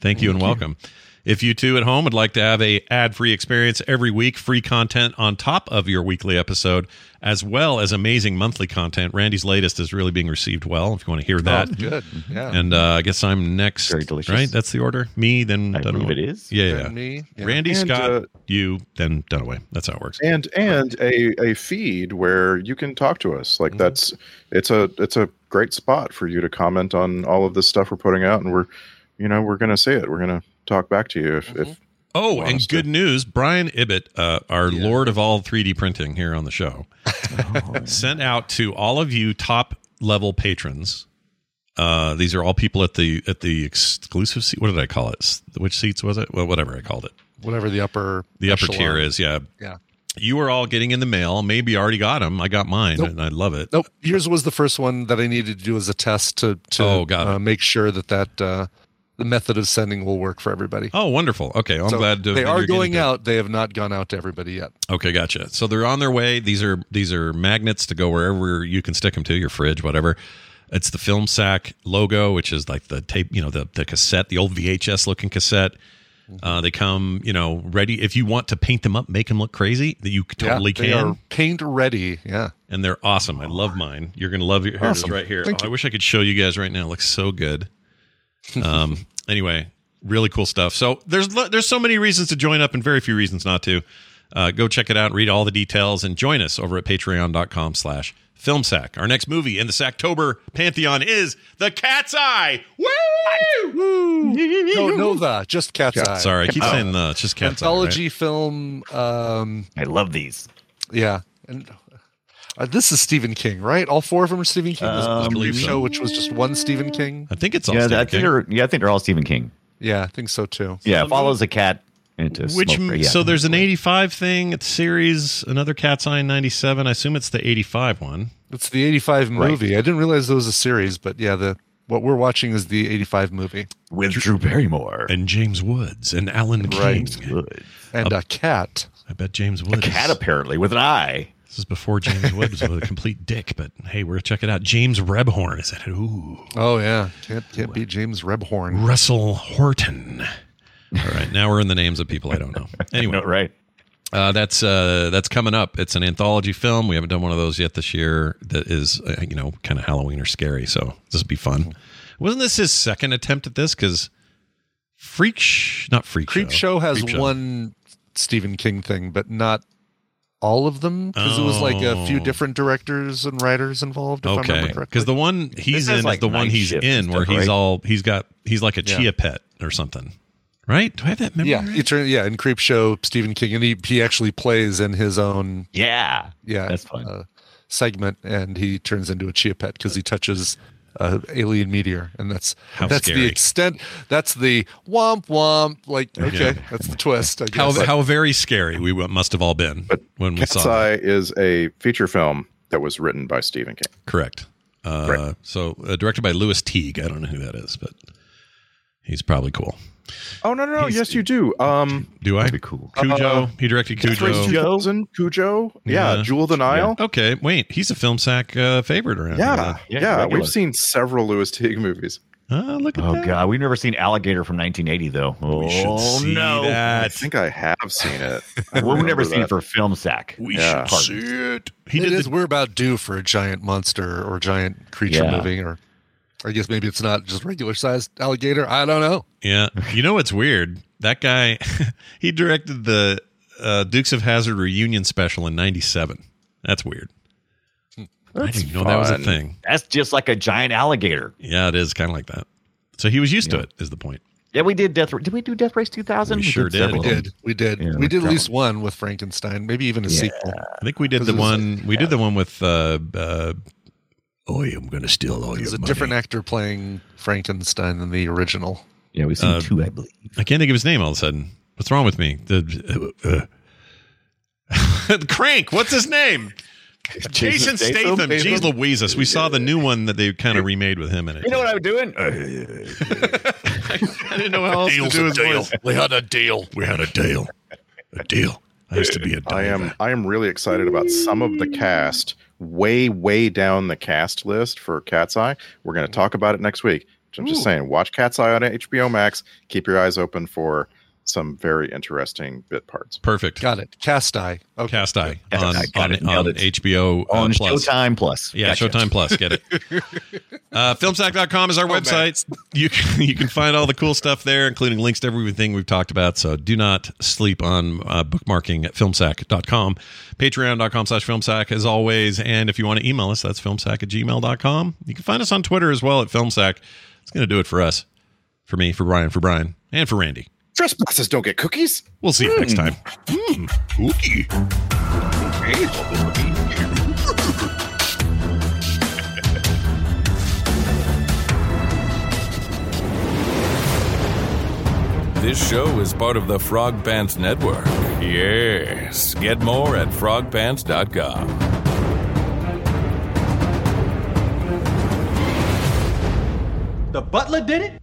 Thank you and welcome. If you too at home would like to have a ad-free experience every week, free content on top of your weekly episode, as well as amazing monthly content. Randy's latest is really being received well. If you want to hear that,
Oh, Good. Yeah.
and uh, I guess I'm next.
Very delicious.
Right? That's the order. Me, then
I
Dunaway.
believe it is.
Yeah,
Then
yeah.
me, yeah.
Randy,
And,
Scott,
uh,
you, then Dunaway. That's how it works.
and and a, a feed where you can talk to us
Mm-hmm.
like that's it's a it's a great spot for you to comment on all of this stuff we're putting out and we're you know we're gonna see it we're gonna talk back to you if,
Mm-hmm.
if
Oh, and
Honest.
good news. Brian Ibbett, uh, our lord of all 3D printing here on the show,
Oh,
sent out to all of you top level patrons. Uh, these are all people at the at the exclusive seat. What did I call it? S- Which seats was it? Well, whatever I called it.
Whatever the upper
The upper
echelon.
tier is. Yeah.
Yeah.
You are all getting in the mail. Maybe you already got them. I got mine, and I love it.
Nope. Yours was the first one that I needed to do as a test to to
Oh, got it.
uh, make sure that that uh, the method of sending will work for everybody.
Oh, wonderful. Okay, I'm
So
glad to,
they
that
are
you're getting
going
to-
out. They have not gone out to everybody yet.
Okay, gotcha. So they're on their way. These are these are magnets to go wherever you can stick them to your fridge, whatever. It's the film sack logo, which is like the tape, you know, the the cassette, the old VHS looking cassette.
Mm-hmm.
Uh, they come, you know, ready. If you want to paint them up, make them look crazy, that you totally
yeah, they
can.
are paint ready. Yeah.
And they're awesome. I love mine. You're gonna love your here it is
Awesome.
right here.
Thank
Oh, I
you.
wish I could show you guys right now. It looks so good. Um. anyway, really cool stuff. So there's lo- there's so many reasons to join up and very few reasons not to. Uh, go check it out. Read all the details and join us over at patreon.com slash filmsack. Our next movie in the Sacktober pantheon is The Cat's Eye. Woo! Woo!
No, no, the just cat's eye.
Sorry, I keep saying the. It's just Cat's Eye. right?
Anthology film. Um,
I love these.
yeah. And uh, this is Stephen King, right? All four of them are Stephen King. This was
Um,
a
believe so.
show which was just one Stephen King.
I think it's all
Yeah, I
Stephen
think
King.
they're. Yeah, I think they're all Stephen King.
Yeah, I think so too.
Yeah, follows a cat into
Which
smoke.
m-
Yeah.
so there's an 85 thing, it's series, another Cat's Eye in 97. I assume it's the 85 one.
It's the 85
Right.
movie. I didn't realize there was a series, but yeah, the what we're watching is the 85 movie.
with Drew Barrymore
And James Woods and Alan
Right.
King.
Good.
And a cat.
I bet James
a
Woods.
cat apparently with an eye.
This is before James Woods was a complete dick, but hey, we're gonna check it out. James Rebhorn is in it. Ooh,
Oh yeah, can't can't beat James Rebhorn.
Russell Horton. All right, now we're in the names of people I don't know. Anyway,
No, right.
Uh, that's uh, that's coming up. It's an anthology film. We haven't done one of those yet this year. That is, uh, you know, kind of Halloween or scary. So this would be fun. Wasn't this his second attempt at this? Because Freak, sh- not Freak,
Creep Show has
Creep
one Stephen King thing, but not all of them because it was like a few
Oh.
different directors and writers involved. If I
Okay,
remember correctly.
because the one
This
he's in
has,
is
like,
the one
night
he's
shift
in
and
where
stuff,
he's
right?
all he's got. He's like a
Yeah.
chia pet or something, right? Do I have that memory?
yeah,
right?
Etern- yeah, in Creep Show, Stephen King, and he he actually plays in his own
yeah
yeah
that's fun
uh, segment, and he turns into a chia pet because he touches. Uh, alien meteor, and that's
How
that's
scary.
the extent. That's the womp womp. Like okay,
Yeah.
that's the twist. I guess.
How
But-
how very scary we w- must have all been when we
Cat's
saw.
Eye
that.
is a feature film that was written by Stephen King.
Correct. Uh, So uh, directed by Lewis Teague. I don't know who that is, but he's probably cool.
Oh no, no, no! yes, you do. Um,
Do I?
That'd be cool.
Cujo.
Uh,
he directed
Death Race
Cujo.
2000, Cujo. Yeah, Jewel of the Nile.
Yeah. Okay, wait. He's a film sack uh, favorite around.
Yeah,
here,
yeah.
huh?
We've seen several Lewis Teague movies.
Oh, look at
oh
that.
god, we've never seen Alligator from 1980 though. Oh
see
no,
I think I have seen it. I
well, we've never
remember
seen
that.
it for film sack.
We
Yeah.
should see it. He
It
did
is- we're about due for a giant monster or giant creature
Yeah.
movie, or I guess maybe it's not just regular sized alligator. I don't know.
Yeah. You know what's weird? That guy, he directed the uh, Dukes of Hazard reunion special in '97. That's weird. I didn't even know that was a
fun.
thing.
That's just like a giant alligator.
Yeah, it is kind of like that. So he was used to it. Is the point?
Yeah, we did Death. Ra- Did we do Death Race 2000?
We sure did.
several
We
of them.
did, we did,
Yeah,
we did
that
at least one with Frankenstein, maybe even a sequel.
I think we did
'Cause
the
it was like-
one. we did the one with. Uh, uh, oh, I'm going to steal all
It was
your
a
money.
different actor playing Frankenstein than the original.
Yeah, we've seen
Uh,
two, I believe.
I can't think of his name all of a sudden. What's wrong with me? The uh, uh, Crank. What's his name? Jason,
Jason Statham?
Statham. Jeez
Statham?
Louise. We saw the new one that they kind of remade with him in it.
You know what I'm doing?
I didn't know how else to do his voice.
We had a deal.
We had a deal. A deal. I used to be a diver.
I am. I am really excited about some of the cast. Way, way down the cast list for Cat's Eye. We're going to talk about it next week. I'm just saying, watch Cat's Eye on HBO Max. Keep your eyes open for some very interesting bit parts.
Perfect.
Got it. Cast eye. Okay.
Cast Eye
Cast
on,
Eye, got
on,
it, nailed
on
it.
HBO uh,
On
Plus.
Showtime Plus.
Yeah,
Gotcha.
Showtime Plus. Get it. Uh,
Oh,
filmsack.com is our website. You can, you can find all the cool stuff there, including links to everything we've talked about. So do not sleep on uh, bookmarking at filmsack.com. Patreon.com slash filmsack, as always. And if you want to email us, that's filmsack at gmail.com. You can find us on Twitter as well at filmsack. It's going to do it for us, for me, for Brian, for Brian, and for Randy.
Trespassers don't get cookies. Hmm.
We'll see you next time.
This show is part of the Frog Pants Network. Yes. Get more at frogpants.com.
The butler did it?